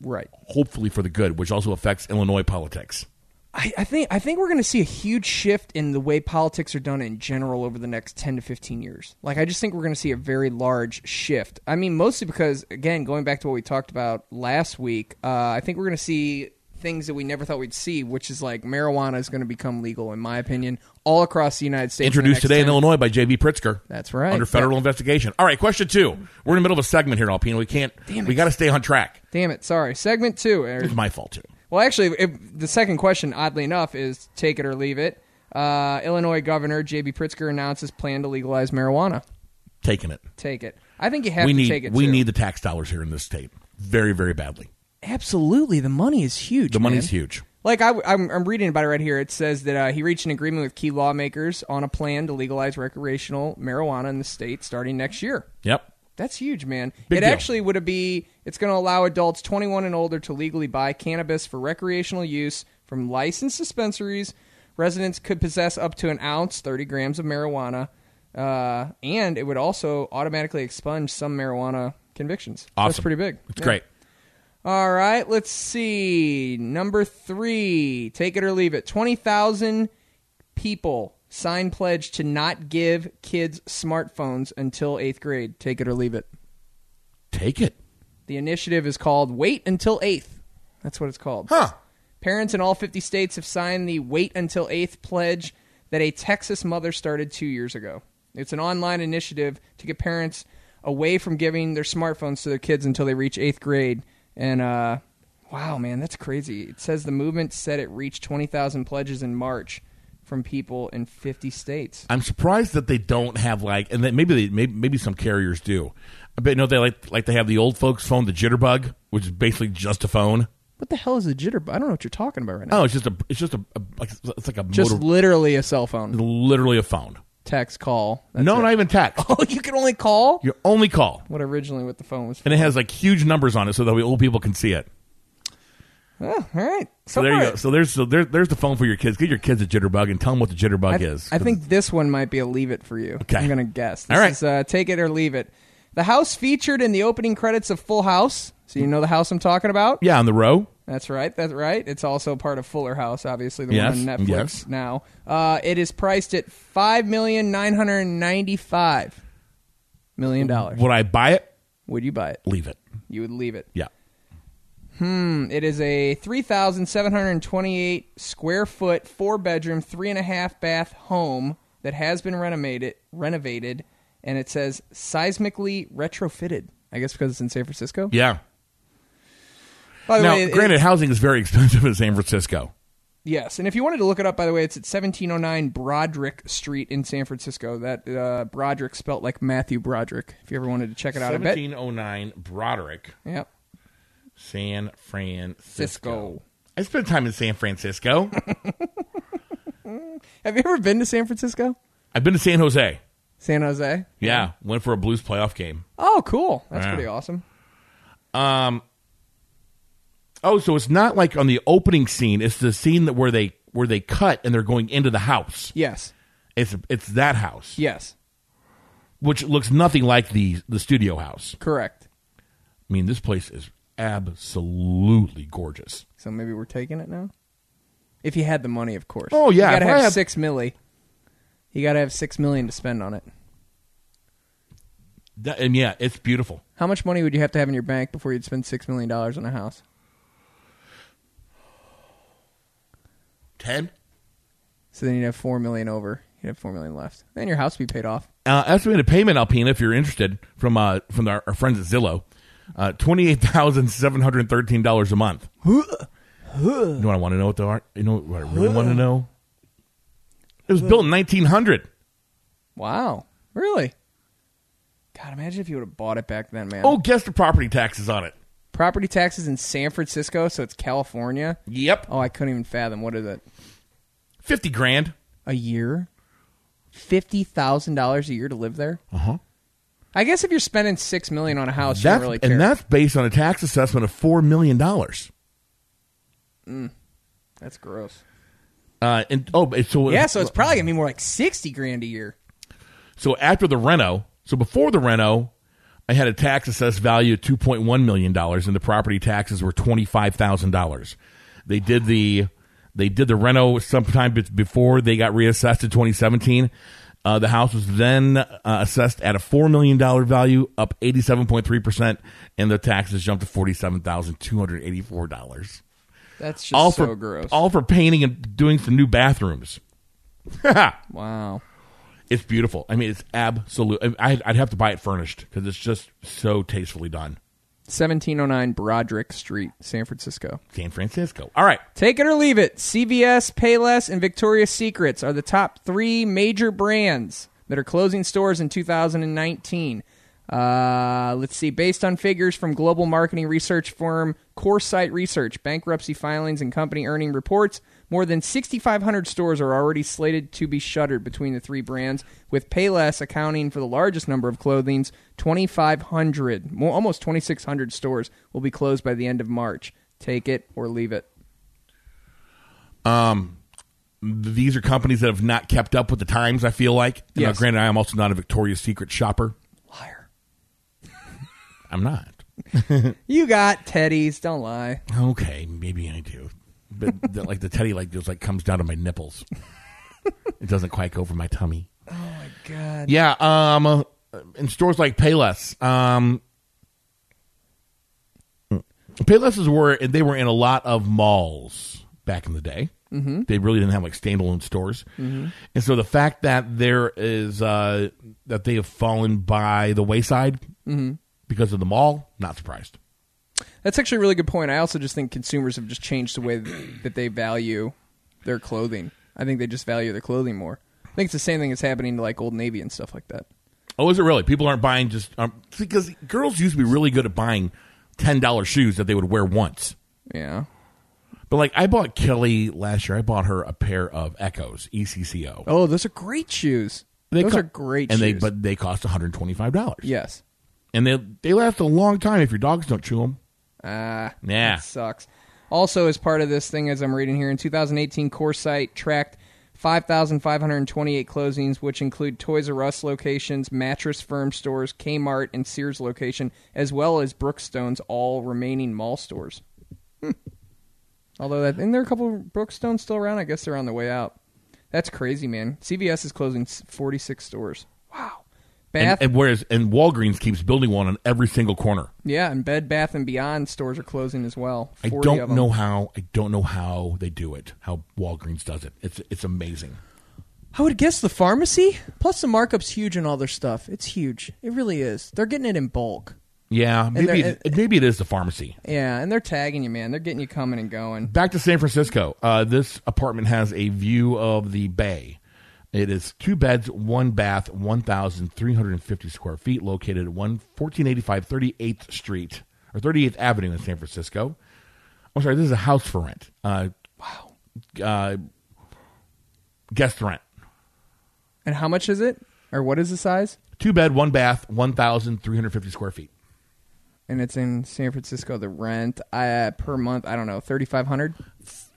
[SPEAKER 5] right.
[SPEAKER 4] hopefully for the good, which also affects Illinois politics.
[SPEAKER 5] I, I think I think we're going to see a huge shift in the way politics are done in general over the next ten to fifteen years. Like I just think we're going to see a very large shift. I mean, mostly because again, going back to what we talked about last week, uh, I think we're going to see things that we never thought we'd see, which is like marijuana is going to become legal, in my opinion, all across the United States. in the
[SPEAKER 4] Introduced
[SPEAKER 5] next
[SPEAKER 4] today in
[SPEAKER 5] 10
[SPEAKER 4] Illinois by J.B. Pritzker.
[SPEAKER 5] That's right.
[SPEAKER 4] Under federal investigation. All right, question two. We're in the middle of a segment here, Alpina. We can't.
[SPEAKER 5] Damn
[SPEAKER 4] we
[SPEAKER 5] it.
[SPEAKER 4] got to stay on track.
[SPEAKER 5] Damn it! Sorry. Segment two. Eric.
[SPEAKER 4] It's my fault too.
[SPEAKER 5] Well, actually, it, the second question, oddly enough, is take it or leave it. Uh, Illinois Governor J.B. Pritzker announces plan to legalize marijuana.
[SPEAKER 4] Taking it.
[SPEAKER 5] Take it. I think you have
[SPEAKER 4] we
[SPEAKER 5] to
[SPEAKER 4] need
[SPEAKER 5] take it.
[SPEAKER 4] we
[SPEAKER 5] too.
[SPEAKER 4] need the tax dollars here in this state very very badly.
[SPEAKER 5] absolutely the money is huge.
[SPEAKER 4] The money's
[SPEAKER 5] man.
[SPEAKER 4] huge.
[SPEAKER 5] Like I, am I'm reading about it right here. It says that uh, he reached an agreement with key lawmakers on a plan to legalize recreational marijuana in the state starting next year.
[SPEAKER 4] Yep.
[SPEAKER 5] That's huge, man.
[SPEAKER 4] Big
[SPEAKER 5] it
[SPEAKER 4] deal.
[SPEAKER 5] actually would be it's going to allow adults 21 and older to legally buy cannabis for recreational use from licensed dispensaries. Residents could possess up to an ounce, 30 grams of marijuana, uh, and it would also automatically expunge some marijuana convictions. That's
[SPEAKER 4] Awesome.
[SPEAKER 5] pretty big.
[SPEAKER 4] It's
[SPEAKER 5] Yeah.
[SPEAKER 4] great.
[SPEAKER 5] All right, let's see. Number three, take it or leave it. 20,000 people sign pledge to not give kids smartphones until eighth grade. Take it or leave it.
[SPEAKER 4] Take it.
[SPEAKER 5] The initiative is called Wait Until Eighth. That's what it's called. Parents in all 50 states have signed the Wait Until Eighth pledge that a Texas mother started two years ago. It's an online initiative to get parents away from giving their smartphones to their kids until they reach eighth grade. And, uh, wow, man, that's crazy. It says the movement said it reached 20,000 pledges in March from people in 50 states.
[SPEAKER 4] I'm surprised that they don't have like, and that maybe they maybe, maybe some carriers do. I bet you know they like like they have the old folks phone, the jitterbug, which is basically just a phone.
[SPEAKER 5] What the hell is a jitterbug? I don't know what you're talking about right now.
[SPEAKER 4] Oh, it's just a it's just a, a like, it's like a
[SPEAKER 5] Just
[SPEAKER 4] motor,
[SPEAKER 5] literally a cell phone.
[SPEAKER 4] literally a phone.
[SPEAKER 5] Text, call. That's
[SPEAKER 4] no,
[SPEAKER 5] it.
[SPEAKER 4] not even text.
[SPEAKER 5] Oh, you can only call?
[SPEAKER 4] Your only call,
[SPEAKER 5] What originally what the phone was. For.
[SPEAKER 4] and it has like huge numbers on it, so that we old people can see it.
[SPEAKER 5] Oh, all right.
[SPEAKER 4] So there you
[SPEAKER 5] Smart.
[SPEAKER 4] go. So there's so there, there's the phone for your kids. Get your kids a jitterbug and tell them what the jitterbug
[SPEAKER 5] I,
[SPEAKER 4] is.
[SPEAKER 5] I think this one might be a leave it for you.
[SPEAKER 4] Okay.
[SPEAKER 5] I'm going to guess. This
[SPEAKER 4] All right.
[SPEAKER 5] Is, uh, take it or leave it. The house featured in the opening credits of Full House. So you know the house I'm talking about?
[SPEAKER 4] yeah, on the row.
[SPEAKER 5] That's right. That's right. It's also part of Fuller House, obviously, the
[SPEAKER 4] Yes,
[SPEAKER 5] one on Netflix
[SPEAKER 4] yes.
[SPEAKER 5] now. Uh, it is priced at $5,995 million. dollars.
[SPEAKER 4] Would I buy it?
[SPEAKER 5] Would you buy it?
[SPEAKER 4] Leave it.
[SPEAKER 5] You would leave it.
[SPEAKER 4] Yeah.
[SPEAKER 5] Hmm, It is a 3,728 square foot, four bedroom, three and a half bath home that has been renovated, renovated, and it says seismically retrofitted. I guess because it's in San Francisco.
[SPEAKER 4] Yeah.
[SPEAKER 5] By the
[SPEAKER 4] Now,
[SPEAKER 5] way, it-
[SPEAKER 4] granted, housing is very expensive in San Francisco.
[SPEAKER 5] yes. And if you wanted to look it up, by the way, it's at 1709 Broderick Street in San Francisco. That uh, Broderick spelt like Matthew Broderick. If you ever wanted to check it out, I bet.
[SPEAKER 4] 1709 Broderick,
[SPEAKER 5] Yep.
[SPEAKER 4] San Francisco.
[SPEAKER 5] Cisco.
[SPEAKER 4] I spent time in San Francisco.
[SPEAKER 5] Have you ever been to San Francisco?
[SPEAKER 4] I've been to San Jose.
[SPEAKER 5] San Jose.
[SPEAKER 4] Yeah, went for a Blues playoff game.
[SPEAKER 5] Oh, cool. That's
[SPEAKER 4] Yeah.
[SPEAKER 5] pretty awesome.
[SPEAKER 4] Oh, so it's not like on the opening scene. It's the scene that where they where they cut and they're going into the house.
[SPEAKER 5] Yes.
[SPEAKER 4] It's it's that house,
[SPEAKER 5] Yes.
[SPEAKER 4] which looks nothing like the the studio house.
[SPEAKER 5] Correct.
[SPEAKER 4] I mean, this place is absolutely gorgeous.
[SPEAKER 5] So maybe we're taking it now. If you had the money, of course.
[SPEAKER 4] Oh, yeah,
[SPEAKER 5] you gotta
[SPEAKER 4] if I
[SPEAKER 5] have,
[SPEAKER 4] have-
[SPEAKER 5] six milli. You gotta have six million to spend on it.
[SPEAKER 4] That, and yeah, it's beautiful.
[SPEAKER 5] How much money would you have to have in your bank before you'd spend six million dollars on a house?
[SPEAKER 4] Ten
[SPEAKER 5] So then you'd have four million over. You'd have four million left. Then your house would be paid off.
[SPEAKER 4] uh, estimated payment, Alpina, if you're interested, from uh, from our, our friends at Zillow, uh, twenty eight thousand seven hundred thirteen dollars a month. you know what I want to know? What the art? You know what I really want to know? It was built in nineteen hundred.
[SPEAKER 5] Wow. Really? God, imagine if you would have bought it back then, man.
[SPEAKER 4] Oh, guess the property taxes on it.
[SPEAKER 5] Property taxes in San Francisco, so it's California.
[SPEAKER 4] Yep,
[SPEAKER 5] Oh, I couldn't even fathom. What is it?
[SPEAKER 4] fifty grand.
[SPEAKER 5] a year, fifty thousand dollars a year to live there. Uh huh. I guess if you're spending six million on a house, you
[SPEAKER 4] Uh-huh. That's
[SPEAKER 5] don't really care.
[SPEAKER 4] and that's based on a tax assessment of four million dollars.
[SPEAKER 5] That's gross.
[SPEAKER 4] Uh, and oh, so
[SPEAKER 5] Yeah, so it's probably gonna be more like sixty grand a year.
[SPEAKER 4] So after the reno, so before the reno, I had a tax assessed value of two point one million dollars, and the property taxes were twenty five thousand dollars. They did the they did the reno sometime be- before they got reassessed in twenty seventeen. Uh, the house was then uh, assessed at a four million dollar value, up eighty seven point three percent, and the taxes jumped to forty seven thousand two hundred eighty four dollars.
[SPEAKER 5] That's just
[SPEAKER 4] All
[SPEAKER 5] so
[SPEAKER 4] for
[SPEAKER 5] gross.
[SPEAKER 4] all for painting and doing some new bathrooms.
[SPEAKER 5] wow.
[SPEAKER 4] It's beautiful. I mean, it's absolute. I- I'd, I'd have to buy it furnished because it's just so tastefully done.
[SPEAKER 5] 1709 Broderick Street, San Francisco.
[SPEAKER 4] San Francisco. All right.
[SPEAKER 5] Take it or leave it. CVS, Payless, and Victoria's Secrets are the top three major brands that are closing stores in 2019. Uh, let's see. Based on figures from global marketing research firm CoreSight Research, bankruptcy filings, and company earning reports, more than 6,500 stores are already slated to be shuttered between the three brands, with Payless accounting for the largest number of clothings. 2,500, mo- almost 2,600 stores will be closed by the end of March. Take it or leave it.
[SPEAKER 4] These are companies that have not kept up with the times, I feel like. You know,
[SPEAKER 5] Yes.
[SPEAKER 4] granted, I am also not a Victoria's Secret shopper.
[SPEAKER 5] Liar.
[SPEAKER 4] I'm not.
[SPEAKER 5] You got teddies. Don't lie.
[SPEAKER 4] Okay, maybe I do. But the, like the teddy like just like comes down to my nipples. it doesn't quite go over my tummy.
[SPEAKER 5] God.
[SPEAKER 4] Yeah, um uh, in stores like Payless, um Payless is where they were in a lot of malls back in the day. Mm-hmm. They really didn't have like standalone stores, and so the fact that there is uh, that they have fallen by the wayside because of the mall, not surprised.
[SPEAKER 5] That's actually a really good point. I also just think consumers have just changed the way that they value their clothing. I think they just value their clothing more. I think it's the same thing that's happening to like Old Navy and stuff like that.
[SPEAKER 4] Oh, is it really? People aren't buying just um, because girls used to be really good at buying ten dollars shoes that they would wear once.
[SPEAKER 5] Yeah.
[SPEAKER 4] But like, I bought Kelly last year. I bought her a pair of Echoes E ECCO.
[SPEAKER 5] Oh, those are great shoes. those
[SPEAKER 4] co-
[SPEAKER 5] are great
[SPEAKER 4] and
[SPEAKER 5] shoes.
[SPEAKER 4] they but they cost one hundred twenty five dollars.
[SPEAKER 5] yes.
[SPEAKER 4] and they they last a long time if your dogs don't chew them.
[SPEAKER 5] Ah.
[SPEAKER 4] Yeah.
[SPEAKER 5] That sucks. Also, as part of this thing, as I'm reading here, in 2018, CoreSite tracked 5,528 closings, which include Toys R Us locations, Mattress Firm stores, Kmart, and Sears location, as well as Brookstone's all remaining mall stores. Although, that, and there are a couple of Brookstones still around. I guess they're on the way out. That's crazy, man. CVS is closing s- 46 stores. Wow. Bath,
[SPEAKER 4] And, and whereas and Walgreens keeps building one on every single corner.
[SPEAKER 5] yeah, and Bed Bath and Beyond stores are closing as well.
[SPEAKER 4] I
[SPEAKER 5] 40 of
[SPEAKER 4] don't
[SPEAKER 5] 'em.
[SPEAKER 4] know how. I don't know how they do it. How Walgreens does it. It's it's amazing.
[SPEAKER 5] I would guess the pharmacy. Plus, the markup's huge on all their stuff. It's huge. It really is. They're getting it in bulk.
[SPEAKER 4] Yeah, maybe
[SPEAKER 5] they're-
[SPEAKER 4] it- maybe it is the pharmacy.
[SPEAKER 5] Yeah, and they're tagging you, man. They're getting you coming and going.
[SPEAKER 4] back to San Francisco. Uh, this apartment has a view of the bay. It is two beds, one bath, 1,350 square feet, located at 1 1485 38th Street or 38th Avenue in San Francisco. I'm sorry, this is a house for rent. Uh, wow. Uh, guest rent.
[SPEAKER 5] And how much is it? Or what is the size?
[SPEAKER 4] Two bed, one bath, 1,350 square feet.
[SPEAKER 5] And it's in San Francisco. The rent uh, per month, I don't know, thirty five hundred.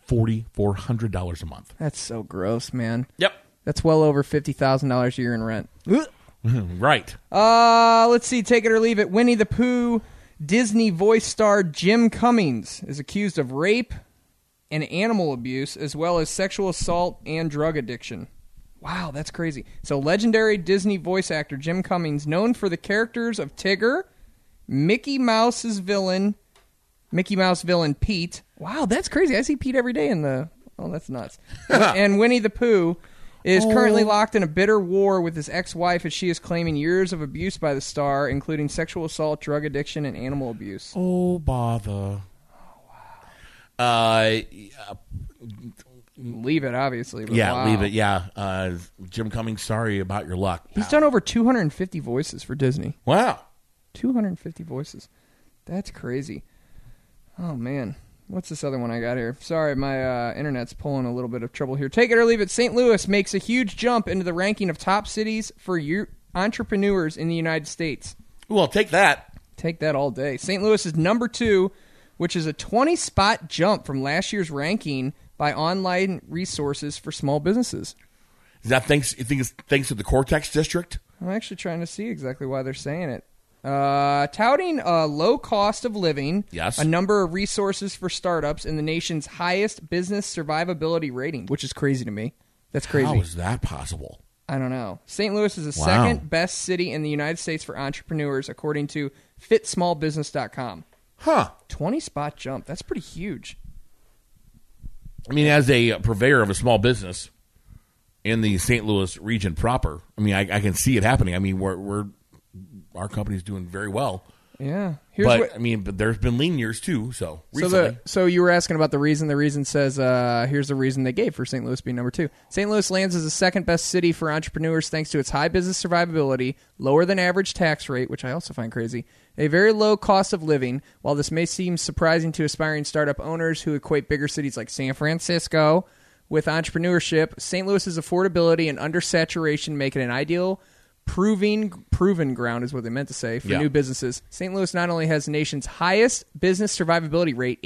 [SPEAKER 4] $4,400 a month.
[SPEAKER 5] That's so gross, man.
[SPEAKER 4] Yep.
[SPEAKER 5] That's well over fifty thousand dollars a year in rent.
[SPEAKER 4] Right.
[SPEAKER 5] Uh, let's see. Take it or leave it. Winnie the Pooh Disney voice star Jim Cummings is accused of rape and animal abuse, as well as sexual assault and drug addiction. Wow, that's crazy. So, legendary Disney voice actor Jim Cummings, known for the characters of Tigger, Mickey Mouse's villain, Mickey Mouse villain Pete. Wow, that's crazy. I see Pete every day in the. Oh, that's nuts. and Winnie the Pooh is
[SPEAKER 4] Oh.
[SPEAKER 5] currently locked in a bitter war with his ex-wife as she is claiming years of abuse by the star, including sexual assault, drug addiction, and animal abuse.
[SPEAKER 4] Oh, bother. Uh,
[SPEAKER 5] Leave it, obviously. But
[SPEAKER 4] Yeah,
[SPEAKER 5] wow.
[SPEAKER 4] leave it. Yeah, uh, Jim Cummings. Sorry about your luck.
[SPEAKER 5] He's done over 250 voices for Disney.
[SPEAKER 4] Wow.
[SPEAKER 5] 250 voices. That's crazy. Oh man. What's this other one I got here? Sorry, my uh, internet's pulling a little bit of trouble here. Take it or leave it. St. Louis makes a huge jump into the ranking of top cities for eu- entrepreneurs in the United States.
[SPEAKER 4] Well, take that.
[SPEAKER 5] Take that all day. St. Louis is number two, which is a 20 spot jump from last year's ranking by online resources for small businesses.
[SPEAKER 4] Is that thanks? You think it's thanks to the Cortex District?
[SPEAKER 5] I'm actually trying to see exactly why they're saying it. Uh, touting a low cost of living,
[SPEAKER 4] Yes.
[SPEAKER 5] a number of resources for startups, and the nation's highest business survivability rating, which is crazy to me. That's crazy.
[SPEAKER 4] How is that possible?
[SPEAKER 5] I don't know. St. Louis is the
[SPEAKER 4] Wow.
[SPEAKER 5] second best city in the United States for entrepreneurs, according to FitSmallBusiness.com.
[SPEAKER 4] Huh?
[SPEAKER 5] 20 spot jump. That's pretty huge.
[SPEAKER 4] I mean, as a purveyor of a small business in the St. Louis region proper, I mean, I, I can see it happening. I mean, we're, we're our company's doing very well.
[SPEAKER 5] Yeah. Here's
[SPEAKER 4] but
[SPEAKER 5] what,
[SPEAKER 4] I mean, but there's been lean years too. So
[SPEAKER 5] so
[SPEAKER 4] recently,
[SPEAKER 5] the so you were asking about the reason. The reason says uh, here's the reason they gave for St. Louis being number two. St. Louis lands as the second best city for entrepreneurs thanks to its high business survivability, lower than average tax rate, which I also find crazy, a very low cost of living. While this may seem surprising to aspiring startup owners who equate bigger cities like San Francisco with entrepreneurship, St. Louis's affordability and undersaturation make it an ideal proving proven ground is what they meant to say for
[SPEAKER 4] Yeah.
[SPEAKER 5] new businesses. St. Louis not only has the nation's highest business survivability rate,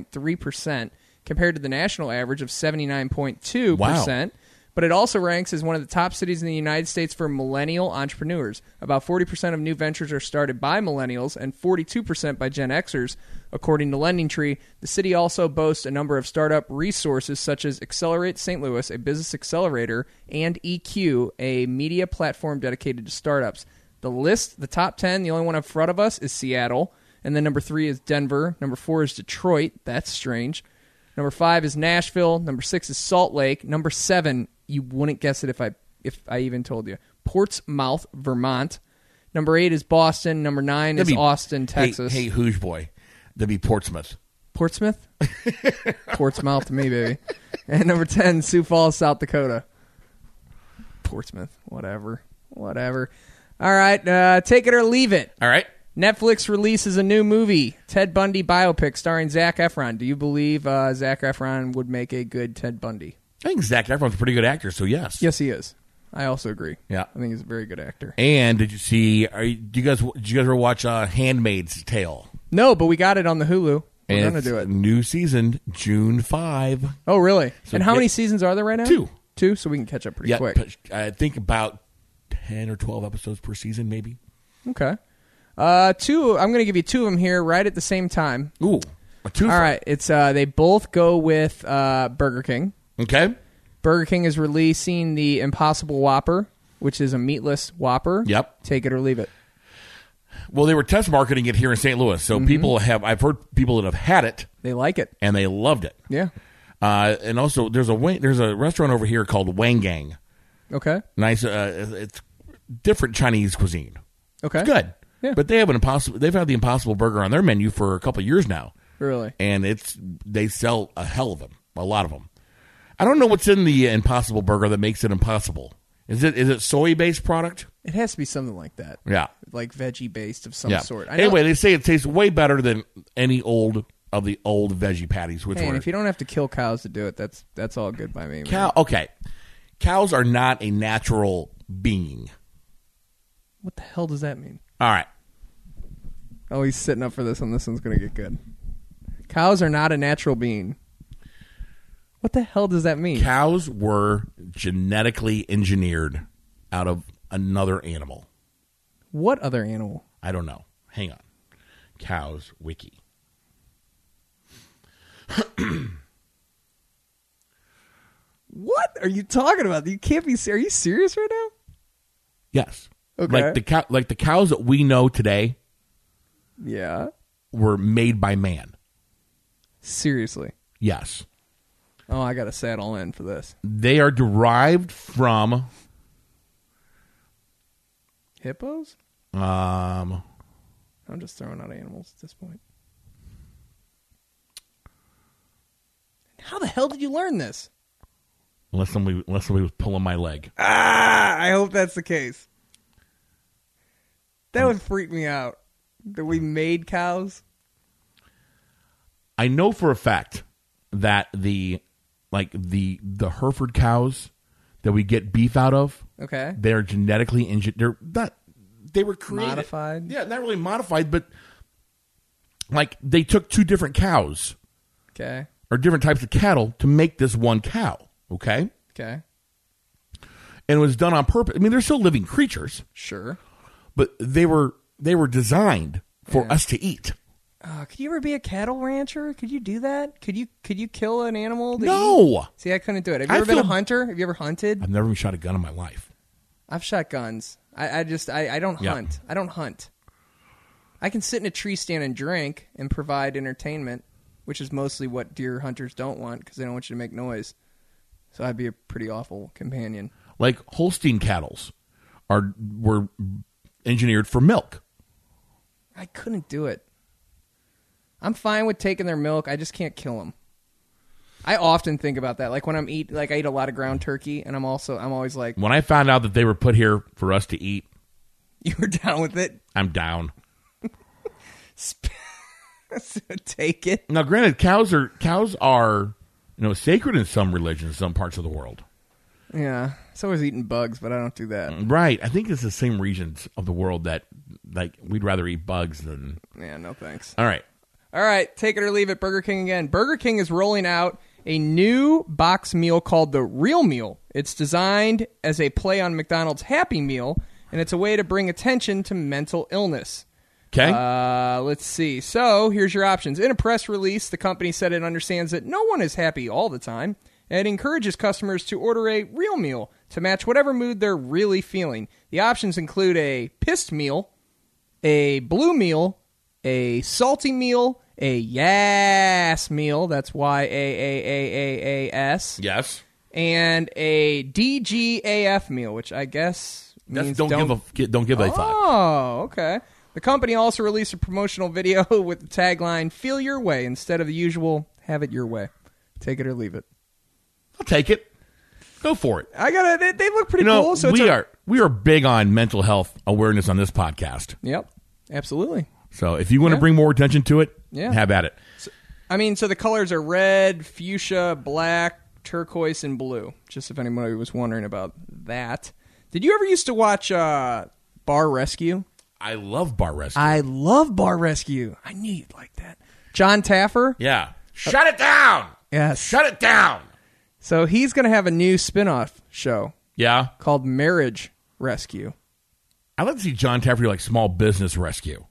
[SPEAKER 5] 85.3%, compared to the national average of 79.2%, but it also ranks as one of the top cities in the United States for millennial entrepreneurs. About 40% of new ventures are started by millennials and 42% by Gen Xers. According to LendingTree, the city also boasts a number of startup resources such as Accelerate St. Louis, a business accelerator, and EQ, a media platform dedicated to startups. The list, the top 10, the only one in front of us is Seattle. And then number three is Denver. Number four is Detroit. That's strange. Number five is Nashville. Number six is Salt Lake. Number seven, you wouldn't guess it if I if I even told you. Portsmouth, Vermont. Number eight is Boston. Number nine is
[SPEAKER 4] That'd be-
[SPEAKER 5] Austin,
[SPEAKER 4] hey-
[SPEAKER 5] Texas.
[SPEAKER 4] Hey, Hooge boy, that'd be Portsmouth.
[SPEAKER 5] Portsmouth, Portsmouth to me, baby. And number ten, Sioux Falls, South Dakota. Portsmouth, whatever, whatever. All right, uh, take it or leave it.
[SPEAKER 4] All right,
[SPEAKER 5] Netflix releases a new movie, Ted Bundy biopic starring Zach Efron. Do you believe uh, Zach Efron would make a good Ted Bundy?
[SPEAKER 4] I think Zach Efron's a pretty good actor. So yes,
[SPEAKER 5] Yes, he is. I also agree.
[SPEAKER 4] Yeah.
[SPEAKER 5] I think he's a very good actor.
[SPEAKER 4] And did you see? Are you, do you guys? Did you guys ever watch uh, *Handmaid's Tale*?
[SPEAKER 5] No, but we got it on the Hulu. We're
[SPEAKER 4] And
[SPEAKER 5] gonna
[SPEAKER 4] it's
[SPEAKER 5] do it.
[SPEAKER 4] New season, June five.
[SPEAKER 5] Oh, really?
[SPEAKER 4] So
[SPEAKER 5] and how
[SPEAKER 4] get-
[SPEAKER 5] many seasons are there right now?
[SPEAKER 4] Two.
[SPEAKER 5] Two, so we can catch up pretty
[SPEAKER 4] Yeah,
[SPEAKER 5] quick.
[SPEAKER 4] but I think about ten or twelve episodes per season, maybe.
[SPEAKER 5] Okay. Uh, two. I'm going to give you two of them here, right at the same time.
[SPEAKER 4] Ooh, a two.
[SPEAKER 5] All right. It's uh, they both go with uh, Burger King.
[SPEAKER 4] Okay.
[SPEAKER 5] Burger King is releasing the Impossible Whopper, which is a meatless Whopper.
[SPEAKER 4] Yep.
[SPEAKER 5] Take it or leave it.
[SPEAKER 4] Well, they were test marketing it here in St. Louis,
[SPEAKER 5] Mm-hmm.
[SPEAKER 4] so people have. I've heard people that have had it
[SPEAKER 5] They like it.
[SPEAKER 4] and they loved it.
[SPEAKER 5] Yeah.
[SPEAKER 4] Uh, and also, there's a wa- there's a restaurant over here called Wang Gang.
[SPEAKER 5] Okay.
[SPEAKER 4] Nice. Uh, it's different Chinese cuisine.
[SPEAKER 5] Okay.
[SPEAKER 4] It's good.
[SPEAKER 5] Yeah.
[SPEAKER 4] But they have an impossible. They've had the Impossible Burger on their menu for a couple of years now,
[SPEAKER 5] Really.
[SPEAKER 4] and it's they sell a hell of them, a lot of them. I don't know what's in the uh, Impossible Burger that makes it impossible. Is it is it soy based product?
[SPEAKER 5] It has to be something like that.
[SPEAKER 4] Yeah,
[SPEAKER 5] Like veggie based of some
[SPEAKER 4] yeah.
[SPEAKER 5] sort. I know-
[SPEAKER 4] Anyway, they say it tastes way better than any old of the old veggie patties. Which
[SPEAKER 5] Hey, and
[SPEAKER 4] were
[SPEAKER 5] if you don't have to kill cows to do it, that's that's all good by me. man.
[SPEAKER 4] cow. Okay, cows are not a natural being.
[SPEAKER 5] What the hell does that mean?
[SPEAKER 4] All right.
[SPEAKER 5] Oh, he's sitting up for this, and this one's gonna get good. Cows are not a natural being. What the hell does that mean?
[SPEAKER 4] cows were genetically engineered out of another animal.
[SPEAKER 5] what other animal?
[SPEAKER 4] I don't know. Hang on. Cows wiki.
[SPEAKER 5] What are you talking about? You can't be. Are you serious right now?
[SPEAKER 4] Yes.
[SPEAKER 5] Okay.
[SPEAKER 4] Like the cow like the cows that we know today
[SPEAKER 5] Yeah.
[SPEAKER 4] were made by man.
[SPEAKER 5] Seriously.
[SPEAKER 4] Yes.
[SPEAKER 5] Oh, I gotta saddle in for this
[SPEAKER 4] They are derived from
[SPEAKER 5] hippos.
[SPEAKER 4] um
[SPEAKER 5] I'm just throwing out animals at this point. How the hell did you learn this?
[SPEAKER 4] unless somebody unless somebody was pulling my leg.
[SPEAKER 5] Ah, I hope that's the case. That would freak me out. That we made cows.
[SPEAKER 4] I know for a fact that the like the the Hereford cows that we get beef out of
[SPEAKER 5] Okay.
[SPEAKER 4] they're genetically engineered. They're not. They were created.
[SPEAKER 5] Modified?
[SPEAKER 4] Yeah, not really modified, but like they took two different cows
[SPEAKER 5] Okay.
[SPEAKER 4] or different types of cattle to make this one cow. Okay,
[SPEAKER 5] Okay.
[SPEAKER 4] and it was done on purpose. I mean, they're still living creatures,
[SPEAKER 5] Sure.
[SPEAKER 4] but they were they were designed for
[SPEAKER 5] Yeah.
[SPEAKER 4] us to eat.
[SPEAKER 5] Uh, could you ever be a cattle rancher? Could you do that? Could you could you kill an animal? to eat?
[SPEAKER 4] No,
[SPEAKER 5] See, I couldn't do it. Have you
[SPEAKER 4] I
[SPEAKER 5] ever been a
[SPEAKER 4] feel-
[SPEAKER 5] hunter? Have you ever hunted?
[SPEAKER 4] I've never even shot a gun in my life.
[SPEAKER 5] I've shot guns. I, I just I, I don't
[SPEAKER 4] Yeah.
[SPEAKER 5] hunt. I don't hunt. I can sit in a tree stand and drink and provide entertainment, which is mostly what deer hunters don't want because they don't want you to make noise. So I'd be a pretty awful companion.
[SPEAKER 4] Like Holstein cattle's are were engineered for milk.
[SPEAKER 5] I couldn't do it. I'm fine with taking their milk. I just can't kill them. I often think about that. Like when I'm eat, like I eat a lot of ground turkey, and I'm also I'm always like,
[SPEAKER 4] When I found out that they were put here for us to eat,
[SPEAKER 5] you were down with it.
[SPEAKER 4] I'm down.
[SPEAKER 5] Sp- so Take it.
[SPEAKER 4] Now, granted, cows are cows are you know sacred in some religions, some parts of the world.
[SPEAKER 5] Yeah, it's always eating bugs, but I don't do that.
[SPEAKER 4] Right. I think it's the same regions of the world that like we'd rather eat bugs than.
[SPEAKER 5] Yeah, no thanks.
[SPEAKER 4] All right.
[SPEAKER 5] All right, take it or leave it. Burger King again. Burger King is rolling out a new box meal called the Real Meal. It's designed as a play on McDonald's Happy Meal, and it's a way to bring attention to mental illness.
[SPEAKER 4] Okay.
[SPEAKER 5] Uh, let's see. So here's your options. In a press release, the company said it understands that no one is happy all the time. and It encourages customers to order a real meal to match whatever mood they're really feeling. The options include a pissed meal, a blue meal, a salty meal, a yes meal. That's Y A A A A A S
[SPEAKER 4] yes.
[SPEAKER 5] and a DGAF meal, which I guess
[SPEAKER 4] That's,
[SPEAKER 5] means
[SPEAKER 4] don't, give a gi- don't give a thought.
[SPEAKER 5] Oh, okay. The company also released a promotional video with the tagline "Feel your way" instead of the usual "Have it your way." Take it or leave it.
[SPEAKER 4] I'll take it. Go for it.
[SPEAKER 5] I gotta. They, they look pretty
[SPEAKER 4] You know,
[SPEAKER 5] cool. So
[SPEAKER 4] we
[SPEAKER 5] it's a-
[SPEAKER 4] are we are big on mental health awareness on this podcast.
[SPEAKER 5] Yep, absolutely.
[SPEAKER 4] So if you want to
[SPEAKER 5] Yeah.
[SPEAKER 4] bring more attention to it,
[SPEAKER 5] Yeah.
[SPEAKER 4] have at it.
[SPEAKER 5] I mean, so the colors are red, fuchsia, black, turquoise, and blue. Just if anybody was wondering about that. Did you ever used to watch uh, Bar Rescue?
[SPEAKER 4] I love bar rescue.
[SPEAKER 5] I love Bar Rescue. I knew you'd like that. John Taffer.
[SPEAKER 4] yeah. Shut it down.
[SPEAKER 5] Yes.
[SPEAKER 4] Shut it down.
[SPEAKER 5] So he's going to have a new spin-off show
[SPEAKER 4] Yeah.
[SPEAKER 5] called Marriage Rescue.
[SPEAKER 4] I like to see John Taffer do, like small business rescue.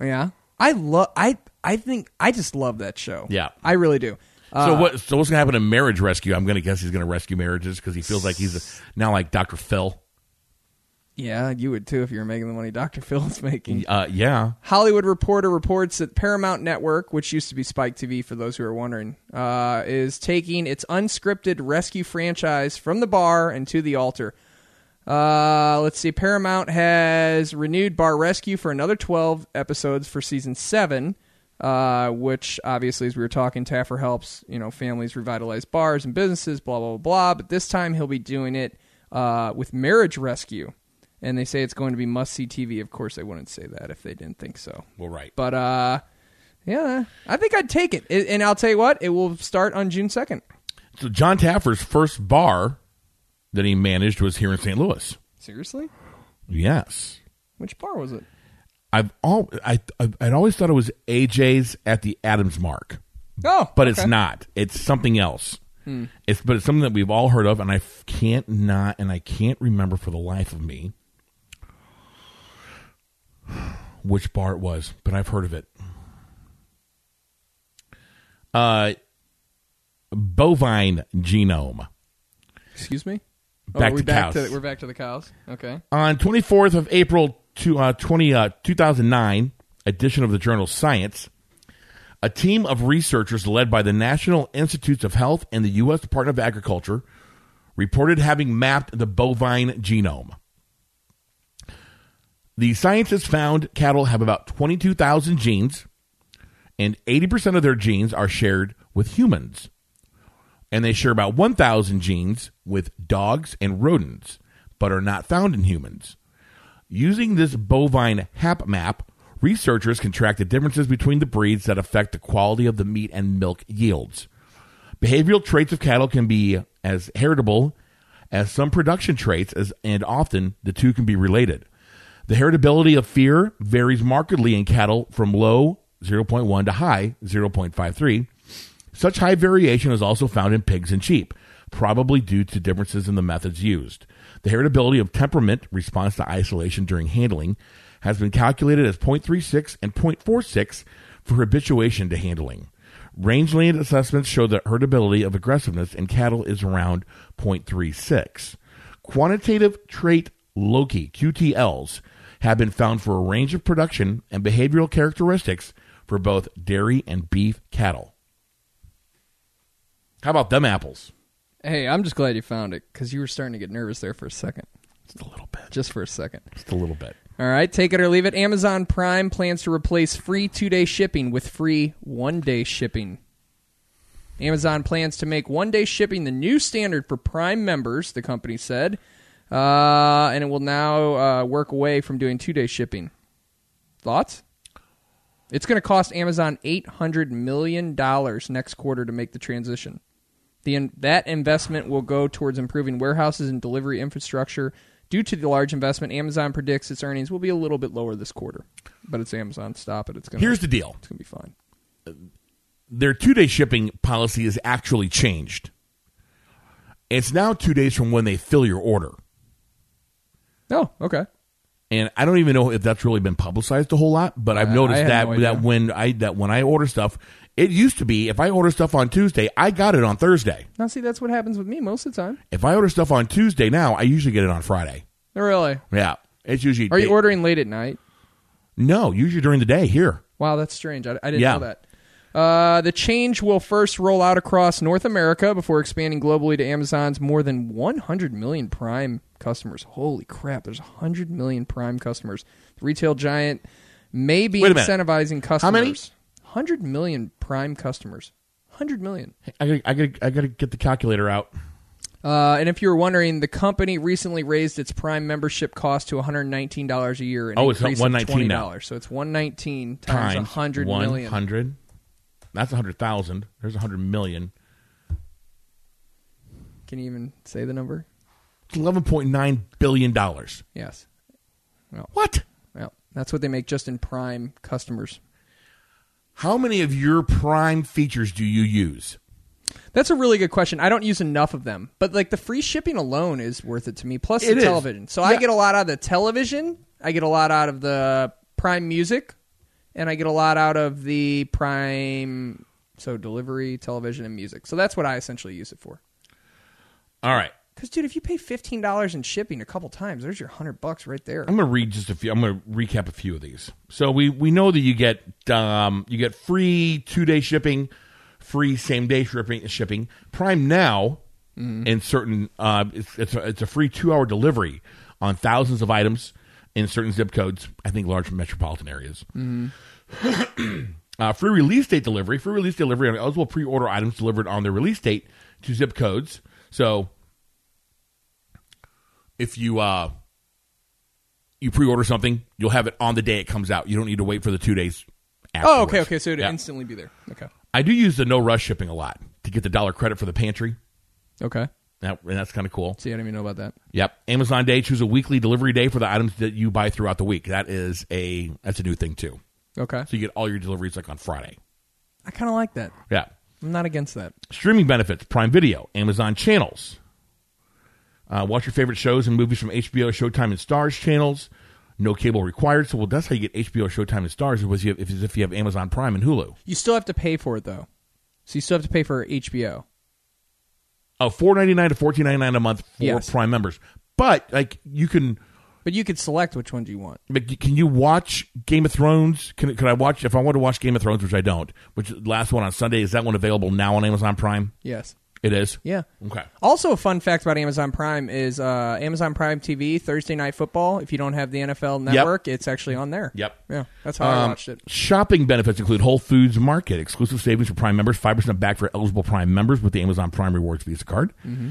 [SPEAKER 5] Yeah. I love I I think I just love that show.
[SPEAKER 4] Yeah.
[SPEAKER 5] I really do. Uh,
[SPEAKER 4] So what? So what's gonna happen to marriage rescue? I'm gonna guess he's gonna rescue marriages because he feels like he's a, now like Dr. Phil.
[SPEAKER 5] yeah, you would too if you were making the money Dr. Phil's making.
[SPEAKER 4] Uh, yeah.
[SPEAKER 5] Hollywood Reporter reports that Paramount Network, which used to be Spike TV for those who are wondering, uh, is taking its unscripted rescue franchise from the bar and to the altar. Uh, let's see. Paramount has renewed Bar Rescue for another 12 episodes for season 7, uh, which obviously, as we were talking, Taffer helps, you know, families revitalize bars and businesses, blah, blah, blah, blah. But this time he'll be doing it uh, with Marriage Rescue. And they say it's going to be must see TV. Of course, they wouldn't say that if they didn't think so.
[SPEAKER 4] Well, right.
[SPEAKER 5] But, uh, yeah, I think I'd take it. it. And I'll tell you what, it will start on June 2nd.
[SPEAKER 4] So John Taffer's first bar that he managed was here in St. Louis.
[SPEAKER 5] Seriously?
[SPEAKER 4] Yes.
[SPEAKER 5] Which bar was it?
[SPEAKER 4] I've all I I've- I'd always thought it was AJ's at the Adams Mark,
[SPEAKER 5] Oh,
[SPEAKER 4] but
[SPEAKER 5] okay.
[SPEAKER 4] it's not. It's something else. It's but it's something that we've all heard of, and I f- can't not and I can't remember for the life of me which bar it was, but I've heard of it. Uh, bovine genome.
[SPEAKER 5] Excuse me.
[SPEAKER 4] Back
[SPEAKER 5] are we
[SPEAKER 4] to
[SPEAKER 5] back
[SPEAKER 4] cows.
[SPEAKER 5] To, we're back to the cows. Okay.
[SPEAKER 4] on 24th of April to, uh, 20, uh, 2009, edition of the journal Science, a team of researchers led by the National Institutes of Health and the U.S. Department of Agriculture reported having mapped the bovine genome. The scientists found cattle have about 22,000 genes, and 80% of their genes are shared with humans and they share about 1,000 genes with dogs and rodents, but are not found in humans. Using this bovine hap map, researchers can track the differences between the breeds that affect the quality of the meat and milk yields. Behavioral traits of cattle can be as heritable as some production traits, as, and often the two can be related. The heritability of fear varies markedly in cattle from low 0.1 to high 0.53. Such high variation is also found in pigs and sheep, probably due to differences in the methods used. The heritability of temperament response to isolation during handling has been calculated as 0.36 and 0.46 for habituation to handling. Rangeland assessments show that heritability of aggressiveness in cattle is around 0.36. Quantitative trait loci, QTLs, have been found for a range of production and behavioral characteristics for both dairy and beef cattle. How about them apples?
[SPEAKER 5] Hey, I'm just glad you found it because you were starting to get nervous there for a second,
[SPEAKER 4] Just a little bit.
[SPEAKER 5] just for a second.
[SPEAKER 4] Just a little bit.
[SPEAKER 5] All right, take it or leave it. Amazon Prime plans to replace free two day shipping with free one day shipping. Amazon plans to make one day shipping the new standard for Prime members, the company said, uh, and it will now uh, work away from doing two day shipping. Thoughts? It's going to cost Amazon $800 million next quarter to make the transition. The in- that investment will go towards improving warehouses and delivery infrastructure. Due to the large investment, Amazon predicts its earnings will be a little bit lower this quarter. But it's Amazon. Stop it. It's going.
[SPEAKER 4] Here's the deal.
[SPEAKER 5] It's going to be fine.
[SPEAKER 4] Their two day shipping policy is actually changed. It's now two days from when they fill your order.
[SPEAKER 5] Oh, okay.
[SPEAKER 4] and I don't even know if that's really been publicized a whole lot, but I've noticed
[SPEAKER 5] had
[SPEAKER 4] that
[SPEAKER 5] no idea.
[SPEAKER 4] that when I that when I order stuff, it used to be if I order stuff on Tuesday, I got it on Thursday.
[SPEAKER 5] Now, see, that's what happens with me most of the time.
[SPEAKER 4] If I order stuff on Tuesday now, I usually get it on Friday.
[SPEAKER 5] Really?
[SPEAKER 4] Yeah, it's usually.
[SPEAKER 5] Are you
[SPEAKER 4] they-
[SPEAKER 5] ordering late at night?
[SPEAKER 4] No, usually during the day here.
[SPEAKER 5] Wow, that's strange. I, I didn't
[SPEAKER 4] Yeah.
[SPEAKER 5] know that. Uh, the change will first roll out across North America before expanding globally to Amazon's more than 100 million Prime customers. Holy crap! There's 100 million Prime customers. The retail giant may be
[SPEAKER 4] Wait a minute.
[SPEAKER 5] incentivizing customers.
[SPEAKER 4] many?
[SPEAKER 5] 100 million Prime customers. 100 million.
[SPEAKER 4] I gotta, I gotta, I gotta get the calculator out.
[SPEAKER 5] Uh, and if you were wondering, the company recently raised its Prime membership cost to $119 a year. An
[SPEAKER 4] Oh, it's
[SPEAKER 5] increase of
[SPEAKER 4] $119 now.
[SPEAKER 5] $20. So it's 119 times,
[SPEAKER 4] Times
[SPEAKER 5] 100
[SPEAKER 4] one
[SPEAKER 5] million.
[SPEAKER 4] hundred. That's a hundred thousand. There's a hundred million.
[SPEAKER 5] Can you even say the number?
[SPEAKER 4] It's eleven point nine billion dollars.
[SPEAKER 5] Yes.
[SPEAKER 4] What?
[SPEAKER 5] Well, that's what they make just in Prime customers.
[SPEAKER 4] How many of your prime features do you use?
[SPEAKER 5] That's a really good question. I don't use enough of them, but like the free shipping alone is worth it to me. Plus
[SPEAKER 4] It
[SPEAKER 5] the
[SPEAKER 4] is.
[SPEAKER 5] television, so I
[SPEAKER 4] Yeah.
[SPEAKER 5] get a lot out of the television. I get a lot out of the Prime Music, and I get a lot out of the Prime so delivery, television, and music. So that's what I essentially use it for.
[SPEAKER 4] All right.
[SPEAKER 5] Because dude, if you pay fifteen dollars in shipping a couple times, there's your hundred bucks right there.
[SPEAKER 4] I'm gonna read just a few. I'm gonna recap a few of these. So we we know that you get um, you get free two day shipping, free same day shipping. Shipping Prime now in certain uh, it's it's a, it's a free two hour delivery on thousands of items in certain zip codes. I think large metropolitan areas. Uh, free release date delivery. Free release delivery on eligible pre order items delivered on their release date to zip codes. So if you uh, you pre order something, you'll have it on the day it comes out. You don't need to wait for the two days. Afterwards.
[SPEAKER 5] Oh, okay, okay. So it'd
[SPEAKER 4] Yeah.
[SPEAKER 5] instantly be there. Okay,
[SPEAKER 4] I do use the no rush shipping a lot to get the dollar credit for the pantry.
[SPEAKER 5] okay.
[SPEAKER 4] That, and that's kind of cool.
[SPEAKER 5] See, I didn't even know about that.
[SPEAKER 4] Yep. Amazon Day choose a weekly delivery day for the items that you buy throughout the week. That is a that's a new thing too.
[SPEAKER 5] Okay,
[SPEAKER 4] So you get all your deliveries like on Friday.
[SPEAKER 5] I kind of like that.
[SPEAKER 4] Yeah.
[SPEAKER 5] I'm not against that.
[SPEAKER 4] streaming benefits prime video amazon channels uh, watch your favorite shows and movies from hbo showtime and stars channels no cable required so well that's how you get hbo showtime and stars was you- if- is if you have amazon prime and hulu
[SPEAKER 5] You still have to pay for it though. So you still have to pay for HBO.
[SPEAKER 4] oh 499 to 1499 a month for
[SPEAKER 5] Yes.
[SPEAKER 4] prime members but like you can
[SPEAKER 5] But you could select which ones you want.
[SPEAKER 4] like, you- can you watch game of thrones can, can i watch if i want to watch game of thrones which i don't which the last one on sunday is that one available now on amazon prime
[SPEAKER 5] Yes.
[SPEAKER 4] it is
[SPEAKER 5] Yeah.
[SPEAKER 4] okay
[SPEAKER 5] Also a fun fact about Amazon Prime is uh, Amazon Prime TV, Thursday night football. If you don't have the NFL network, it's actually on there.
[SPEAKER 4] Yep.
[SPEAKER 5] Yeah. That's how I watched it.
[SPEAKER 4] Um, Shopping benefits include Whole Foods Market, exclusive savings for Prime members, 5% back for eligible Prime members with the Amazon Prime Rewards Visa card,
[SPEAKER 5] Mm-hmm.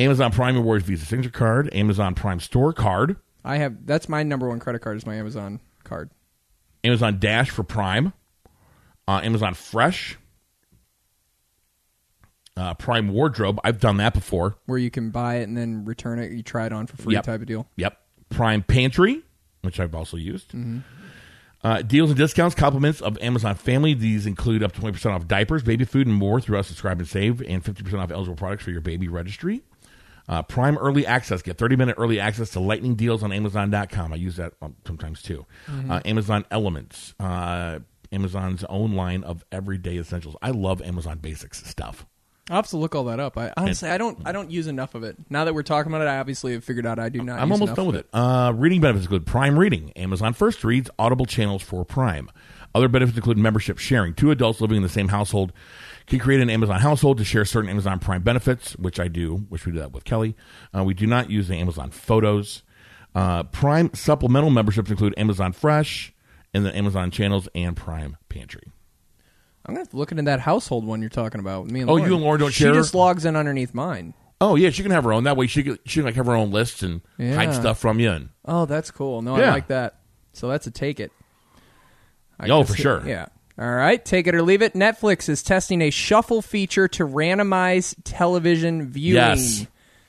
[SPEAKER 4] Amazon Prime Rewards Visa Signature card, Amazon Prime Store card,
[SPEAKER 5] I have that's my number one credit card is my Amazon card.
[SPEAKER 4] Amazon Dash for Prime, uh, Amazon Fresh, uh, Prime Wardrobe. I've done that before.
[SPEAKER 5] Where you can buy it and then return it. You try it on for free
[SPEAKER 4] Yep.
[SPEAKER 5] type of deal.
[SPEAKER 4] Yep. Prime Pantry, which I've also used.
[SPEAKER 5] Mm-hmm.
[SPEAKER 4] Uh, deals and discounts, compliments of Amazon Family. These include up to 20% off diapers, baby food, and more through our subscribe and save, and 50% off eligible products for your baby registry. Uh, Prime early access. Get 30 minute early access to lightning deals on Amazon.com. I use that um, sometimes too.
[SPEAKER 5] Mm-hmm.
[SPEAKER 4] Uh, Amazon Elements, uh, Amazon's own line of everyday essentials. I love Amazon Basics stuff.
[SPEAKER 5] I'll have to look all that up. I honestly I don't I don't use enough of it. Now that we're talking about it, I obviously have figured out I do not
[SPEAKER 4] I'm
[SPEAKER 5] use
[SPEAKER 4] almost
[SPEAKER 5] enough
[SPEAKER 4] done
[SPEAKER 5] of
[SPEAKER 4] with it. Uh, reading benefits include Prime Reading, Amazon First Reads, Audible channels for Prime. Other benefits include membership sharing. Two adults living in the same household can create an Amazon household to share certain Amazon Prime benefits, which I do, which we do that with Kelly. Uh, we do not use the Amazon Photos. Uh, Prime supplemental memberships include Amazon Fresh and the Amazon Channels and Prime Pantry.
[SPEAKER 5] I'm gonna have to look into that household one you're talking about. with Me and
[SPEAKER 4] Oh,
[SPEAKER 5] Lauren.
[SPEAKER 4] you and Lauren don't
[SPEAKER 5] she
[SPEAKER 4] share?
[SPEAKER 5] She just logs in underneath mine.
[SPEAKER 4] Oh yeah, she can have her own. That way she can, she can like have her own lists and
[SPEAKER 5] Yeah.
[SPEAKER 4] hide stuff from you. And
[SPEAKER 5] Oh, that's cool. No,
[SPEAKER 4] Yeah.
[SPEAKER 5] I like that. So that's a take it. I
[SPEAKER 4] Oh,
[SPEAKER 5] guess
[SPEAKER 4] for
[SPEAKER 5] it-
[SPEAKER 4] sure.
[SPEAKER 5] Yeah. All right, take it or leave it. Netflix is testing a shuffle feature to randomize television viewing.
[SPEAKER 4] Yes.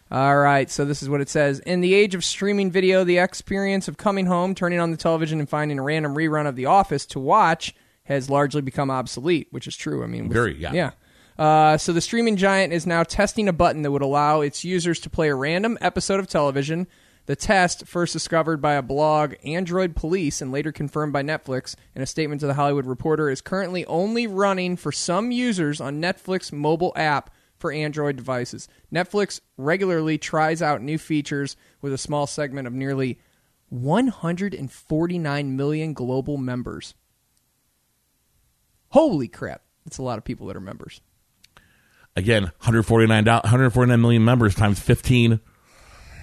[SPEAKER 5] All right, so this is what it says. In the age of streaming video, the experience of coming home, turning on the television, and finding a random rerun of The Office to watch has largely become obsolete, which is true. I mean, with-
[SPEAKER 4] Very, yeah.
[SPEAKER 5] Yeah. Uh, so the streaming giant is now testing a button that would allow its users to play a random episode of television. The test, first discovered by a blog, Android Police, and later confirmed by Netflix in a statement to the Hollywood Reporter, is currently only running for some users on Netflix mobile app for Android devices. Netflix regularly tries out new features with a small segment of nearly 149 million global members. Holy crap. That's a lot of people that are members.
[SPEAKER 4] again, 149 149 million members times 15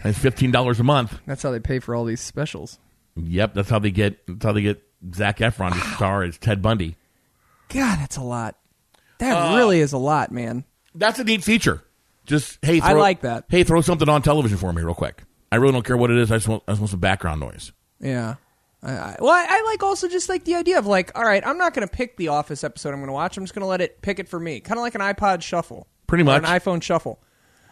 [SPEAKER 4] times 15 dollars a month.
[SPEAKER 5] That's how they pay for all these specials.
[SPEAKER 4] Yep, that's how they get. That's how they get Zach Efron to star as Ted Bundy.
[SPEAKER 5] God, that's a lot. That really is a lot, man.
[SPEAKER 4] That's a neat feature. Just hey,
[SPEAKER 5] I
[SPEAKER 4] throw,
[SPEAKER 5] like that.
[SPEAKER 4] Hey, throw something on television for me real quick. I really don't care what it is. I just want, I just want some background noise.
[SPEAKER 5] Yeah. I, I, well, I, I like also just like the idea of like, all right, I'm not going to pick the Office episode I'm going to watch. I'm just going to let it pick it for me. Kind of like an iPod shuffle.
[SPEAKER 4] Pretty
[SPEAKER 5] Or
[SPEAKER 4] much.
[SPEAKER 5] An iPhone shuffle.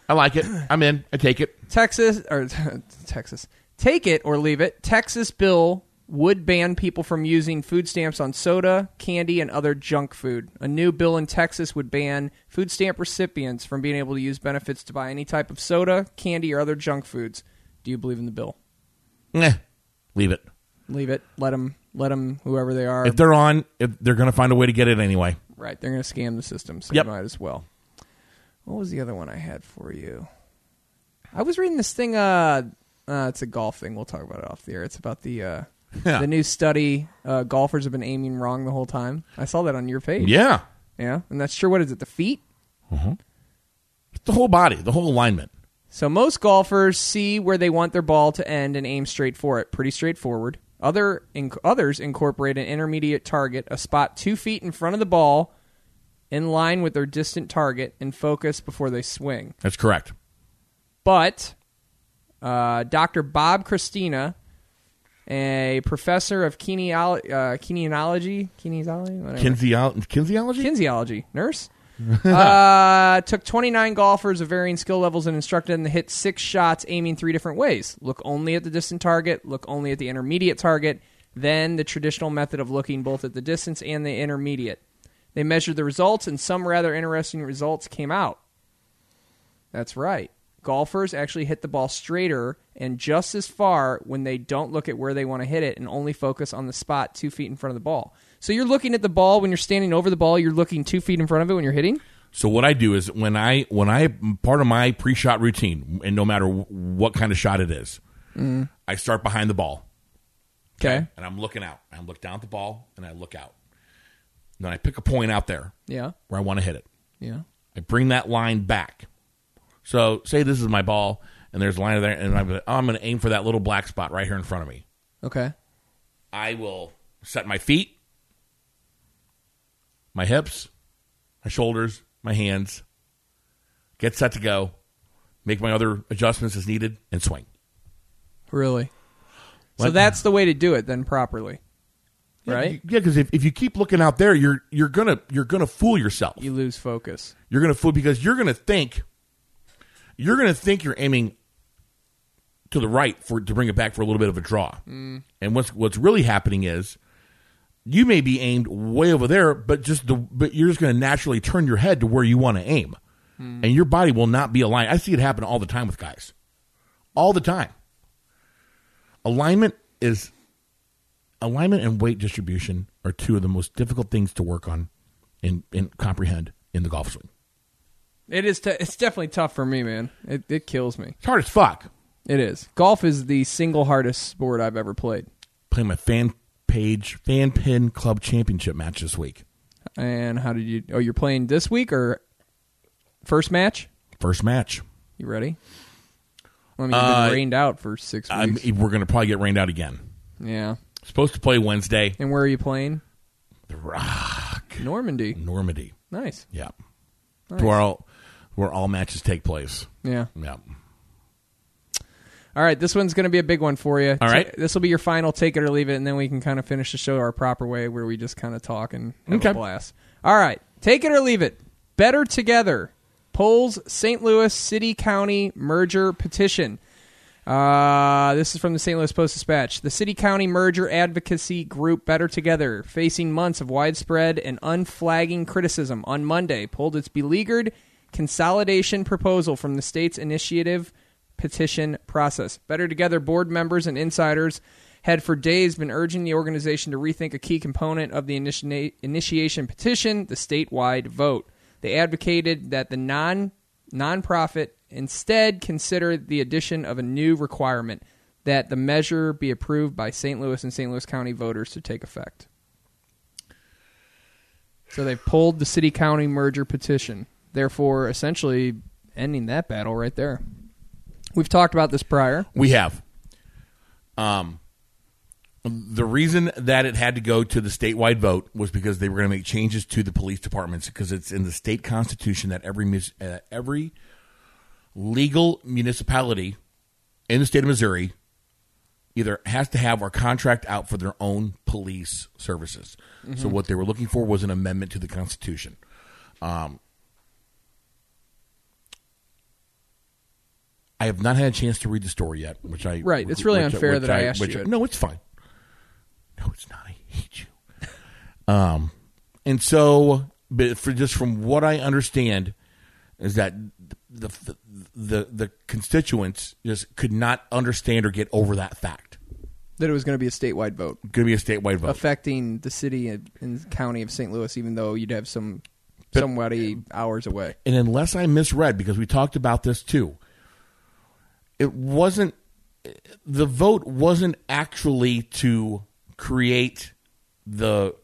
[SPEAKER 4] I like it. I'm in. I take it.
[SPEAKER 5] Texas or Texas, take it or leave it. Texas bill would ban people from using food stamps on soda, candy, and other junk food. A new bill in Texas would ban food stamp recipients from being able to use benefits to buy any type of soda, candy, or other junk foods. Do you believe in the bill?
[SPEAKER 4] Meh. Leave it.
[SPEAKER 5] Leave it. Let them. Let them. Whoever they are.
[SPEAKER 4] If they're on, if they're going to find a way to get it anyway.
[SPEAKER 5] right. They're going to scam the system. So
[SPEAKER 4] Yep.
[SPEAKER 5] you might as well. What was the other one I had for you? I was reading this thing. Uh, uh it's a golf thing. We'll talk about it off the air. It's about the uh,
[SPEAKER 4] Yeah.
[SPEAKER 5] the new study. Uh, golfers have been aiming wrong the whole time. I saw that on your page.
[SPEAKER 4] Yeah,
[SPEAKER 5] Yeah. And that's sure. What is it? The feet.
[SPEAKER 4] it's the whole body, the whole alignment.
[SPEAKER 5] So most golfers see where they want their ball to end and aim straight for it. Pretty straightforward. Other in, others incorporate an intermediate target, a spot two feet in front of the ball, in line with their distant target, and focus before they swing.
[SPEAKER 4] That's correct.
[SPEAKER 5] But uh, Dr. Bob Christina, a professor of kineolo- uh, kinesiology, kinesiology, whatever.
[SPEAKER 4] Kinesiology. Kinesiology.
[SPEAKER 5] Kinesiology nurse. uh, took 29 golfers of varying skill levels and instructed them to hit six shots aiming three different ways. Look only at the distant target, look only at the intermediate target, then the traditional method of looking both at the distance and the intermediate. They measured the results, and some rather interesting results came out. That's right. Golfers actually hit the ball straighter and just as far when they don't look at where they want to hit it and only focus on the spot two feet in front of the ball. So you're looking at the ball when you're standing over the ball. You're looking two feet in front of it when you're hitting.
[SPEAKER 4] So what I do is when I when I part of my pre-shot routine, and no matter wh- what kind of shot it is, I start behind the ball
[SPEAKER 5] Okay.
[SPEAKER 4] and I'm looking out. I look down at the ball and I look out. And then I pick a point out there
[SPEAKER 5] Yeah.
[SPEAKER 4] where I want to hit it.
[SPEAKER 5] Yeah.
[SPEAKER 4] I bring that line back. So say this is my ball and there's a line there, and I'm gonna, oh, I'm going to aim for that little black spot right here in front of me.
[SPEAKER 5] Okay.
[SPEAKER 4] I will set my feet, my hips, my shoulders, my hands, get set to go, make my other adjustments as needed, and swing.
[SPEAKER 5] Really. So
[SPEAKER 4] What?
[SPEAKER 5] that's the way to do it then properly. Right?
[SPEAKER 4] Yeah, because if, if you keep looking out there, you're you're gonna you're gonna fool yourself.
[SPEAKER 5] You lose focus.
[SPEAKER 4] You're gonna fool because you're gonna think you're gonna think you're aiming to the right for to bring it back for a little bit of a draw. And what's what's really happening is you may be aimed way over there, but just the but you're just gonna naturally turn your head to where you want to aim, and your body will not be aligned. I see it happen all the time with guys, all the time. Alignment is alignment and weight distribution are two of the most difficult things to work on and, and comprehend in the golf swing.
[SPEAKER 5] It is t- it's definitely tough for me, man. It it kills me.
[SPEAKER 4] It's hard as fuck.
[SPEAKER 5] It is. Golf is the single hardest sport I've ever played.
[SPEAKER 4] Playing my fan page fan pin club championship match this week.
[SPEAKER 5] And how did you Oh, you're playing this week or first match?
[SPEAKER 4] First match.
[SPEAKER 5] You ready? I mean, you've
[SPEAKER 4] Uh,
[SPEAKER 5] been rained out for six
[SPEAKER 4] I'm, e-
[SPEAKER 5] weeks.
[SPEAKER 4] Um, we're going to probably get rained out again.
[SPEAKER 5] yeah.
[SPEAKER 4] Supposed to play Wednesday.
[SPEAKER 5] And where are you playing?
[SPEAKER 4] The Rock,
[SPEAKER 5] Normandy.
[SPEAKER 4] Normandy.
[SPEAKER 5] Nice.
[SPEAKER 4] Yeah, where all where all matches take place.
[SPEAKER 5] Yeah.
[SPEAKER 4] Yeah,
[SPEAKER 5] All right. This one's going to be a big one for you.
[SPEAKER 4] All right.
[SPEAKER 5] This will be your final take it or leave it, and then we can kind of finish the show our proper way where we just kind of talk and have
[SPEAKER 4] Okay.
[SPEAKER 5] a blast. All right. Take it or leave it. Better together. Polls St. Louis City County merger petition. Uh, this is from the St. Louis Post Dispatch. The city county merger advocacy group Better Together, facing months of widespread and unflagging criticism, on Monday pulled its beleaguered consolidation proposal from the state's initiative petition process. Better Together board members and insiders had for days been urging the organization to rethink a key component of the initi- initiation petition, the statewide vote. They advocated that the non nonprofit instead consider the addition of a new requirement that the measure be approved by St. Louis and St. Louis County voters to take effect. So they've pulled the city county merger petition, therefore essentially ending that battle right there. We've talked about this prior.
[SPEAKER 4] we have. Um, the reason that it had to go to the statewide vote was because they were going to make changes to the police departments because it's in the state constitution that every mus- uh, every legal municipality in the state of Missouri either has to have or contract out for their own police services. So
[SPEAKER 5] Mm-hmm.
[SPEAKER 4] what they were looking for was an amendment to the Constitution. Um, I have not had a chance to read the story yet, which I
[SPEAKER 5] Right, it's really
[SPEAKER 4] which-
[SPEAKER 5] unfair
[SPEAKER 4] which
[SPEAKER 5] that I asked
[SPEAKER 4] which-
[SPEAKER 5] you it.
[SPEAKER 4] No, it's fine. No, it's not. I hate you. Um, and so, but for just from what I understand, is that the the the, the constituents just could not understand or get over that fact.
[SPEAKER 5] That it was going to be a statewide vote
[SPEAKER 4] Going to be a statewide vote.
[SPEAKER 5] affecting the city and- and county of St. Louis, even though you'd have some
[SPEAKER 4] But-
[SPEAKER 5] somebody hours away.
[SPEAKER 4] and unless I misread, because we talked about this too, it wasn't the vote wasn't actually to create the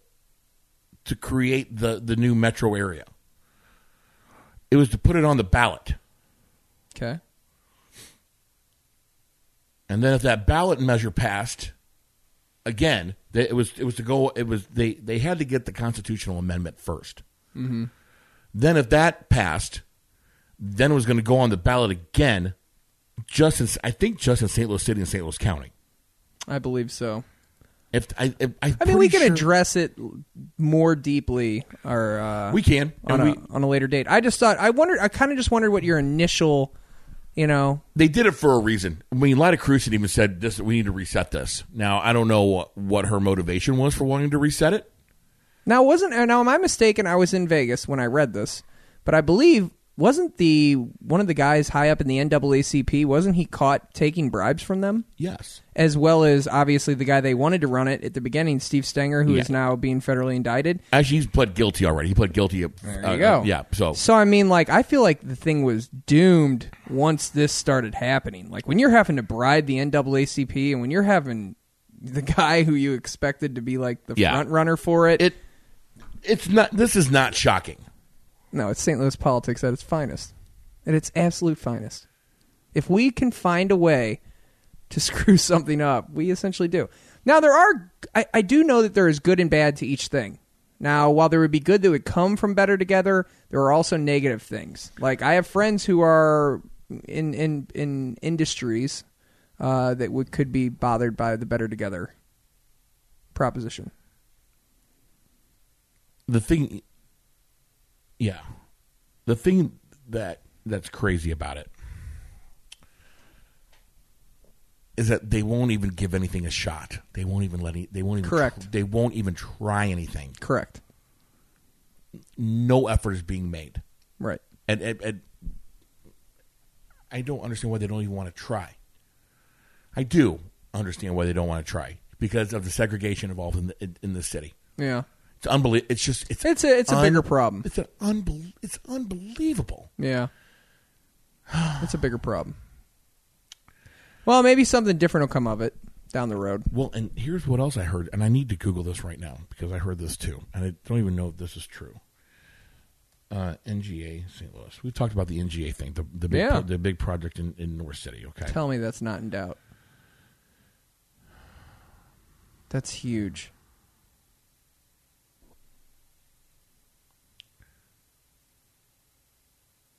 [SPEAKER 4] to create the the new metro area. It was to put it on the ballot,
[SPEAKER 5] Okay.
[SPEAKER 4] and then if that ballot measure passed, again, they- it was it was to go. It was they they had to get the constitutional amendment 1st Mm-hmm. Then if that passed, then it was going to go on the ballot again. Just in, I think just in St. Louis City and St. Louis County.
[SPEAKER 5] I believe so.
[SPEAKER 4] If I, if, I'm
[SPEAKER 5] I mean, we
[SPEAKER 4] pretty
[SPEAKER 5] can
[SPEAKER 4] sure-
[SPEAKER 5] address it l- more deeply or uh,
[SPEAKER 4] We can, and
[SPEAKER 5] on a,
[SPEAKER 4] we-
[SPEAKER 5] on a later date. I just thought I wondered. I kind of just wondered what your initial, you know,
[SPEAKER 4] They did it for a reason. I mean, Lida Cruz had even said this. We need to reset this. Now I don't know what, what her motivation was for wanting to reset it.
[SPEAKER 5] Now wasn't uh, now am I mistaken? I was in Vegas when I read this, but I believe wasn't the one of the guys high up in the NAACP wasn't he caught taking bribes from them?
[SPEAKER 4] Yes,
[SPEAKER 5] As well as obviously the guy they wanted to run it at the beginning, Steve Stenger, who is
[SPEAKER 4] Yeah.
[SPEAKER 5] now being federally indicted.
[SPEAKER 4] actually, he's pled guilty already. He pled guilty. Of,
[SPEAKER 5] There you go.
[SPEAKER 4] Uh, yeah.
[SPEAKER 5] so I mean, like, I feel like the thing was doomed once this started happening. Like when you're having to bribe the NAACP, and when you're having the guy who you expected to be like the
[SPEAKER 4] Yeah.
[SPEAKER 5] front runner for it,
[SPEAKER 4] it it's not this is not shocking
[SPEAKER 5] No, it's St. Louis politics at its finest, at its absolute finest. If we can find a way to screw something up, we essentially do. Now, there are, I, I do know that there is good and bad to each thing. Now, while there would be good that would come from better together, there are also negative things. Like, I have friends who are in, in, in industries uh, that would, could be bothered by the better together proposition.
[SPEAKER 4] the thing yeah the thing that that's crazy about it is that they won't even give anything a shot they won't even let any, they won't even
[SPEAKER 5] Correct.
[SPEAKER 4] they won't even try anything
[SPEAKER 5] Correct.
[SPEAKER 4] no effort is being made
[SPEAKER 5] Right.
[SPEAKER 4] and, and, and I don't understand why they don't even want to try. I do understand why they don't want to try because of the segregation involved in the, in, in the city.
[SPEAKER 5] Yeah.
[SPEAKER 4] It's unbelievable. It's just it's
[SPEAKER 5] It's a- it's a bigger problem.
[SPEAKER 4] It's an unbel- It's unbelievable.
[SPEAKER 5] Yeah. That's a bigger problem. Well, maybe something different will come of it down the road.
[SPEAKER 4] Well, and here's what else I heard, and I need to Google this right now because I heard this too, and I don't even know if this is true. Uh, in NGA St. Louis. We've talked about the NGA thing, the the big
[SPEAKER 5] Yeah.
[SPEAKER 4] pro- the big project in, in North City. Okay,
[SPEAKER 5] Tell me that's not in doubt. That's huge.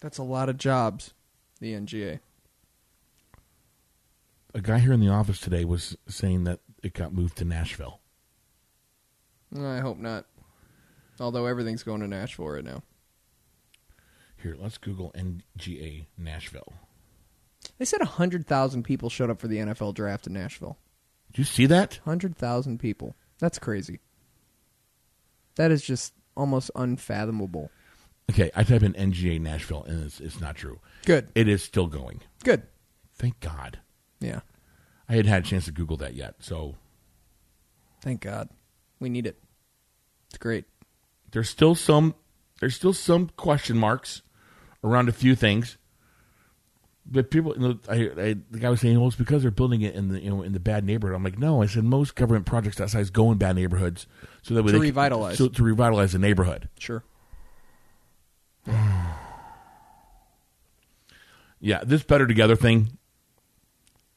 [SPEAKER 5] That's a lot of jobs, the NGA.
[SPEAKER 4] a guy here in the office today was saying that it got moved to Nashville.
[SPEAKER 5] I hope not. Although everything's going to Nashville right now.
[SPEAKER 4] Here, let's Google NGA Nashville.
[SPEAKER 5] They said 100,000 people showed up for the NFL draft in Nashville.
[SPEAKER 4] Did you see that?
[SPEAKER 5] 100,000 people. That's crazy. That is just almost unfathomable.
[SPEAKER 4] Okay, I type in NGA Nashville, and it's, it's not true.
[SPEAKER 5] Good.
[SPEAKER 4] It is still going.
[SPEAKER 5] Good.
[SPEAKER 4] Thank God.
[SPEAKER 5] Yeah.
[SPEAKER 4] I hadn't had a chance to Google that yet, so
[SPEAKER 5] Thank God. We need it. It's great.
[SPEAKER 4] there's still some there's still some question marks around a few things. But people, you know, I, I, the guy was saying, "Well, it's because they're building it in the you know in the bad neighborhood." I'm like, "No," I said, "Most government projects that size go in bad neighborhoods, so that way
[SPEAKER 5] To
[SPEAKER 4] they can-
[SPEAKER 5] revitalize.
[SPEAKER 4] so, to revitalize the neighborhood."
[SPEAKER 5] Sure.
[SPEAKER 4] Yeah, this better together thing.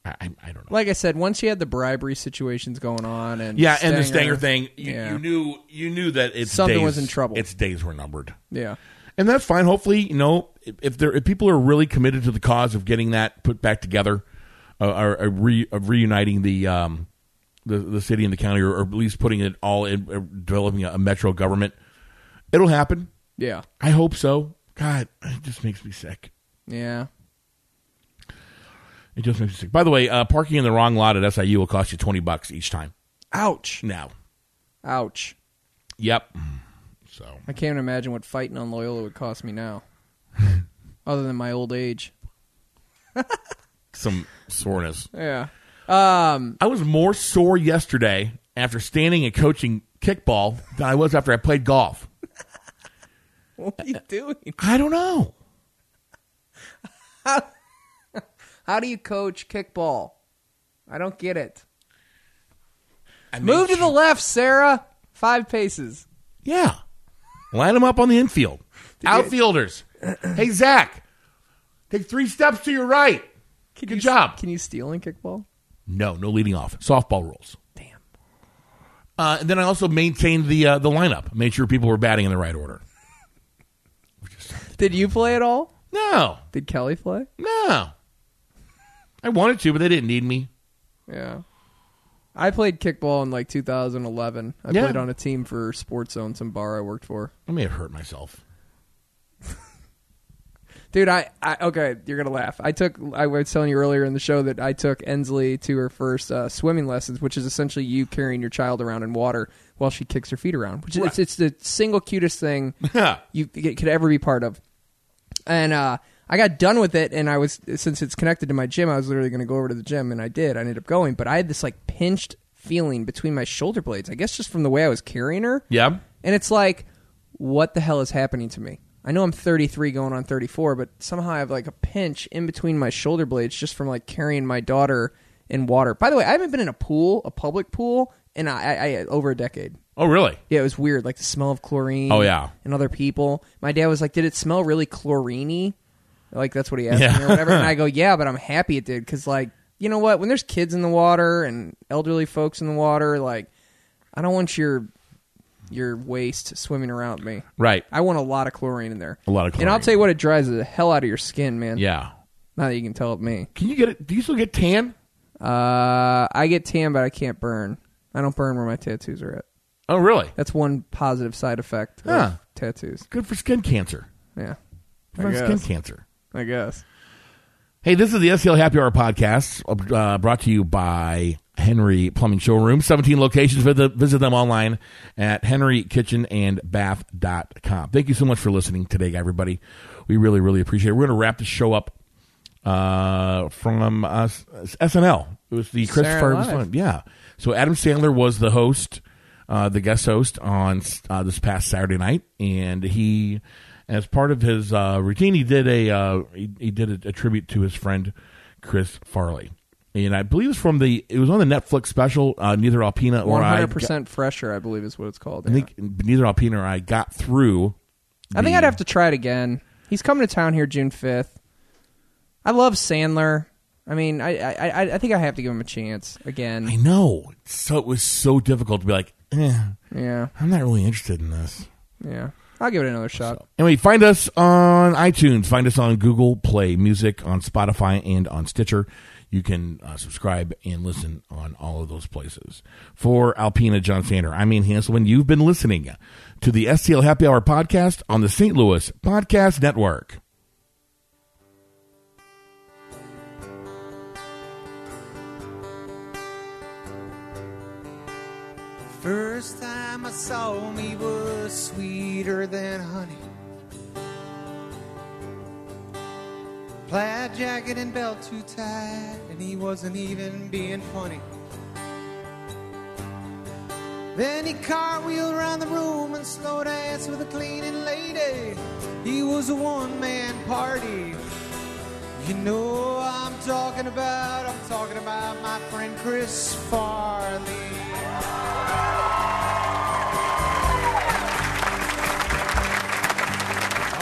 [SPEAKER 4] I, I, I don't know.
[SPEAKER 5] Like I said, once you had the bribery situations going on and
[SPEAKER 4] yeah, and the Stanger thing, you,
[SPEAKER 5] yeah.
[SPEAKER 4] you knew you knew that it's
[SPEAKER 5] Something
[SPEAKER 4] days-
[SPEAKER 5] was in trouble.
[SPEAKER 4] Its days were numbered.
[SPEAKER 5] Yeah.
[SPEAKER 4] and that's fine. Hopefully, you know, if- if there if people are really committed to the cause of getting that put back together, uh, or, or re, of reuniting the um, the the city and the county, or, or at least putting it all in uh, developing a, a metro government, it'll happen.
[SPEAKER 5] Yeah.
[SPEAKER 4] I hope so. God, it just makes me sick.
[SPEAKER 5] Yeah.
[SPEAKER 4] It just makes me sick. By the way, uh, parking in the wrong lot at SIU will cost you twenty bucks each time.
[SPEAKER 5] Ouch.
[SPEAKER 4] Now,
[SPEAKER 5] Ouch.
[SPEAKER 4] yep. So
[SPEAKER 5] I can't imagine what fighting on Loyola would cost me now. Other than my old age.
[SPEAKER 4] some soreness.
[SPEAKER 5] Yeah.
[SPEAKER 4] I was more sore yesterday after standing and coaching kickball than I was after I played golf.
[SPEAKER 5] What are you doing?
[SPEAKER 4] I don't know.
[SPEAKER 5] How do you coach kickball? I don't get it.
[SPEAKER 4] I
[SPEAKER 5] Move to
[SPEAKER 4] made
[SPEAKER 5] the
[SPEAKER 4] sure-
[SPEAKER 5] left, Sarah. Five paces.
[SPEAKER 4] yeah. Line them up on the infield. Outfielders. hey Zach, take three steps to your right. Good
[SPEAKER 5] you,
[SPEAKER 4] job.
[SPEAKER 5] Can you steal in kickball?
[SPEAKER 4] No, no leading off. Softball rules.
[SPEAKER 5] Damn.
[SPEAKER 4] Uh, and then I also maintained the uh, the lineup. Made sure people were batting in the right order.
[SPEAKER 5] Did you play at all?
[SPEAKER 4] No,
[SPEAKER 5] Did Kelly play?
[SPEAKER 4] no. I wanted to, but they didn't need me.
[SPEAKER 5] Yeah. I played kickball in like 2011. I
[SPEAKER 4] Yeah.
[SPEAKER 5] played on a team for Sports Zone, some bar I worked for.
[SPEAKER 4] I may have hurt myself.
[SPEAKER 5] Dude, I, I okay, you're gonna laugh. I took I was telling you earlier in the show that I took Ensley to her first uh, swimming lessons, which is essentially you carrying your child around in water while she kicks her feet around. Which is it's, it's the single cutest thing you c- could ever be part of. And uh, I got done with it, and I was since it's connected to my gym, I was literally going to go over to the gym, and I did. I ended up going, but I had this like pinched feeling between my shoulder blades. I guess just from the way I was carrying her.
[SPEAKER 4] Yeah.
[SPEAKER 5] And it's like, what the hell is happening to me? I know I'm 33 going on 34, but somehow I have like a pinch in between my shoulder blades just from like carrying my daughter in water. By the way, I haven't been in a pool, a public pool, in uh, I, I, I over a decade.
[SPEAKER 4] Oh, really?
[SPEAKER 5] Yeah, it was weird, like the smell of chlorine.
[SPEAKER 4] Oh, yeah.
[SPEAKER 5] and other people. My dad was like, "Did it smell really chloriney?" Like that's what he asked
[SPEAKER 4] Yeah.
[SPEAKER 5] me or whatever. and I go, "Yeah, but I'm happy it did because like you know what? When there's kids in the water and elderly folks in the water, like I don't want your your waste swimming around me.
[SPEAKER 4] Right.
[SPEAKER 5] I want a lot of chlorine in there.
[SPEAKER 4] A lot of
[SPEAKER 5] And I'll
[SPEAKER 4] chlorine.
[SPEAKER 5] tell you what, it dries the hell out of your skin, man.
[SPEAKER 4] Yeah.
[SPEAKER 5] Now that you can tell it me,
[SPEAKER 4] Can you get it? Do you still get tan?
[SPEAKER 5] uh, I get tan, but I can't burn. I don't burn where my tattoos are at.
[SPEAKER 4] Oh, really?
[SPEAKER 5] That's one positive side effect
[SPEAKER 4] Huh.
[SPEAKER 5] of tattows.
[SPEAKER 4] Good for skin cancer.
[SPEAKER 5] Yeah.
[SPEAKER 4] Prevent skin cancer.
[SPEAKER 5] I guess.
[SPEAKER 4] Hey, this is the SEL Happy Hour podcast uh, brought to you by Henry Plumbing Showroom. 17 locations. Visit, visit them online at henrykitchenandbath.com. Thank you so much for listening today, everybody. We really, really appreciate it. We're going to wrap the show up uh, from uh, S- SNL. It was the Christopher.
[SPEAKER 5] Live.
[SPEAKER 4] Live. Yeah. So Adam Sandler was the host, uh, the guest host on uh, this past Saturday night, and he, as part of his uh, routine, he did a uh, he, he did a, a tribute to his friend Chris Farley, and I believe it's from the it was on the Netflix special. Uh, neither Alpina or
[SPEAKER 5] One
[SPEAKER 4] I
[SPEAKER 5] hundred percent fresher, I believe, is what it's called.
[SPEAKER 4] I think neither Alpina or I got through
[SPEAKER 5] I think
[SPEAKER 4] the-
[SPEAKER 5] I'd have to try it again. He's coming to town here June fifth. I love Sandler. I mean, I I, I I think I have to give him a chance
[SPEAKER 4] I
[SPEAKER 5] again.
[SPEAKER 4] know. So it was so difficult to be like, eh,
[SPEAKER 5] Yeah,
[SPEAKER 4] I'm not really interested in this.
[SPEAKER 5] yeah. I'll give it another shot.
[SPEAKER 4] Anyway, find us on iTunes. Find us on Google Play Music, on Spotify, and on Stitcher. You can uh, subscribe and listen on all of those places. For Alpina John Sander, I'm Ian Hanselman. You've been listening to the STL Happy Hour podcast on the St. Louis Podcast Network.
[SPEAKER 6] First time I saw me was sweeter than honey. Plaid jacket and belt too tight, and he wasn't even being funny. Then he cartwheeled around the room and slow danced with a cleaning lady. He was a one man party. You know I'm talking about, I'm talking about my friend Chris Farley.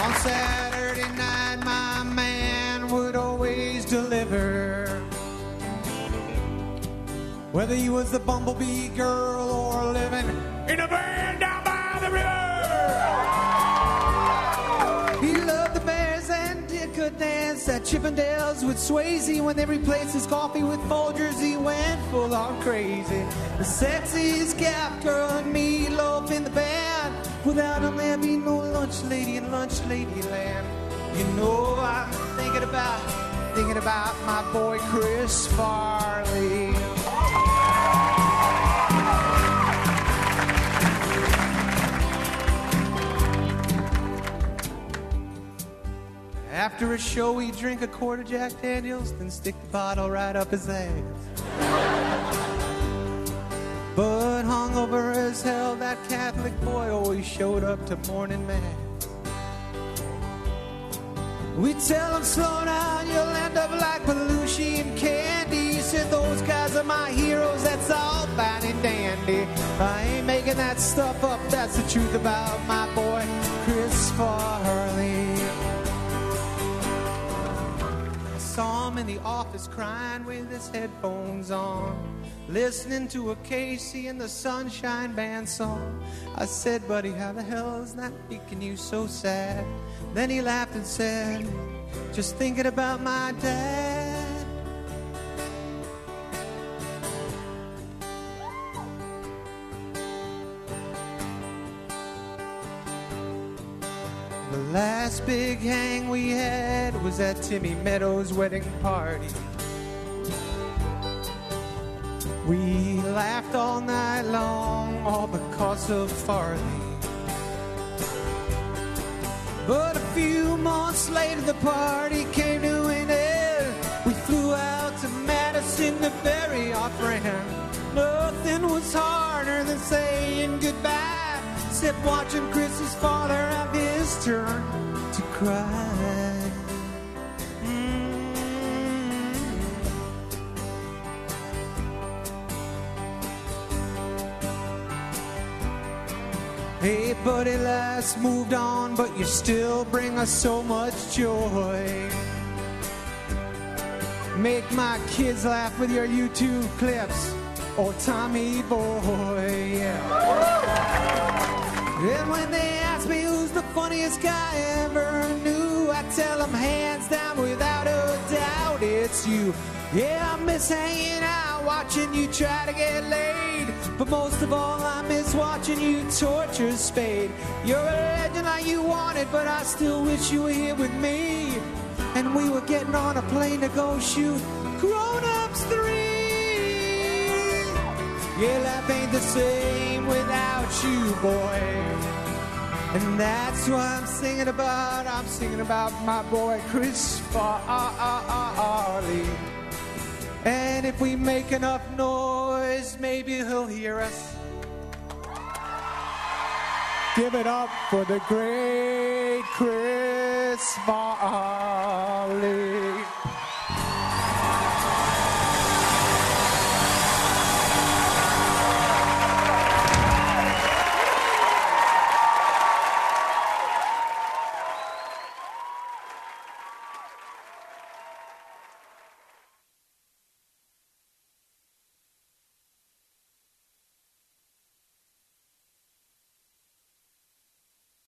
[SPEAKER 6] On Saturday night, my man would always deliver. Whether he was the bumblebee girl or living in a van down by the river. He loved the Bears and did good dance at Chippendales with Swayze. When they replaced his coffee with Folgers, he went full on crazy. The sexiest gap girl and meatloaf in the band. Without him, there'd be no lunch lady in lunch lady land. You know I'm thinking about, thinking about my boy Chris Farley. After a show, we drink a quart of Jack Daniels, then stick the bottle right up his ass. but hungover as hell, that Catholic boy always showed up to morning mass. We tell him slow down, you'll end up like Belushi and Candy. He said those guys are my heroes, that's all fine and dandy. I ain't making that stuff up, that's the truth about my boy Chris Farley. I saw him in the office crying with his headphones on, listening to a Casey and the Sunshine Band song. I said, Buddy, how the hell is that making you so sad? Then he laughed and said, Just thinking about my dad. The last big hang we had was at Timmy Meadows' wedding party. We laughed all night long, all because of Farley. But a few months later, the party came to an end. We flew out to Madison to bury our friend. Nothing was harder than saying goodbye, except watching Chris's father have his turn to cry. Mm. Hey, buddy, life's moved on, but you still bring us so much joy. Make my kids laugh with your YouTube clips. Oh, Tommy boy, yeah. And when they ask me who's the funniest guy I ever knew, I tell them hands down without a doubt it's you. Yeah, I miss hanging out, watching you try to get laid. But most of all, I miss watching you torture Spade. You're a legend like you wanted, but I still wish you were here with me. And we were getting on a plane to go shoot Grown Ups 3. Yeah, life ain't the same without you, boy. And that's what I'm singing about. I'm singing about my boy Chris Farley. And if we make enough noise, maybe he'll hear us. Give it up for the great Chris Farley.